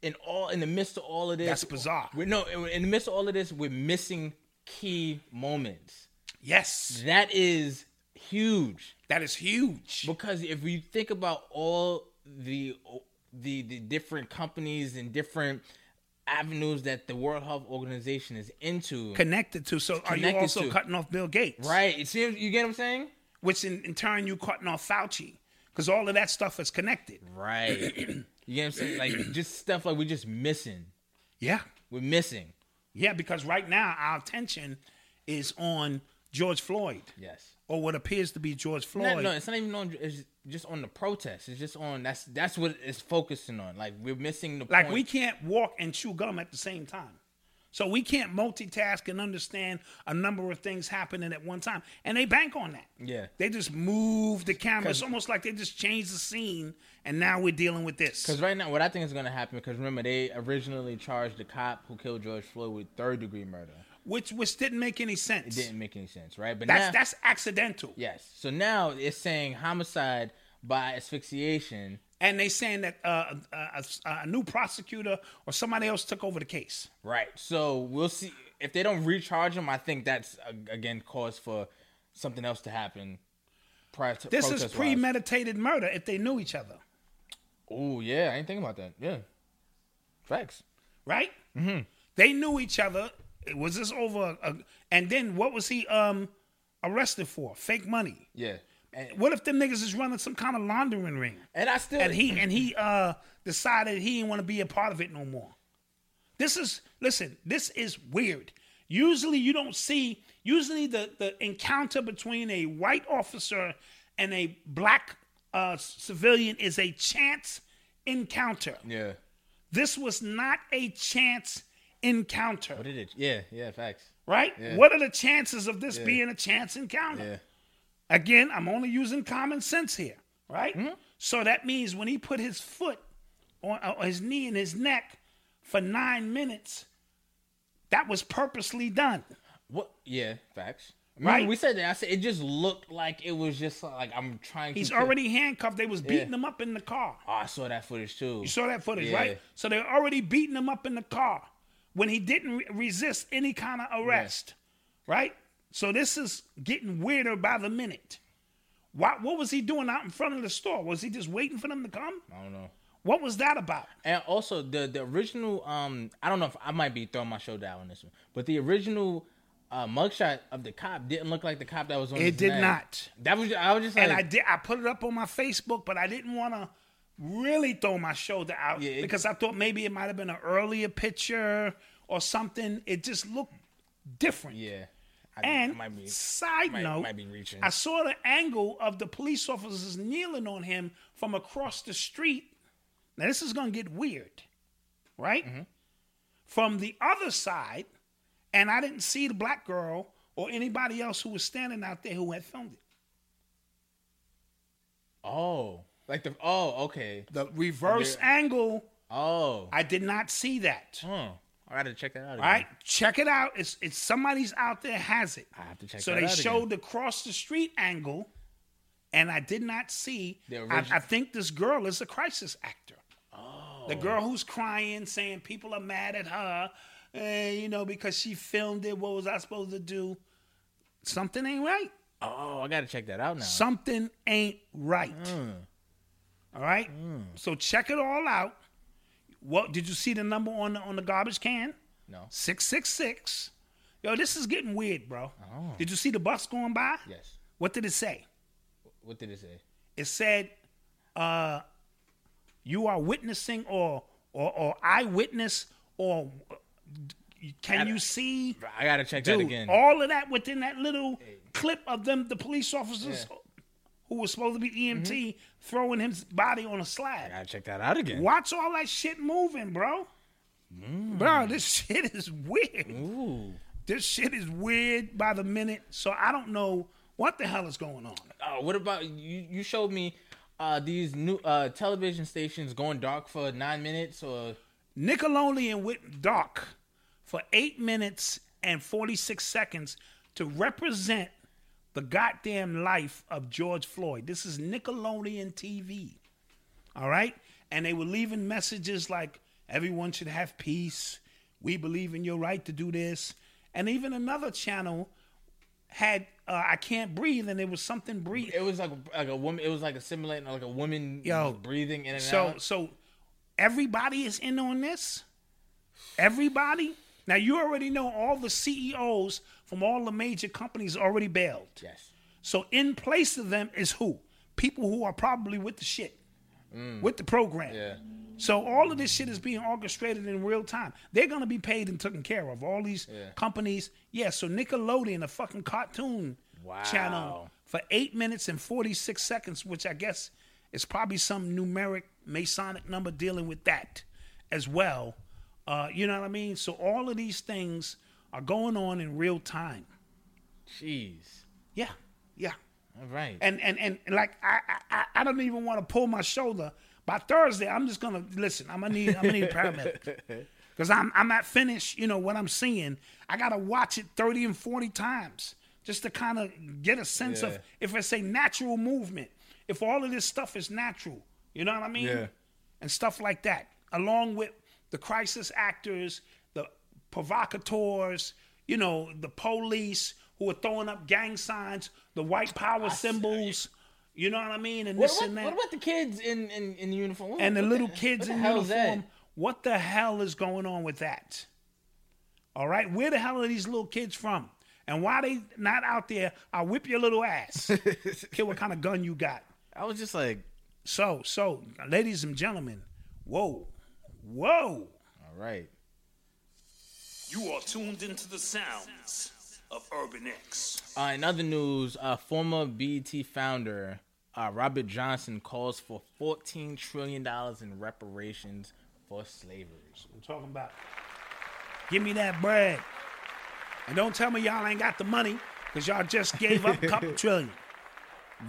[SPEAKER 3] in all in the midst of all of this,
[SPEAKER 4] That's bizarre.
[SPEAKER 3] We, no, in the midst of all of this, we're missing key moments.
[SPEAKER 4] Yes.
[SPEAKER 3] That is huge.
[SPEAKER 4] That is huge.
[SPEAKER 3] because if you think about all the the the different companies and different avenues that the World Health Organization is into,
[SPEAKER 4] connected to. So are you
[SPEAKER 3] Connected
[SPEAKER 4] also
[SPEAKER 3] to.
[SPEAKER 4] cutting off Bill Gates?
[SPEAKER 3] right? You see, you get what I'm saying?
[SPEAKER 4] Which in, in turn you cutting off Fauci because all of that stuff is connected.
[SPEAKER 3] <clears throat> Right. you get what I'm saying? Like just stuff like we're just missing.
[SPEAKER 4] Yeah.
[SPEAKER 3] We're missing.
[SPEAKER 4] Yeah, because right now our attention is on George Floyd
[SPEAKER 3] Yes.
[SPEAKER 4] or what appears to be George Floyd.
[SPEAKER 3] No, no, it's not even on. It's just on the protest. It's just on. That's that's what it's focusing on. Like we're missing the
[SPEAKER 4] like
[SPEAKER 3] point.
[SPEAKER 4] we can't walk and chew gum at the same time. So we can't multitask and understand a number of things happening at one time. And they bank on that.
[SPEAKER 3] Yeah.
[SPEAKER 4] They just move the camera. It's almost like they just changed the scene and now we're dealing with this.
[SPEAKER 3] Because right now, what I think is going to happen, because remember, they originally charged the cop who killed George Floyd with third degree murder.
[SPEAKER 4] Which which didn't make any sense.
[SPEAKER 3] Didn't make any sense, right? But
[SPEAKER 4] That's
[SPEAKER 3] now,
[SPEAKER 4] that's accidental.
[SPEAKER 3] yes. So now it's saying homicide by asphyxiation.
[SPEAKER 4] And they saying that uh, a, a, a new prosecutor or somebody else took over the case.
[SPEAKER 3] Right. So we'll see if they don't recharge him. I think that's a- again cause for something else to happen. Prior to
[SPEAKER 4] This is
[SPEAKER 3] protest-wise.
[SPEAKER 4] premeditated murder if they knew each other,
[SPEAKER 3] Oh yeah, I ain't thinking about that. Yeah. Facts.
[SPEAKER 4] right? Mm-hmm. They knew each other. It was this over? A, and then what was he um, arrested for? Fake money.
[SPEAKER 3] Yeah. And,
[SPEAKER 4] What if them niggas is running some kind of laundering ring?
[SPEAKER 3] and I still
[SPEAKER 4] And he and he uh, decided he didn't want to be a part of it no more. This is listen. This is weird. Usually you don't see. Usually the the encounter between a white officer and a black uh, civilian is a chance encounter.
[SPEAKER 3] Yeah.
[SPEAKER 4] This was not a chance encounter,
[SPEAKER 3] What did it? Yeah. Yeah. Facts.
[SPEAKER 4] right? What are the chances of this being a chance encounter?
[SPEAKER 3] Yeah.
[SPEAKER 4] Again, I'm only using common sense here, right? So that means when he put his foot on uh, his knee and his neck for nine minutes, that was purposely done.
[SPEAKER 3] What? Yeah. Facts.
[SPEAKER 4] Right?
[SPEAKER 3] Right. We said that. I said it just looked like it was just like I'm trying. <laughs>
[SPEAKER 4] He's
[SPEAKER 3] to kill-
[SPEAKER 4] already handcuffed. They was beating him up in the car.
[SPEAKER 3] Oh, I saw that footage too.
[SPEAKER 4] You saw that footage,
[SPEAKER 3] Yeah.
[SPEAKER 4] right? So they're already beating him up in the car when he didn't re- resist any kind of arrest, right? So this is getting weirder by the minute. Why, what was he doing out in front of the store? Was he just waiting for them to come?
[SPEAKER 3] I don't know.
[SPEAKER 4] What was that about?
[SPEAKER 3] And also the the original um I don't know if I might be throwing my show down on this one, but the original uh, mugshot of the cop didn't look like the cop that was on.
[SPEAKER 4] It
[SPEAKER 3] his
[SPEAKER 4] did
[SPEAKER 3] neck.
[SPEAKER 4] not.
[SPEAKER 3] That was I was just like
[SPEAKER 4] and I did. I put it up on my Facebook, but I didn't want to really throw my shoulder out
[SPEAKER 3] Yeah, it-
[SPEAKER 4] because I thought maybe it might have been an earlier picture or something. It just looked different.
[SPEAKER 3] yeah. I,
[SPEAKER 4] And
[SPEAKER 3] I
[SPEAKER 4] side
[SPEAKER 3] might-
[SPEAKER 4] note,
[SPEAKER 3] might be reaching.
[SPEAKER 4] I saw the angle of the police officers kneeling on him from across the street. Now this is gonna get weird, right? From the other side, and I didn't see the black girl or anybody else who was standing out there who had filmed it.
[SPEAKER 3] oh like the oh okay
[SPEAKER 4] The reverse Oh. angle,
[SPEAKER 3] oh
[SPEAKER 4] I did not see that.
[SPEAKER 3] huh. I gotta check that out. Again.
[SPEAKER 4] All right, check it out. It's it's somebody's out there has it.
[SPEAKER 3] I have to check
[SPEAKER 4] So
[SPEAKER 3] that
[SPEAKER 4] they
[SPEAKER 3] out again.
[SPEAKER 4] showed the cross the street angle, and I did not see.
[SPEAKER 3] The
[SPEAKER 4] I- I,
[SPEAKER 3] origi-
[SPEAKER 4] think this girl is a crisis actor. Oh. The girl who's crying, saying people are mad at her, eh, you know, because she filmed it. What was I supposed to do? Something ain't right.
[SPEAKER 3] Oh, I gotta check that out now.
[SPEAKER 4] Something ain't right.
[SPEAKER 3] Hmm.
[SPEAKER 4] All right. So check it all out. What did you see the number on the on the garbage can?
[SPEAKER 3] No.
[SPEAKER 4] Six six six. Yo, this is getting weird, bro. Did you see the bus going by?
[SPEAKER 3] Oh. Yes.
[SPEAKER 4] What did it say?
[SPEAKER 3] What did it say?
[SPEAKER 4] It said, uh, "You are witnessing or or or eyewitness or uh, d- can you see?"
[SPEAKER 3] I gotta check that
[SPEAKER 4] Dude,
[SPEAKER 3] again.
[SPEAKER 4] all of that within that little clip of them, the police officers who were supposed to be EMT throwing his body on a
[SPEAKER 3] I
[SPEAKER 4] slab.
[SPEAKER 3] gotta check Mm-hmm. that out again.
[SPEAKER 4] Watch all that shit moving, bro.
[SPEAKER 3] Mm.
[SPEAKER 4] Bro, this <laughs> shit is weird. This shit is weird by the minute. So I don't know what the hell is going on.
[SPEAKER 3] Uh, what about you? You showed me uh, these new uh, television stations going dark for nine minutes, or
[SPEAKER 4] Nickelodeon went dark for eight minutes and 46 seconds to represent the goddamn life of George Floyd. This is Nickelodeon TV. All right? And they were leaving messages like, everyone should have peace. We believe in your right to do this. And even another channel had, uh, I can't breathe, and there was something breathe.
[SPEAKER 3] it was like like a woman. It was like a simulating like a woman
[SPEAKER 4] Yo,
[SPEAKER 3] was breathing in and
[SPEAKER 4] So
[SPEAKER 3] out.
[SPEAKER 4] so everybody is in on this. Everybody. Now you already know all the CEOs from all the major companies already bailed.
[SPEAKER 3] Yes,
[SPEAKER 4] So in place of them is who? People who are probably with the shit, with the program.
[SPEAKER 3] Mm. Yeah.
[SPEAKER 4] So all of this shit is being orchestrated in real time. They're gonna be paid and taken care of. All these companies. Yeah. So Nickelodeon, a fucking cartoon channel,
[SPEAKER 3] Wow.
[SPEAKER 4] for eight minutes and forty six seconds, which I guess is probably some numeric Masonic number dealing with that as well. Uh, you know what I mean? So all of these things are going on in real time.
[SPEAKER 3] Jeez.
[SPEAKER 4] Yeah, yeah.
[SPEAKER 3] All right.
[SPEAKER 4] And and and like I I, I- I don't even want to pull my shoulder. By Thursday, I'm just gonna listen. I'm gonna need I'm gonna need a paramedic because I'm I'm not finished. You know what I'm seeing. I gotta watch it 30 and 40 times just to kind of get a sense of
[SPEAKER 3] Yeah.
[SPEAKER 4] if it's a natural movement. If all of this stuff is natural, you know what I mean?
[SPEAKER 3] Yeah.
[SPEAKER 4] and stuff like that, along with the crisis actors, the provocateurs, you know, the police who are throwing up gang signs, the white power symbols, you know what I mean, and
[SPEAKER 3] what,
[SPEAKER 4] this
[SPEAKER 3] what-
[SPEAKER 4] and that,
[SPEAKER 3] what about the kids in in, in uniform? What-
[SPEAKER 4] and the
[SPEAKER 3] what
[SPEAKER 4] little kids
[SPEAKER 3] what the
[SPEAKER 4] in
[SPEAKER 3] hell is that?
[SPEAKER 4] uniform. What the hell is going on with that? All right, where the hell are these little kids from? And why they not out there? I'll whip your
[SPEAKER 3] <laughs>
[SPEAKER 4] little ass. Kid, what kind of gun you got?
[SPEAKER 3] I was just like,
[SPEAKER 4] So, so, ladies and gentlemen, whoa, whoa.
[SPEAKER 3] all right.
[SPEAKER 5] You are tuned into the sounds of Urban X.
[SPEAKER 3] Uh, in other news, uh, former BET founder uh, Robert Johnson calls for fourteen trillion dollars in reparations for slavery.
[SPEAKER 4] I'm talking about. Give me that bread. And don't tell me y'all ain't got the money because y'all just gave up a couple
[SPEAKER 3] <laughs>
[SPEAKER 4] trillion.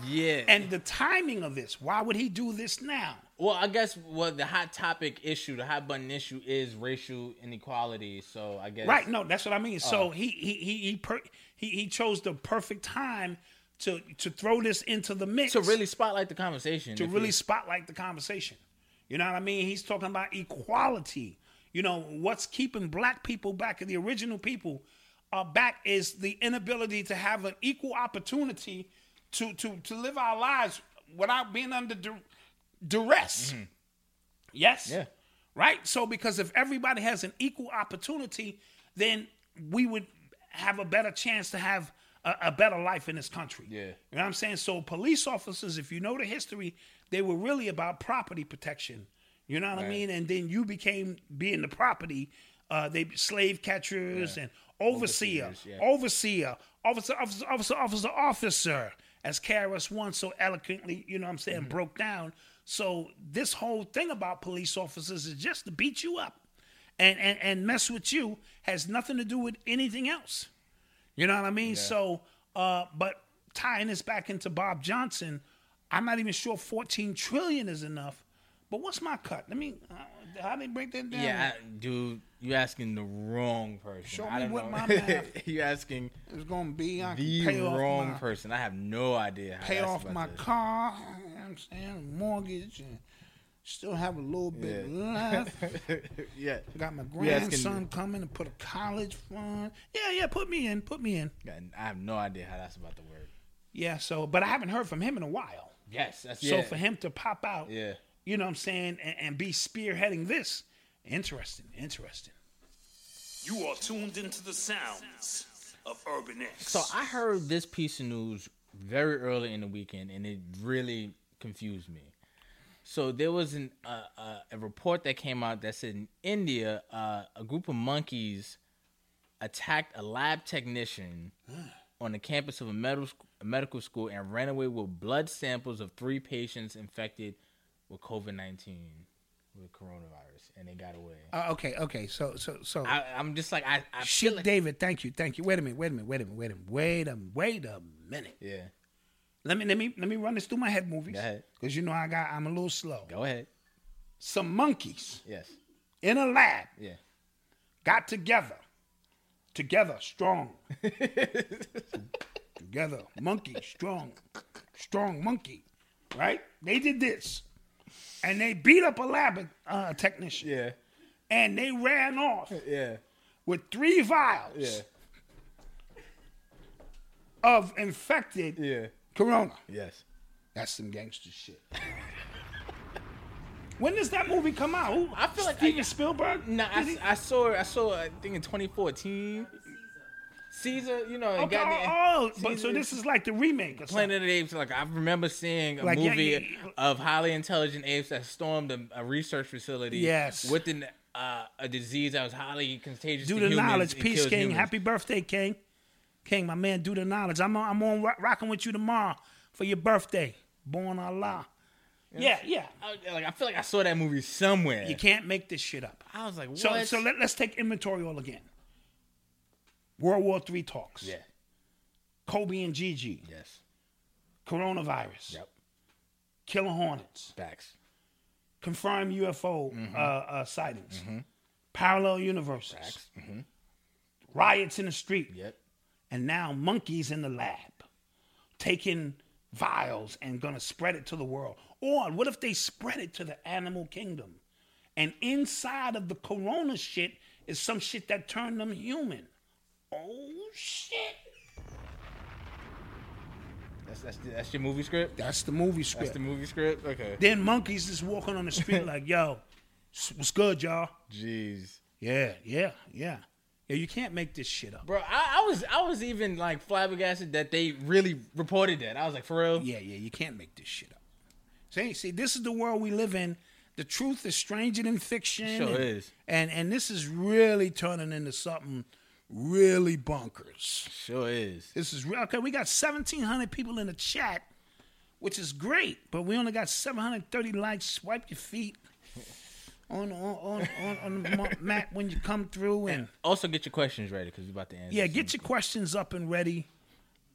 [SPEAKER 3] Yeah,
[SPEAKER 4] And the timing of this, why would he do this now?
[SPEAKER 3] well, I guess well the hot topic issue, the hot button issue is racial inequality. So I guess
[SPEAKER 4] Right, no, that's what I mean.
[SPEAKER 3] Oh.
[SPEAKER 4] So he he he he, per, he he chose the perfect time to to throw this into the mix
[SPEAKER 3] to really spotlight the conversation.
[SPEAKER 4] to
[SPEAKER 3] if
[SPEAKER 4] really
[SPEAKER 3] you-
[SPEAKER 4] spotlight the conversation. You know what I mean? He's talking about equality. You know, what's keeping black people back, the original people uh, back, is the inability to have an equal opportunity to, to, to live our lives without being under du- duress.
[SPEAKER 3] Mm-hmm.
[SPEAKER 4] Yes?
[SPEAKER 3] Yeah.
[SPEAKER 4] Right? So, because if everybody has an equal opportunity, then we would have a better chance to have a, a better life in this country.
[SPEAKER 3] Yeah.
[SPEAKER 4] You know what I'm saying? So police officers, if you know the history, they were really about property protection. You know what I mean? And then you became being the property. Uh, they slave catchers and overseer,
[SPEAKER 3] Overseers, yeah.
[SPEAKER 4] overseer, officer, officer, officer, officer, officer. As KRS One so eloquently, you know what I'm
[SPEAKER 3] Mm-hmm.
[SPEAKER 4] saying, broke down. So this whole thing about police officers is just to beat you up and, and, and mess with you has nothing to do with anything else. You know what I mean? So, uh, but tying this back into Bob Johnson, I'm not even sure 14 trillion is enough. But what's my cut? Let me. Uh, how they break that down?
[SPEAKER 3] Yeah, I, dude, you asking the wrong person.
[SPEAKER 4] Show
[SPEAKER 3] I
[SPEAKER 4] me
[SPEAKER 3] don't
[SPEAKER 4] what
[SPEAKER 3] know. <laughs>
[SPEAKER 4] my math-
[SPEAKER 3] you asking
[SPEAKER 4] it's gonna be I can
[SPEAKER 3] the
[SPEAKER 4] pay off
[SPEAKER 3] wrong
[SPEAKER 4] my,
[SPEAKER 3] person. I have no idea. How
[SPEAKER 4] pay
[SPEAKER 3] that's
[SPEAKER 4] off
[SPEAKER 3] about
[SPEAKER 4] my
[SPEAKER 3] to-
[SPEAKER 4] car. You know what I'm saying mortgage and still have a little bit left.
[SPEAKER 3] <laughs> Yeah,
[SPEAKER 4] Got my
[SPEAKER 3] You asking-
[SPEAKER 4] grandson coming to put a college fund. Yeah, yeah. Put me in. Put me in.
[SPEAKER 3] I have no idea how that's about to work.
[SPEAKER 4] Yeah. So, but I haven't heard from him in a while.
[SPEAKER 3] Yes, that's
[SPEAKER 4] So
[SPEAKER 3] yeah.
[SPEAKER 4] for him to pop out,
[SPEAKER 3] Yeah.
[SPEAKER 4] you know what I'm saying, and, and be spearheading this, interesting, interesting.
[SPEAKER 5] You are tuned into the sounds of Urban X.
[SPEAKER 3] So I heard this piece of news very early in the weekend, and it really confused me. So there was an uh, uh, a report that came out that said in India, uh, a group of monkeys attacked a lab technician on the campus of a medical sc- a medical school and ran away with blood samples of three patients infected with COVID nineteen, with coronavirus, and they got away.
[SPEAKER 4] Uh, okay, okay, so so so.
[SPEAKER 3] I, I'm just like I, I feel
[SPEAKER 4] Shit,
[SPEAKER 3] like
[SPEAKER 4] David, thank you, thank you. Wait a minute, wait a minute, wait a minute, wait a minute, wait a wait a minute.
[SPEAKER 3] yeah.
[SPEAKER 4] Let me let me let me run this through my head movies
[SPEAKER 3] Go ahead.
[SPEAKER 4] because you know I got I'm a little slow.
[SPEAKER 3] Go ahead.
[SPEAKER 4] Some monkeys
[SPEAKER 3] Yes.
[SPEAKER 4] in a lab
[SPEAKER 3] Yeah.
[SPEAKER 4] got together, together
[SPEAKER 3] <laughs>
[SPEAKER 4] strong, together monkey strong, strong monkey, right? They did this, and they beat up a lab uh, technician.
[SPEAKER 3] Yeah.
[SPEAKER 4] and they ran off
[SPEAKER 3] Yeah.
[SPEAKER 4] with three vials
[SPEAKER 3] Yeah.
[SPEAKER 4] of infected
[SPEAKER 3] Yeah.
[SPEAKER 4] corona.
[SPEAKER 3] Yes.
[SPEAKER 4] That's some gangster shit. <laughs> when does that movie come out? Who-
[SPEAKER 3] I feel like I-
[SPEAKER 4] Steven Spielberg.
[SPEAKER 3] No,
[SPEAKER 4] Did
[SPEAKER 3] I,
[SPEAKER 4] he-
[SPEAKER 3] I saw I saw I think in 2014. Caesar, you know, it
[SPEAKER 4] okay,
[SPEAKER 3] got the-
[SPEAKER 4] oh, oh, but
[SPEAKER 3] Caesar-
[SPEAKER 4] so this is like the remake. Or something.
[SPEAKER 3] Planet of the Apes. Like I remember seeing a
[SPEAKER 4] Like, yeah,
[SPEAKER 3] movie
[SPEAKER 4] yeah, yeah.
[SPEAKER 3] of highly intelligent apes that stormed a, a research facility.
[SPEAKER 4] Yes.
[SPEAKER 3] with an, uh, a disease that was highly contagious.
[SPEAKER 4] Do
[SPEAKER 3] to
[SPEAKER 4] the
[SPEAKER 3] humans
[SPEAKER 4] knowledge,
[SPEAKER 3] and
[SPEAKER 4] peace,
[SPEAKER 3] killed
[SPEAKER 4] King.
[SPEAKER 3] humans.
[SPEAKER 4] Happy birthday, King. King, my man. Do the knowledge. I'm on, I'm on rock- rocking with you tomorrow for your birthday. Born Allah. Yeah, yeah.
[SPEAKER 3] I, like I feel like I saw that movie somewhere.
[SPEAKER 4] You can't make this shit up.
[SPEAKER 3] I was like, what?
[SPEAKER 4] So, so let, us take inventory all again. World War III talks.
[SPEAKER 3] yeah.
[SPEAKER 4] Kobe and Gigi.
[SPEAKER 3] Yes.
[SPEAKER 4] Coronavirus.
[SPEAKER 3] Yep.
[SPEAKER 4] Killer Hornets.
[SPEAKER 3] Facts.
[SPEAKER 4] Confirmed UFO uh, uh, sightings. Parallel universes.
[SPEAKER 3] Facts.
[SPEAKER 4] Mm-hmm. Riots in the street.
[SPEAKER 3] Yep.
[SPEAKER 4] And now monkeys in the lab taking vials and going to spread it to the world. Or what if they spread it to the animal kingdom? And inside of the corona shit is some shit that turned them human. Oh shit.
[SPEAKER 3] That's that's that's your movie script.
[SPEAKER 4] That's the movie
[SPEAKER 3] That's
[SPEAKER 4] script.
[SPEAKER 3] the movie script. Okay.
[SPEAKER 4] then monkeys just walking on the <laughs> street like, yo, s- what's good, y'all?
[SPEAKER 3] Jeez.
[SPEAKER 4] Yeah, yeah, yeah. Yeah, you can't make this shit up.
[SPEAKER 3] Bro, I, I was I was even like flabbergasted that they really reported that. I was like, for real?
[SPEAKER 4] Yeah, yeah, you can't make this shit up. See, see, this is the world we live in. The truth is stranger than fiction.
[SPEAKER 3] Sure
[SPEAKER 4] and,
[SPEAKER 3] is.
[SPEAKER 4] And and this is really turning into something really bonkers.
[SPEAKER 3] Sure is.
[SPEAKER 4] This is real. Okay, we got 1,700 people in the chat, which is great, but we only got 730 likes. Swipe your feet on on on, on, on the ma- <laughs> map when you come through and
[SPEAKER 3] Also, get your questions ready because we're about to end.
[SPEAKER 4] yeah,
[SPEAKER 3] this.
[SPEAKER 4] get your questions up and ready.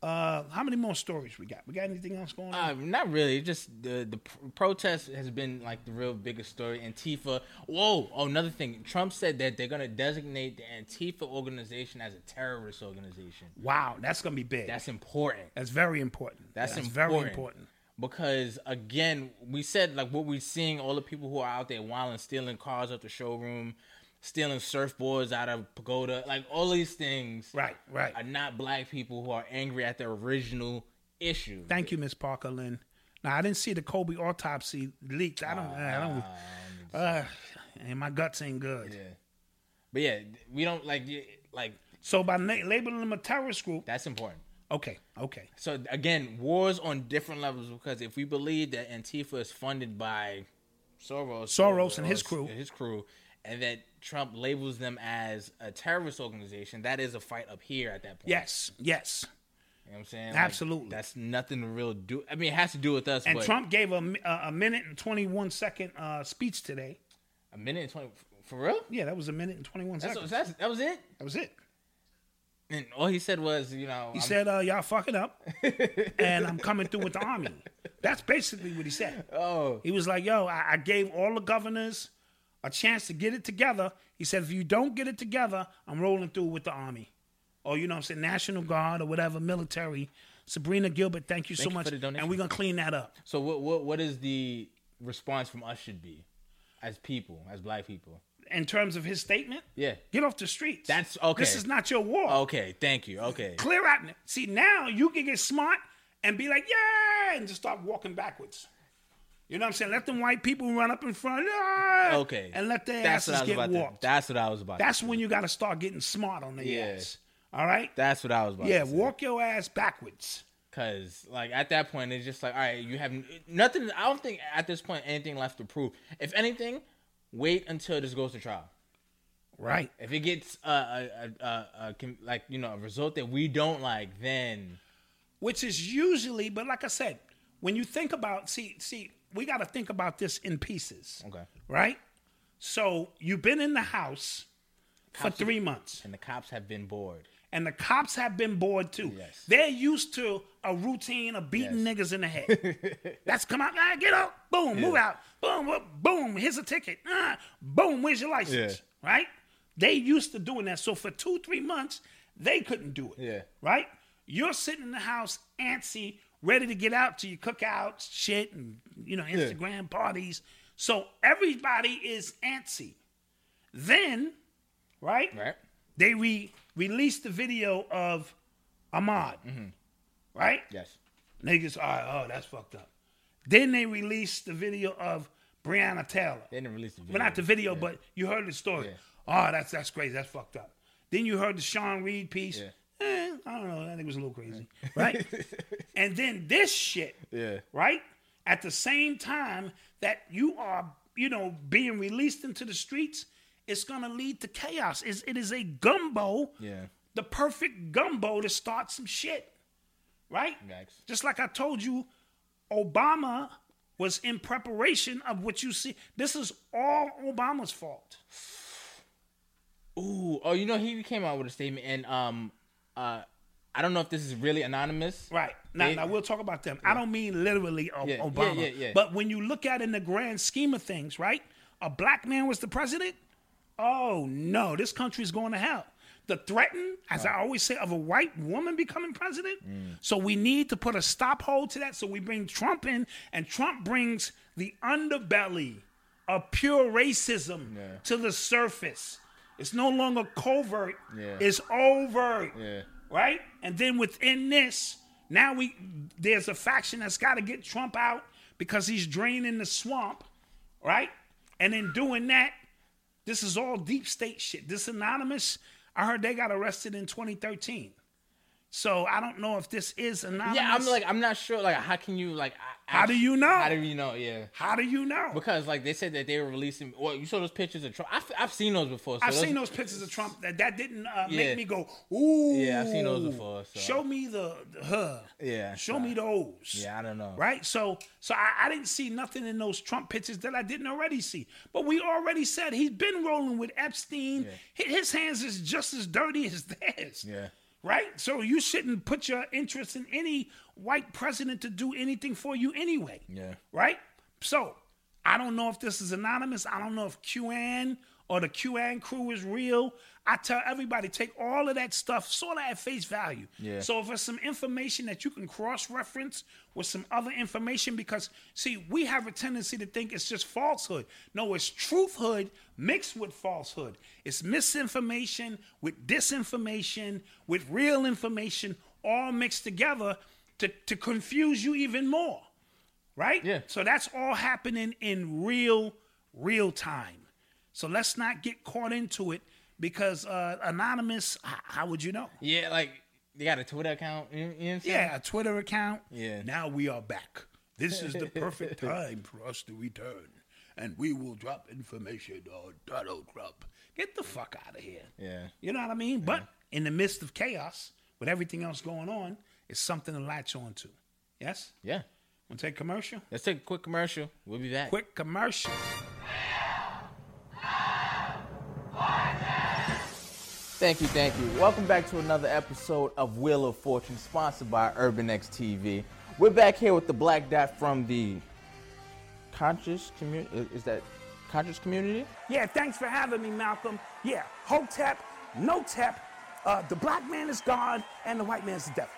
[SPEAKER 4] Uh, how many more stories we got? We got anything else going on?
[SPEAKER 3] Uh, not really. It's Just the the pr- protest has been like the real biggest story. Antifa. Whoa! Oh, another thing. Trump said that they're gonna designate the Antifa organization as a terrorist organization.
[SPEAKER 4] Wow, that's gonna be big. That's,
[SPEAKER 3] That's important.
[SPEAKER 4] very important.
[SPEAKER 3] That's,
[SPEAKER 4] very important.
[SPEAKER 3] Because again, we said like what we're seeing all the people who are out there wilding, stealing cars out the showroom, stealing surfboards out of pagoda, like all these things
[SPEAKER 4] Right, right.
[SPEAKER 3] are not black people who are angry at the original issue.
[SPEAKER 4] Thank you, Miss Parker Lynn. Now I didn't see the Kobe autopsy leaked. I don't. I don't.
[SPEAKER 3] Ah,
[SPEAKER 4] Uh, and my guts ain't good.
[SPEAKER 3] But yeah, we don't like y- like
[SPEAKER 4] So by na- labeling them a terrorist group,
[SPEAKER 3] that's important.
[SPEAKER 4] okay, okay,
[SPEAKER 3] So again, wars on different levels because if we believe that Antifa is funded by Soros,
[SPEAKER 4] Soros and his
[SPEAKER 3] or
[SPEAKER 4] crew.
[SPEAKER 3] his crew, and that Trump labels them as a terrorist organization, that is a fight up here at that point.
[SPEAKER 4] yes, yes.
[SPEAKER 3] you know what I'm saying
[SPEAKER 4] Absolutely.
[SPEAKER 3] That's nothing to real do. I mean, it has to do with us.
[SPEAKER 4] And
[SPEAKER 3] but
[SPEAKER 4] Trump gave a, mi- a a minute and twenty one second uh, speech today.
[SPEAKER 3] a minute and twenty for real.
[SPEAKER 4] Yeah, that was a minute and twenty one
[SPEAKER 3] That's,
[SPEAKER 4] seconds.
[SPEAKER 3] that's- that was it.
[SPEAKER 4] that was it.
[SPEAKER 3] And all he said was, you know,
[SPEAKER 4] He
[SPEAKER 3] I'm-
[SPEAKER 4] said, uh, "Y'all
[SPEAKER 3] <laughs>
[SPEAKER 4] fucking up, and I'm coming through with the army." That's basically what he said. Oh, he was like, "Yo, I, I gave all the governors a chance to get it together." He said, "If you don't get it together, I'm rolling through with the army, or you know, what I'm saying National Guard or whatever military." Sabrina Gilbert, thank you so
[SPEAKER 3] you
[SPEAKER 4] much,
[SPEAKER 3] for the donation.
[SPEAKER 4] and we're gonna clean that up.
[SPEAKER 3] So what what what is the response from us should be, as people, as black people?
[SPEAKER 4] In terms of his statement,
[SPEAKER 3] Yeah.
[SPEAKER 4] get off the streets.
[SPEAKER 3] That's- okay. Oh,
[SPEAKER 4] This is not your war.
[SPEAKER 3] Okay, thank you. Okay.
[SPEAKER 4] Clear out. now. See, now you can get smart and be like, yeah, and just start walking backwards. You know what I'm saying? Let them white people run up in front. "Ah,"
[SPEAKER 3] Okay.
[SPEAKER 4] And let their
[SPEAKER 3] That's what I
[SPEAKER 4] asses
[SPEAKER 3] was
[SPEAKER 4] get
[SPEAKER 3] about
[SPEAKER 4] walked.
[SPEAKER 3] To, that's what I was about.
[SPEAKER 4] That's
[SPEAKER 3] to,
[SPEAKER 4] when you got to start getting smart on their
[SPEAKER 3] Yeah.
[SPEAKER 4] ass. All right?
[SPEAKER 3] that's what I was about.
[SPEAKER 4] yeah,
[SPEAKER 3] to say.
[SPEAKER 4] walk your ass backwards.
[SPEAKER 3] Cause like at that point it's just like all right, you have n- nothing. I don't think at this point anything left to prove. If anything, wait until this goes to trial.
[SPEAKER 4] Right.
[SPEAKER 3] If it gets uh, a, a, a, a con- like you know a result that we don't like, then
[SPEAKER 4] Which is usually, but like I said, when you think about, see, see, we got to think about this in pieces.
[SPEAKER 3] okay.
[SPEAKER 4] Right? So you've been in the house for three months.
[SPEAKER 3] And the cops have been bored.
[SPEAKER 4] and the cops have been bored too.
[SPEAKER 3] Yes.
[SPEAKER 4] They're used to a routine of beating niggas in the
[SPEAKER 3] <laughs>
[SPEAKER 4] head. That's come out, ah, get up, boom, move out, boom, whoop, boom, here's a ticket, ah, boom, where's your license? Right? They used to doing that. So for two, three months, they couldn't do it.
[SPEAKER 3] Yeah.
[SPEAKER 4] Right? You're sitting in the house, antsy, ready to get out to your cookouts, shit, and you know, Instagram parties. So everybody is antsy. Then, right?
[SPEAKER 3] Right.
[SPEAKER 4] they re released the video of Ahmad, right?
[SPEAKER 3] Yes.
[SPEAKER 4] Niggas, all right, oh, that's fucked up. Then they released the video of Breonna Taylor.
[SPEAKER 3] They didn't release the video.
[SPEAKER 4] Well, not the video, but you heard the story. Oh, that's that's crazy. That's fucked up. Then you heard the Sean Reed piece. Eh, I don't know. I think it was a little crazy,
[SPEAKER 3] <laughs>
[SPEAKER 4] right? and then this shit,
[SPEAKER 3] Yeah.
[SPEAKER 4] right? At the same time that you are, you know, being released into the streets, it's gonna lead to chaos. It's, it is a gumbo,
[SPEAKER 3] Yeah.
[SPEAKER 4] the perfect gumbo to start some shit, right?
[SPEAKER 3] Facts.
[SPEAKER 4] Just like I told you, Obama was in preparation of what you see. This is all Obama's fault.
[SPEAKER 3] Ooh, oh, you know he came out with a statement, and um, uh, I don't know if this is really anonymous.
[SPEAKER 4] Right. Now,
[SPEAKER 3] They-
[SPEAKER 4] now we'll talk about them. I don't mean literally O-
[SPEAKER 3] Yeah, yeah,
[SPEAKER 4] Obama.
[SPEAKER 3] yeah, yeah.
[SPEAKER 4] But when you look at it in the grand scheme of things, right? A black man was the president? Oh no, this country's going to hell. The threaten, as I always say, of a white woman becoming president.
[SPEAKER 3] Mm.
[SPEAKER 4] So we need to put a stop hold to that. So we bring Trump in, and Trump brings the underbelly of pure racism to the surface. It's no longer covert.
[SPEAKER 3] Yeah.
[SPEAKER 4] It's overt
[SPEAKER 3] Yeah.
[SPEAKER 4] right? And then within this, now we there's a faction that's got to get Trump out because he's draining the swamp, right? And in doing that, this is all deep state shit. This anonymous, I heard they got arrested in 2013. So I don't know if this is anonymous.
[SPEAKER 3] Yeah, I'm like, I'm not sure. Like, how can you like? I-
[SPEAKER 4] How do you know?
[SPEAKER 3] How do you know? Yeah.
[SPEAKER 4] how do you know?
[SPEAKER 3] Because like they said that they were releasing. Well, you saw those pictures of Trump. I've, I've seen those before. So
[SPEAKER 4] I've seen those pictures of Trump that that didn't uh,
[SPEAKER 3] Yeah.
[SPEAKER 4] make me go ooh.
[SPEAKER 3] Yeah, I've seen those before, so-
[SPEAKER 4] Show me the, the huh.
[SPEAKER 3] Yeah,
[SPEAKER 4] Show
[SPEAKER 3] so-
[SPEAKER 4] me those.
[SPEAKER 3] Yeah, I don't know.
[SPEAKER 4] Right. So so I, I didn't see nothing in those Trump pictures that I didn't already see. But we already said he's been rolling with Epstein. Hi- His hands is just as dirty as theirs.
[SPEAKER 3] Yeah.
[SPEAKER 4] Right. So you shouldn't put your interest in any white president to do anything for you anyway.
[SPEAKER 3] Yeah.
[SPEAKER 4] Right? So I don't know if this is anonymous. I don't know if QAnon or the QAnon crew is real. I tell everybody, take all of that stuff, sort of at face value.
[SPEAKER 3] Yeah.
[SPEAKER 4] So if there's some information that you can cross-reference with some other information, because see, we have a tendency to think it's just falsehood. No, it's truthhood mixed with falsehood. It's misinformation with disinformation, with real information, all mixed together to, to confuse you even more right?
[SPEAKER 3] Yeah.
[SPEAKER 4] So that's all happening in real, real time. So let's not get caught into it because uh, anonymous. h- How would you know?
[SPEAKER 3] Yeah, like they got a Twitter account. You, you know what I'm saying?
[SPEAKER 4] Yeah, a Twitter account.
[SPEAKER 3] Yeah.
[SPEAKER 4] Now we are back. This is the
[SPEAKER 3] <laughs>
[SPEAKER 4] perfect time for us to return, and we will drop information on Donald Trump. Get the fuck out of here.
[SPEAKER 3] Yeah.
[SPEAKER 4] You know what I mean? But in the midst of chaos, with everything else going on, it's something to latch on to. Yes?
[SPEAKER 3] Yeah.
[SPEAKER 4] Want to take commercial?
[SPEAKER 3] Let's take a quick commercial. We'll be back.
[SPEAKER 4] Quick commercial.
[SPEAKER 3] Thank you, thank you. Welcome back to another episode of Wheel of Fortune, sponsored by Urban X TV. We're back here with the Black Dot from the conscious community. Is that conscious community?
[SPEAKER 4] Yeah, thanks for having me, Malcolm. Yeah, Hotep, no tap. Uh, the black man is God and the white man's the devil.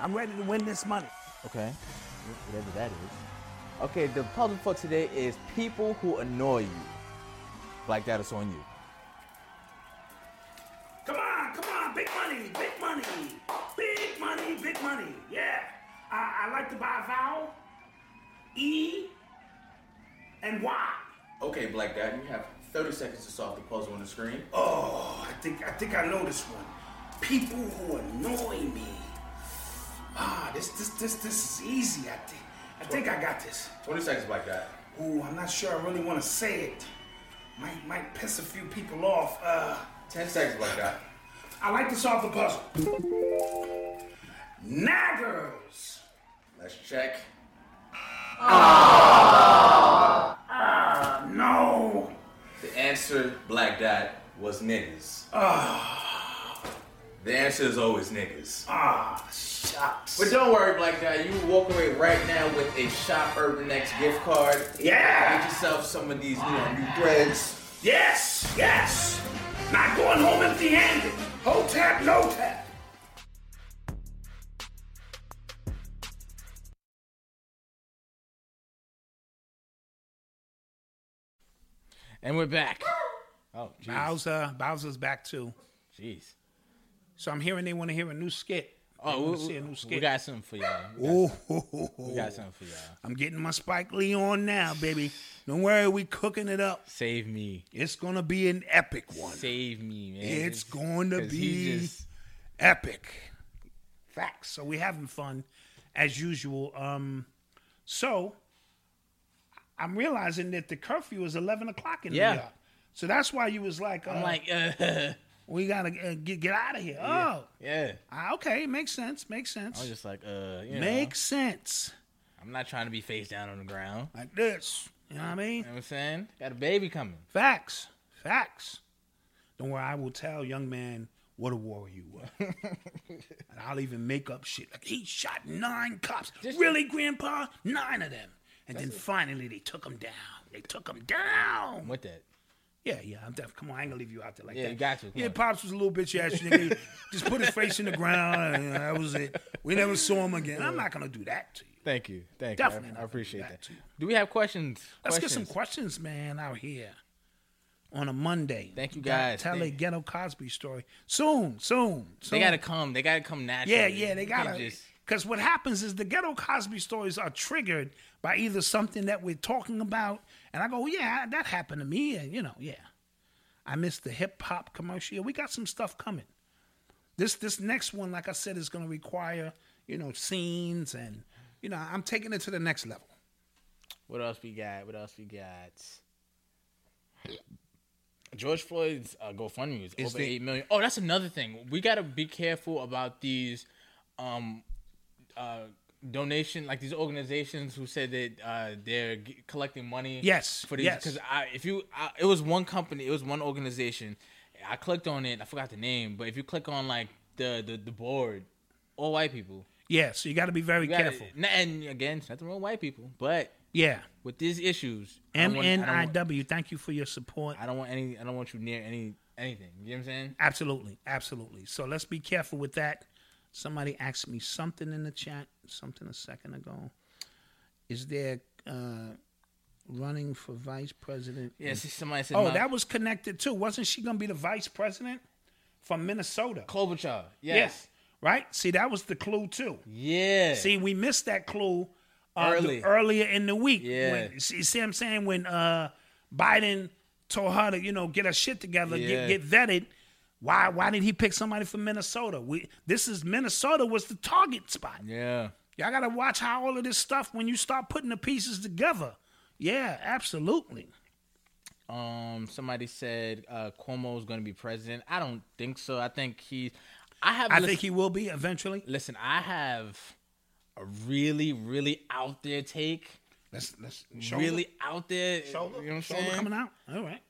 [SPEAKER 4] I'm ready to win this money.
[SPEAKER 3] Okay, whatever that is. Okay, the puzzle for today is people who annoy you. Black Dot is on you.
[SPEAKER 4] Come on, come on, big money, big money, big money, big money. Yeah, I, I like to buy vowel E and Y.
[SPEAKER 3] Okay, Black Dot, you have 30 seconds to solve the puzzle on the screen.
[SPEAKER 4] Oh, I think I think I know this one. People who annoy me. Ah, this this this this is easy. I think I think I got this.
[SPEAKER 3] 20 seconds, Black Dot.
[SPEAKER 4] Ooh, I'm not sure I really want to say it. Might might piss a few people off. Uh,
[SPEAKER 3] 10 seconds, Black Dot.
[SPEAKER 4] I like to solve the puzzle. Naggers.
[SPEAKER 3] Let's check.
[SPEAKER 4] No.
[SPEAKER 3] The answer, Black Dot, was niggas. <sighs> The answer is always niggas.
[SPEAKER 4] Ah, shucks.
[SPEAKER 3] But don't worry, Black Dot, you walk away right now with a Shop Urban X gift card. Get
[SPEAKER 4] yeah.
[SPEAKER 3] yourself some of these you know, new threads.
[SPEAKER 4] Yes. Yes. Not going home empty-handed. Ho tap, no tap.
[SPEAKER 3] And we're back. Oh, jeez.
[SPEAKER 4] Bowser, Bowser's back too.
[SPEAKER 3] Jeez.
[SPEAKER 4] So I'm hearing they want to hear a new skit.
[SPEAKER 3] Oh,
[SPEAKER 4] want
[SPEAKER 3] we,
[SPEAKER 4] to see a new
[SPEAKER 3] we-
[SPEAKER 4] skit.
[SPEAKER 3] we got something for y'all. We got,
[SPEAKER 4] Ooh,
[SPEAKER 3] we got something for y'all.
[SPEAKER 4] <laughs> I'm getting my Spike Lee on now, baby. Don't worry, we cooking it up.
[SPEAKER 3] Save me.
[SPEAKER 4] It's gonna be an epic one.
[SPEAKER 3] Save me, man.
[SPEAKER 4] It's going to
[SPEAKER 3] 'cause
[SPEAKER 4] be
[SPEAKER 3] he just-
[SPEAKER 4] epic. Facts. So we having fun as usual. Um, so I'm realizing that the curfew is 11 o'clock in
[SPEAKER 3] Yeah.
[SPEAKER 4] New York. So that's why you was like, uh,
[SPEAKER 3] I'm like, uh, <laughs>
[SPEAKER 4] we gotta uh, get get out of here. Oh,
[SPEAKER 3] yeah.
[SPEAKER 4] ah, okay, makes sense. Makes sense.
[SPEAKER 3] I'm just like, uh, you know.
[SPEAKER 4] Makes sense.
[SPEAKER 3] I'm not trying to be face down on the ground.
[SPEAKER 4] like this. You know what I mean?
[SPEAKER 3] You know what I'm saying? Got a baby coming.
[SPEAKER 4] Facts. Facts. Don't worry, I will tell young man what a warrior you were. and I'll even make up shit. Like he shot nine cops. really, grandpa? Nine of them. And then finally they took him down. They took him down.
[SPEAKER 3] I'm with that.
[SPEAKER 4] Yeah, yeah, I'm deaf. Come on, I ain't gonna leave you out there like
[SPEAKER 3] Yeah,
[SPEAKER 4] that.
[SPEAKER 3] you got to, come
[SPEAKER 4] Yeah,
[SPEAKER 3] on.
[SPEAKER 4] Pops was a little bitch ass nigga. Just put his face in the ground and that was it. We never saw him again. I'm not gonna do that to you.
[SPEAKER 3] Thank you. Thank
[SPEAKER 4] Definitely
[SPEAKER 3] you.
[SPEAKER 4] not
[SPEAKER 3] I- I,
[SPEAKER 4] gonna do
[SPEAKER 3] appreciate
[SPEAKER 4] that
[SPEAKER 3] that.
[SPEAKER 4] to you.
[SPEAKER 3] Do we have questions?
[SPEAKER 4] Let's
[SPEAKER 3] questions?
[SPEAKER 4] get some questions, man, out here on a Monday.
[SPEAKER 3] Thank you,
[SPEAKER 4] Gotta
[SPEAKER 3] guys.
[SPEAKER 4] Tell a
[SPEAKER 3] Thank-
[SPEAKER 4] ghetto Cosby story soon, soon.
[SPEAKER 3] They
[SPEAKER 4] soon.
[SPEAKER 3] gotta come. They gotta come naturally.
[SPEAKER 4] Yeah, yeah, they
[SPEAKER 3] You can't
[SPEAKER 4] gotta.
[SPEAKER 3] just-
[SPEAKER 4] Because what happens is the ghetto Cosby stories are triggered by either something that we're talking about, and I go, "Oh, yeah, that happened to me, and you know, yeah, I missed the hip hop commercial. Yeah, We got some stuff coming. This this next one, like I said, is going to require you know scenes, and you know, I'm taking it to the next level.
[SPEAKER 3] What else we got? What else we got? George Floyd's uh, GoFundMe is, over
[SPEAKER 4] the-
[SPEAKER 3] eight million. Oh, that's another thing. We gotta be careful about these um, uh, donation, like these organizations who said that uh, they're g- collecting money.
[SPEAKER 4] Yes,
[SPEAKER 3] for these.
[SPEAKER 4] yes.
[SPEAKER 3] Because if you, I, it was one company, it was one organization. I clicked on it. I forgot the name, but if you click on like the the, the board, all white people.
[SPEAKER 4] Yeah, so you got to be very
[SPEAKER 3] You gotta-
[SPEAKER 4] careful.
[SPEAKER 3] n- And again, nothing wrong with white people, but
[SPEAKER 4] Yeah,
[SPEAKER 3] with these issues, I don't want- I don't want-
[SPEAKER 4] MNIW. Thank you for your support.
[SPEAKER 3] I don't want any. I don't want you near any anything. You know what I'm saying?
[SPEAKER 4] Absolutely, absolutely. So let's be careful with that. Somebody asked me something in the chat, something a second ago. Is there uh, running for vice president?
[SPEAKER 3] Yeah. See, somebody said.
[SPEAKER 4] Oh,
[SPEAKER 3] no,
[SPEAKER 4] that was connected too. Wasn't she going to be the vice president from Minnesota?
[SPEAKER 3] Klobuchar. Yes.
[SPEAKER 4] Yes. Right. See, that was the clue too.
[SPEAKER 3] Yeah.
[SPEAKER 4] See, we missed that clue uh,
[SPEAKER 3] Early.
[SPEAKER 4] the- earlier in the week.
[SPEAKER 3] Yeah.
[SPEAKER 4] When, see, see what I'm saying? When uh, Biden told her to, you know, get her shit together,
[SPEAKER 3] Yeah.
[SPEAKER 4] get, get vetted. Why why did he pick somebody from Minnesota? We this is Minnesota was the target spot.
[SPEAKER 3] Yeah.
[SPEAKER 4] Y'all gotta watch how all of this stuff when you start putting the pieces together. Yeah, absolutely.
[SPEAKER 3] Um. Somebody said uh, Cuomo's going to be president. I don't think so. I think he. I have.
[SPEAKER 4] I
[SPEAKER 3] lis-
[SPEAKER 4] think he will be eventually.
[SPEAKER 3] Listen, I have a really, really out there take.
[SPEAKER 4] Let's let's
[SPEAKER 3] Really out there.
[SPEAKER 4] shoulder,
[SPEAKER 3] you know what I'm
[SPEAKER 4] shoulder
[SPEAKER 3] saying?
[SPEAKER 4] coming out. All right.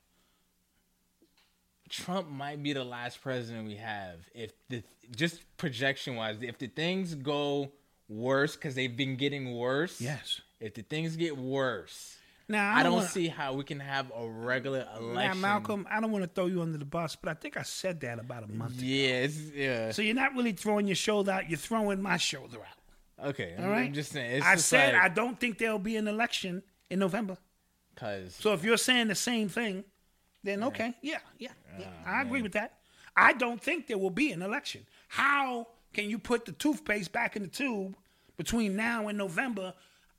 [SPEAKER 3] Trump might be the last president we have if the just projection wise, if the things go worse because they've been getting worse.
[SPEAKER 4] Yes.
[SPEAKER 3] If the things get worse,
[SPEAKER 4] Now
[SPEAKER 3] I don't
[SPEAKER 4] wanna-
[SPEAKER 3] see how we can have a regular
[SPEAKER 4] Now,
[SPEAKER 3] election.
[SPEAKER 4] Malcolm, I don't want to throw you under the bus, but I think I said that about a month. ago.
[SPEAKER 3] Yeah, it's, yeah.
[SPEAKER 4] So you're not really throwing your shoulder out; you're throwing my shoulder out.
[SPEAKER 3] Okay, I'm,
[SPEAKER 4] All right.
[SPEAKER 3] I'm just saying. It's
[SPEAKER 4] I
[SPEAKER 3] just
[SPEAKER 4] said I
[SPEAKER 3] like,
[SPEAKER 4] don't think there'll be an election in November.
[SPEAKER 3] cause
[SPEAKER 4] So if you're saying the same thing, then okay, yeah, yeah, yeah. I agree with that. I don't think there will be an election. How can you put the toothpaste back in the tube between now and November?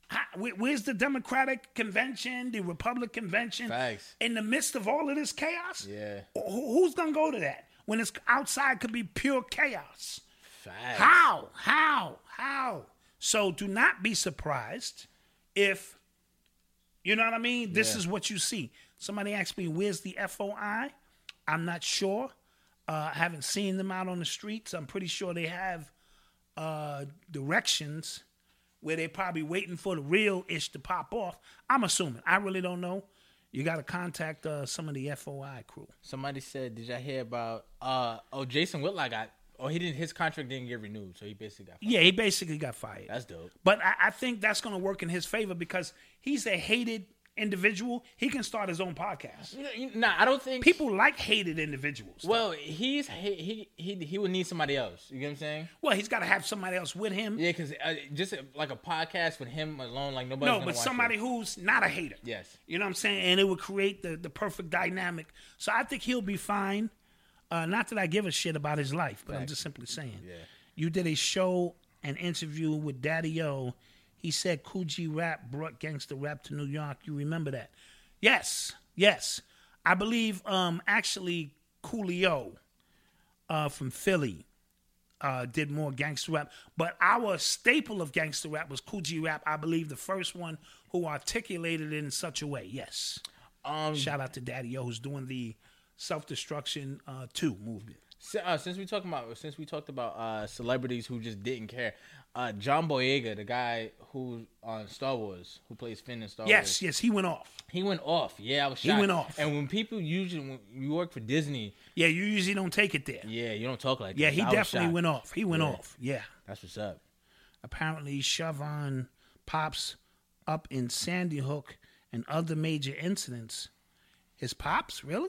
[SPEAKER 4] How, where- where's the Democratic convention, the Republican convention,
[SPEAKER 3] Facts.
[SPEAKER 4] in the midst of all of this chaos?
[SPEAKER 3] yeah,
[SPEAKER 4] Who- Who's gonna go to that when it's outside could be pure chaos?
[SPEAKER 3] facts.
[SPEAKER 4] How? How? How? So do not be surprised if you know what I mean? This is what you see. Somebody asked me, where's the FOI? I'm not sure. Uh, I haven't seen them out on the streets. I'm pretty sure they have uh, directions where they're probably waiting for the real ish to pop off. I'm assuming. I really don't know. You got to contact uh, some of the FOI crew.
[SPEAKER 3] Somebody said, "Did y'all hear about? uh Oh, Jason Whitlock got. Oh, he didn't. His contract didn't get renewed, so he basically got. Fired.
[SPEAKER 4] Yeah, he basically got fired.
[SPEAKER 3] That's dope.
[SPEAKER 4] But I, I think that's going to work in his favor because he's a hated individual. He can start his own podcast.
[SPEAKER 3] You know, you- Nah, I don't think
[SPEAKER 4] People like hated individuals. Well,
[SPEAKER 3] Well, he's he he he, he would need somebody else. You get what I'm saying?
[SPEAKER 4] he's got to have somebody else with him.
[SPEAKER 3] Yeah, because uh, just uh, like a podcast with him alone, like nobody.
[SPEAKER 4] no, but somebody who's not a hater.
[SPEAKER 3] Yes.
[SPEAKER 4] You know what I'm saying? And it would create the, the perfect dynamic. So I think he'll be fine. Uh, not that I give a shit about his life, but I'm just simply saying. Yeah. You did a show, an interview with Daddy O. He said Coogee Rap brought gangster rap to New York. You remember that? Yes. Yes. I believe um, actually Coolio uh, from Philly uh, did more gangster rap. But our staple of gangster rap was Coogee rap. I believe the first one who articulated it in such a way. Yes.
[SPEAKER 3] Um,
[SPEAKER 4] Shout out to Daddy O who's doing the self destruction uh, two movement.
[SPEAKER 3] si- uh, since we talking about since we talked about uh, celebrities who just didn't care, uh, John Boyega, the guy who on Star Wars, who plays Finn in Star Wars.
[SPEAKER 4] Yes, yes, he went off.
[SPEAKER 3] He went off. Yeah, I was shocked.
[SPEAKER 4] went off.
[SPEAKER 3] And when people usually when you work for Disney,
[SPEAKER 4] Yeah, you usually don't take it there.
[SPEAKER 3] yeah, you don't talk like
[SPEAKER 4] Yeah,
[SPEAKER 3] that.
[SPEAKER 4] he
[SPEAKER 3] I was
[SPEAKER 4] definitely
[SPEAKER 3] shocked.
[SPEAKER 4] went off. He went off. Yeah.
[SPEAKER 3] That's what's up.
[SPEAKER 4] Apparently, Shavon pops up in Sandy Hook and other major incidents. His pops, really?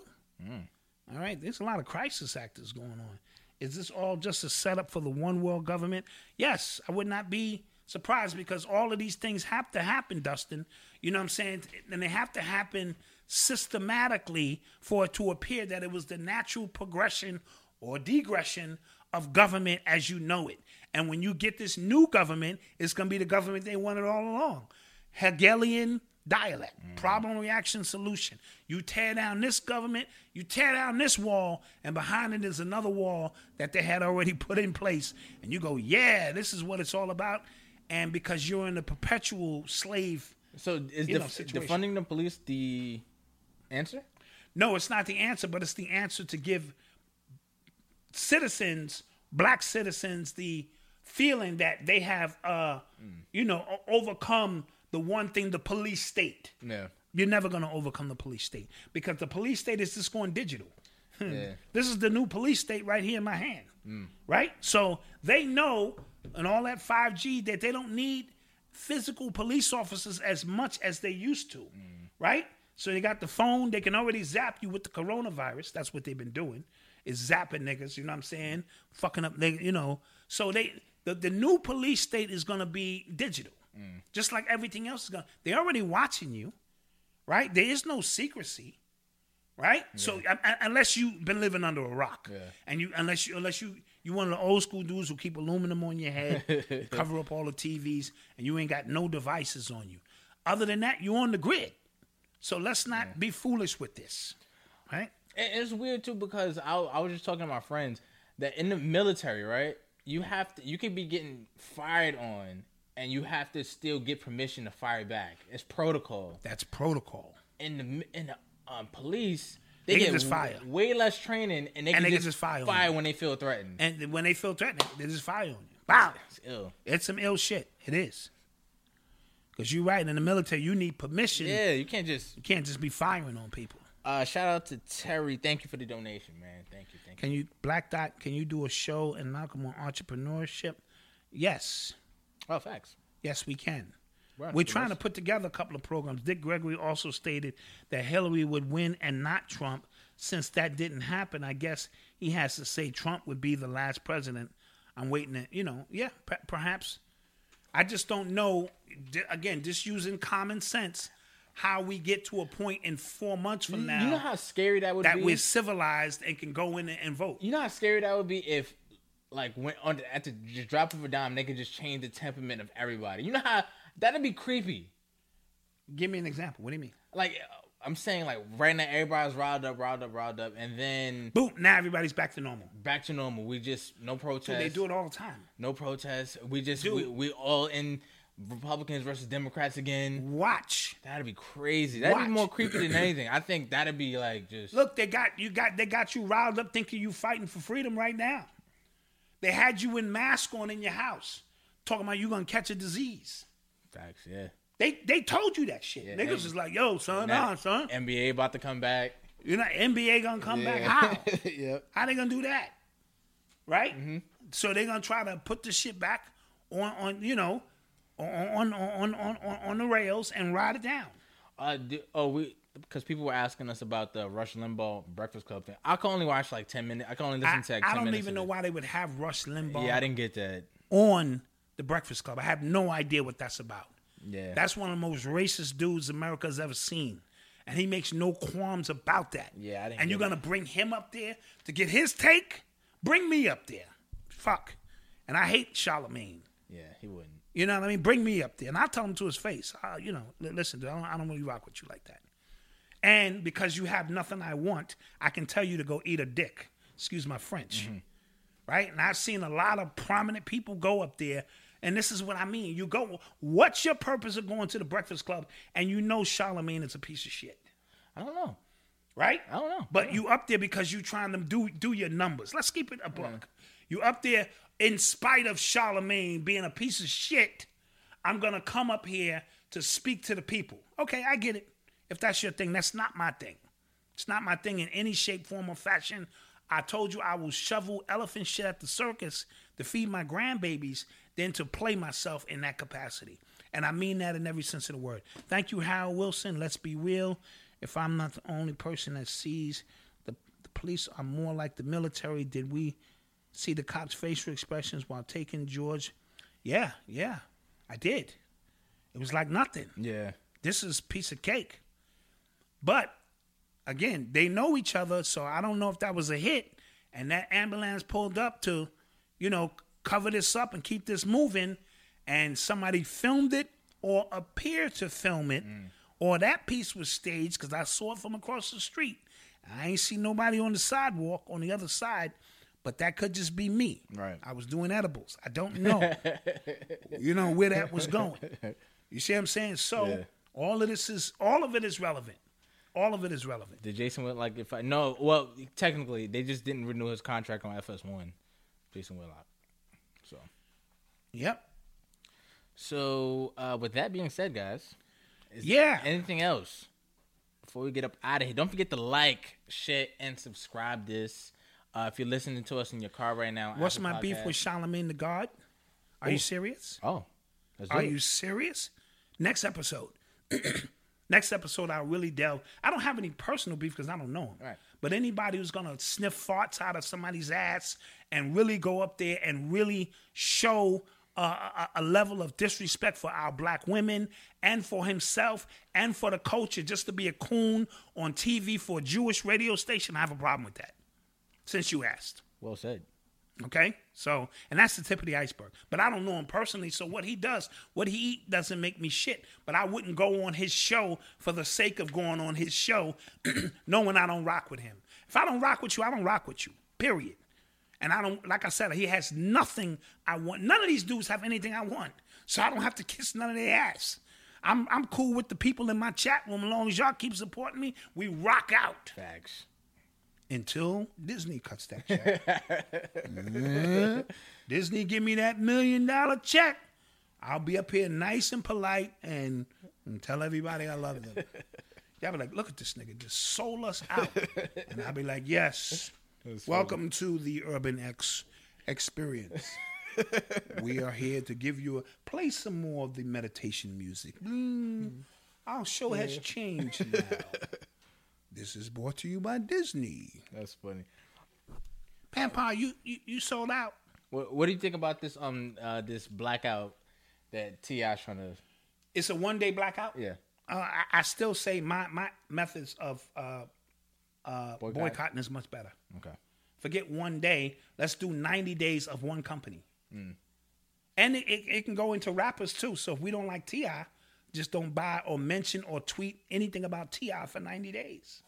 [SPEAKER 4] All right, there's a lot of crisis actors going on. Is this all just a setup for the one world government? Yes, I would not be surprised because all of these things have to happen, Dustin. You know what I'm saying? And they have to happen systematically for it to appear that it was the natural progression or degression of government as you know it. And when you get this new government, it's going to be the government they wanted all along. Hegelian dialect, problem, reaction, solution. You tear down this government, you tear down this wall, and behind it is another wall that they had already <laughs> put in place. And you go, yeah, this is what it's all about. And because you're in a perpetual slave,
[SPEAKER 3] So is
[SPEAKER 4] You know,
[SPEAKER 3] def-
[SPEAKER 4] situation.
[SPEAKER 3] defunding the police the answer?
[SPEAKER 4] no, it's not the answer, but it's the answer to give citizens, black citizens, the feeling that they have, uh, you know, o- overcome the one thing the police state.
[SPEAKER 3] No.
[SPEAKER 4] You're never going to overcome the police state because the police state is just going digital.
[SPEAKER 3] yeah.
[SPEAKER 4] <laughs> This is the new police state right here in my hand. Right? So they know and all that 5G that they don't need physical police officers as much as they used to. Right? So they got the phone, they can already zap you with the coronavirus. That's what they've been doing. Is zapping niggas, you know what I'm saying? Fucking up niggas, you know. So they the, the new police state is gonna be digital. Just like everything else is gonna they're already watching you, right? There is no secrecy right? So un- un- unless you've been living under a rock, and you unless you unless you you one of the old school dudes who keep aluminum on your head, cover up all the TVs, and you ain't got no devices on you. Other than that, you're on the grid. So let's not be foolish with this, right?
[SPEAKER 3] And it's weird too because I, I was just talking to my friends that in the military, right? You have to you could be getting fired on and you have to still get permission to fire back. It's protocol.
[SPEAKER 4] That's protocol.
[SPEAKER 3] In the mi- in the um, police, they,
[SPEAKER 4] They
[SPEAKER 3] get
[SPEAKER 4] can just
[SPEAKER 3] w-
[SPEAKER 4] fire.
[SPEAKER 3] way less training and they can,
[SPEAKER 4] they can
[SPEAKER 3] just,
[SPEAKER 4] just fire
[SPEAKER 3] fire,
[SPEAKER 4] on you.
[SPEAKER 3] when they feel threatened.
[SPEAKER 4] And then when they feel threatened, they just fire on you. Wow,
[SPEAKER 3] It's ill.
[SPEAKER 4] it's some ill shit. It is. Cause you're right. In the military, you need permission.
[SPEAKER 3] Yeah, you can't just
[SPEAKER 4] You can't just be firing on people.
[SPEAKER 3] uh, shout out to Terry. Thank you for the donation, man. Thank you, thank you.
[SPEAKER 4] Can you Black Dot? Can you do a show in Malcolm on entrepreneurship? Yes,
[SPEAKER 3] Oh, facts.
[SPEAKER 4] yes, we can.
[SPEAKER 3] We're
[SPEAKER 4] We're trying to put together a couple of programs. Dick Gregory also stated that Hillary would win and not Trump. Since that didn't happen, I guess he has to say Trump would be the last president. I'm waiting to, you know, yeah, per- perhaps. I just don't know. D- Again, just using common sense, how we get to a point in four months from now
[SPEAKER 3] You know how scary that would
[SPEAKER 4] that
[SPEAKER 3] be.
[SPEAKER 4] we're civilized and can go in and vote.
[SPEAKER 3] You know how scary that would be if, like, when on the, at the just drop of a dime, they could just change the temperament of everybody. You know how that'd be creepy.
[SPEAKER 4] Give me an example. What do you mean?
[SPEAKER 3] Like, I'm saying, like, right now everybody's riled up, riled up, riled up, and then
[SPEAKER 4] boom, now everybody's back to normal.
[SPEAKER 3] back to normal. We just no
[SPEAKER 4] Dude,
[SPEAKER 3] protests.
[SPEAKER 4] they do it all the time.
[SPEAKER 3] No protests. We just
[SPEAKER 4] Dude.
[SPEAKER 3] we, we all in Republicans versus Democrats again.
[SPEAKER 4] Watch.
[SPEAKER 3] That'd be crazy. That'd
[SPEAKER 4] Watch.
[SPEAKER 3] be more creepy than anything. I think that'd be like just
[SPEAKER 4] Look, they got you got they got you riled up thinking you fighting for freedom right now. They had you in mask on in your house, talking about you gonna catch a disease.
[SPEAKER 3] facts. Yeah.
[SPEAKER 4] They they told you that shit.
[SPEAKER 3] they-
[SPEAKER 4] Niggas is like, yo, son, nah,
[SPEAKER 3] Now,
[SPEAKER 4] son.
[SPEAKER 3] NBA about to come back.
[SPEAKER 4] You're not NBA gonna come back. How?
[SPEAKER 3] yep.
[SPEAKER 4] How they gonna do that? Right? So they're gonna try to put the shit back on on you know on on on on on, on the rails and ride it down.
[SPEAKER 3] Uh, do, oh, we because people were asking us about the Rush Limbaugh Breakfast Club thing. I can only watch like ten minutes. I can only listen
[SPEAKER 4] I,
[SPEAKER 3] to like
[SPEAKER 4] I
[SPEAKER 3] ten
[SPEAKER 4] don't
[SPEAKER 3] minutes
[SPEAKER 4] even
[SPEAKER 3] of
[SPEAKER 4] know
[SPEAKER 3] it.
[SPEAKER 4] why they would have Rush Limbaugh
[SPEAKER 3] Yeah, I didn't get that.
[SPEAKER 4] on the Breakfast Club. I have no idea what that's about.
[SPEAKER 3] Yeah,
[SPEAKER 4] That's one of the most racist dudes America's ever seen. And he makes no qualms about that.
[SPEAKER 3] Yeah, I didn't
[SPEAKER 4] And you're
[SPEAKER 3] get
[SPEAKER 4] going to bring him up there to get his take? Bring me up there. Fuck. And I hate Charlemagne.
[SPEAKER 3] yeah, he wouldn't.
[SPEAKER 4] You know what I mean? Bring me up there. And I'll tell him to his face. Uh, you know, li- listen, dude, I don't, I don't really rock with you like that. And because you have nothing I want, I can tell you to go eat a dick. Excuse my French. Right? And I've seen a lot of prominent people go up there. And this is what I mean. You go, what's your purpose of going to the Breakfast Club? And you know Charlemagne is a piece of shit.
[SPEAKER 3] I don't know.
[SPEAKER 4] Right?
[SPEAKER 3] I don't know.
[SPEAKER 4] But you up there because you trying to do do your numbers. Let's keep it a buck. You up there in spite of Charlemagne being a piece of shit. I'm gonna come up here to speak to the people. Okay, I get it. If that's your thing, that's not my thing. It's not my thing in any shape, form, or fashion. I told you I will shovel elephant shit at the circus to feed my grandbabies than to play myself in that capacity. And I mean that in every sense of the word. Thank you, Harold Wilson. Let's be real. If I'm not the only person that sees the, the police are more like the military, did we see the cops' facial expressions while taking George? Yeah, yeah, I did. It was like nothing
[SPEAKER 3] Yeah.
[SPEAKER 4] this is piece of cake. But again, they know each other, so I don't know if that was a hit. And that ambulance pulled up to, you know, cover this up and keep this moving. And somebody filmed it or appeared to film it, or that piece was staged because I saw it from across the street. I ain't see nobody on the sidewalk on the other side, but that could just be me.
[SPEAKER 3] Right.
[SPEAKER 4] I was doing edibles. I don't know you know where that was going. You see what I'm saying? So all of this is all of it is relevant. All of it is relevant.
[SPEAKER 3] Did Jason Whitlock like if I no well technically they just didn't renew his contract on FS one, Jason Whitlock. So
[SPEAKER 4] Yep.
[SPEAKER 3] so uh, with that being said, guys,
[SPEAKER 4] Yeah.
[SPEAKER 3] anything else before we get up out of here? Don't forget to like, share, and subscribe this. Uh, if you're listening to us in your car right now,
[SPEAKER 4] What's
[SPEAKER 3] Apple
[SPEAKER 4] my beef
[SPEAKER 3] Podcast-
[SPEAKER 4] with Charlemagne the God? Are you serious?
[SPEAKER 3] Oh, let's do
[SPEAKER 4] Are
[SPEAKER 3] it.
[SPEAKER 4] you serious? Next episode. <clears throat> Next episode, I'll really delve. I don't have any personal beef because I don't know him.
[SPEAKER 3] Right.
[SPEAKER 4] But anybody who's gonna sniff farts out of somebody's ass and really go up there and really show uh, a, a level of disrespect for our black women and for himself and for the culture, just to be a coon on TV for a Jewish radio station, I have a problem with that. Since you asked.
[SPEAKER 3] well said?
[SPEAKER 4] Okay, so and that's the tip of the iceberg. But I don't know him personally, so what he does, what he eat, doesn't make me shit. But I wouldn't go on his show for the sake of going on his show, <clears throat> knowing I don't rock with him. If I don't rock with you, I don't rock with you. Period. And I don't, like I said, he has nothing I want. None of these dudes have anything I want, so I don't have to kiss none of their ass. I'm I'm cool with the people in my chat room as long as y'all keep supporting me. We rock out
[SPEAKER 3] Facts.
[SPEAKER 4] until Disney cuts that check. Mhm. Disney give me that million dollar check. I'll be up here nice and polite and, and tell everybody I love them. Y'all be like, look at this nigga, just sold us out. and I'll be like, yes, welcome to the Urban X experience. we are here to give you a play some more of the meditation music. Mm, Our show has changed now. this is brought to you by Disney.
[SPEAKER 3] That's funny.
[SPEAKER 4] Pampa, you, you you sold out.
[SPEAKER 3] What, what do you think about this um uh, this blackout that Ti trying to
[SPEAKER 4] It's a one day blackout.
[SPEAKER 3] yeah
[SPEAKER 4] Uh, I, I still say my my methods of uh, uh, boycotting is much better.
[SPEAKER 3] okay
[SPEAKER 4] Forget one day. Let's do ninety days of one company. And it, it, it can go into rappers too. So if we don't like Ti, just don't buy or mention or tweet anything about Ti for ninety days.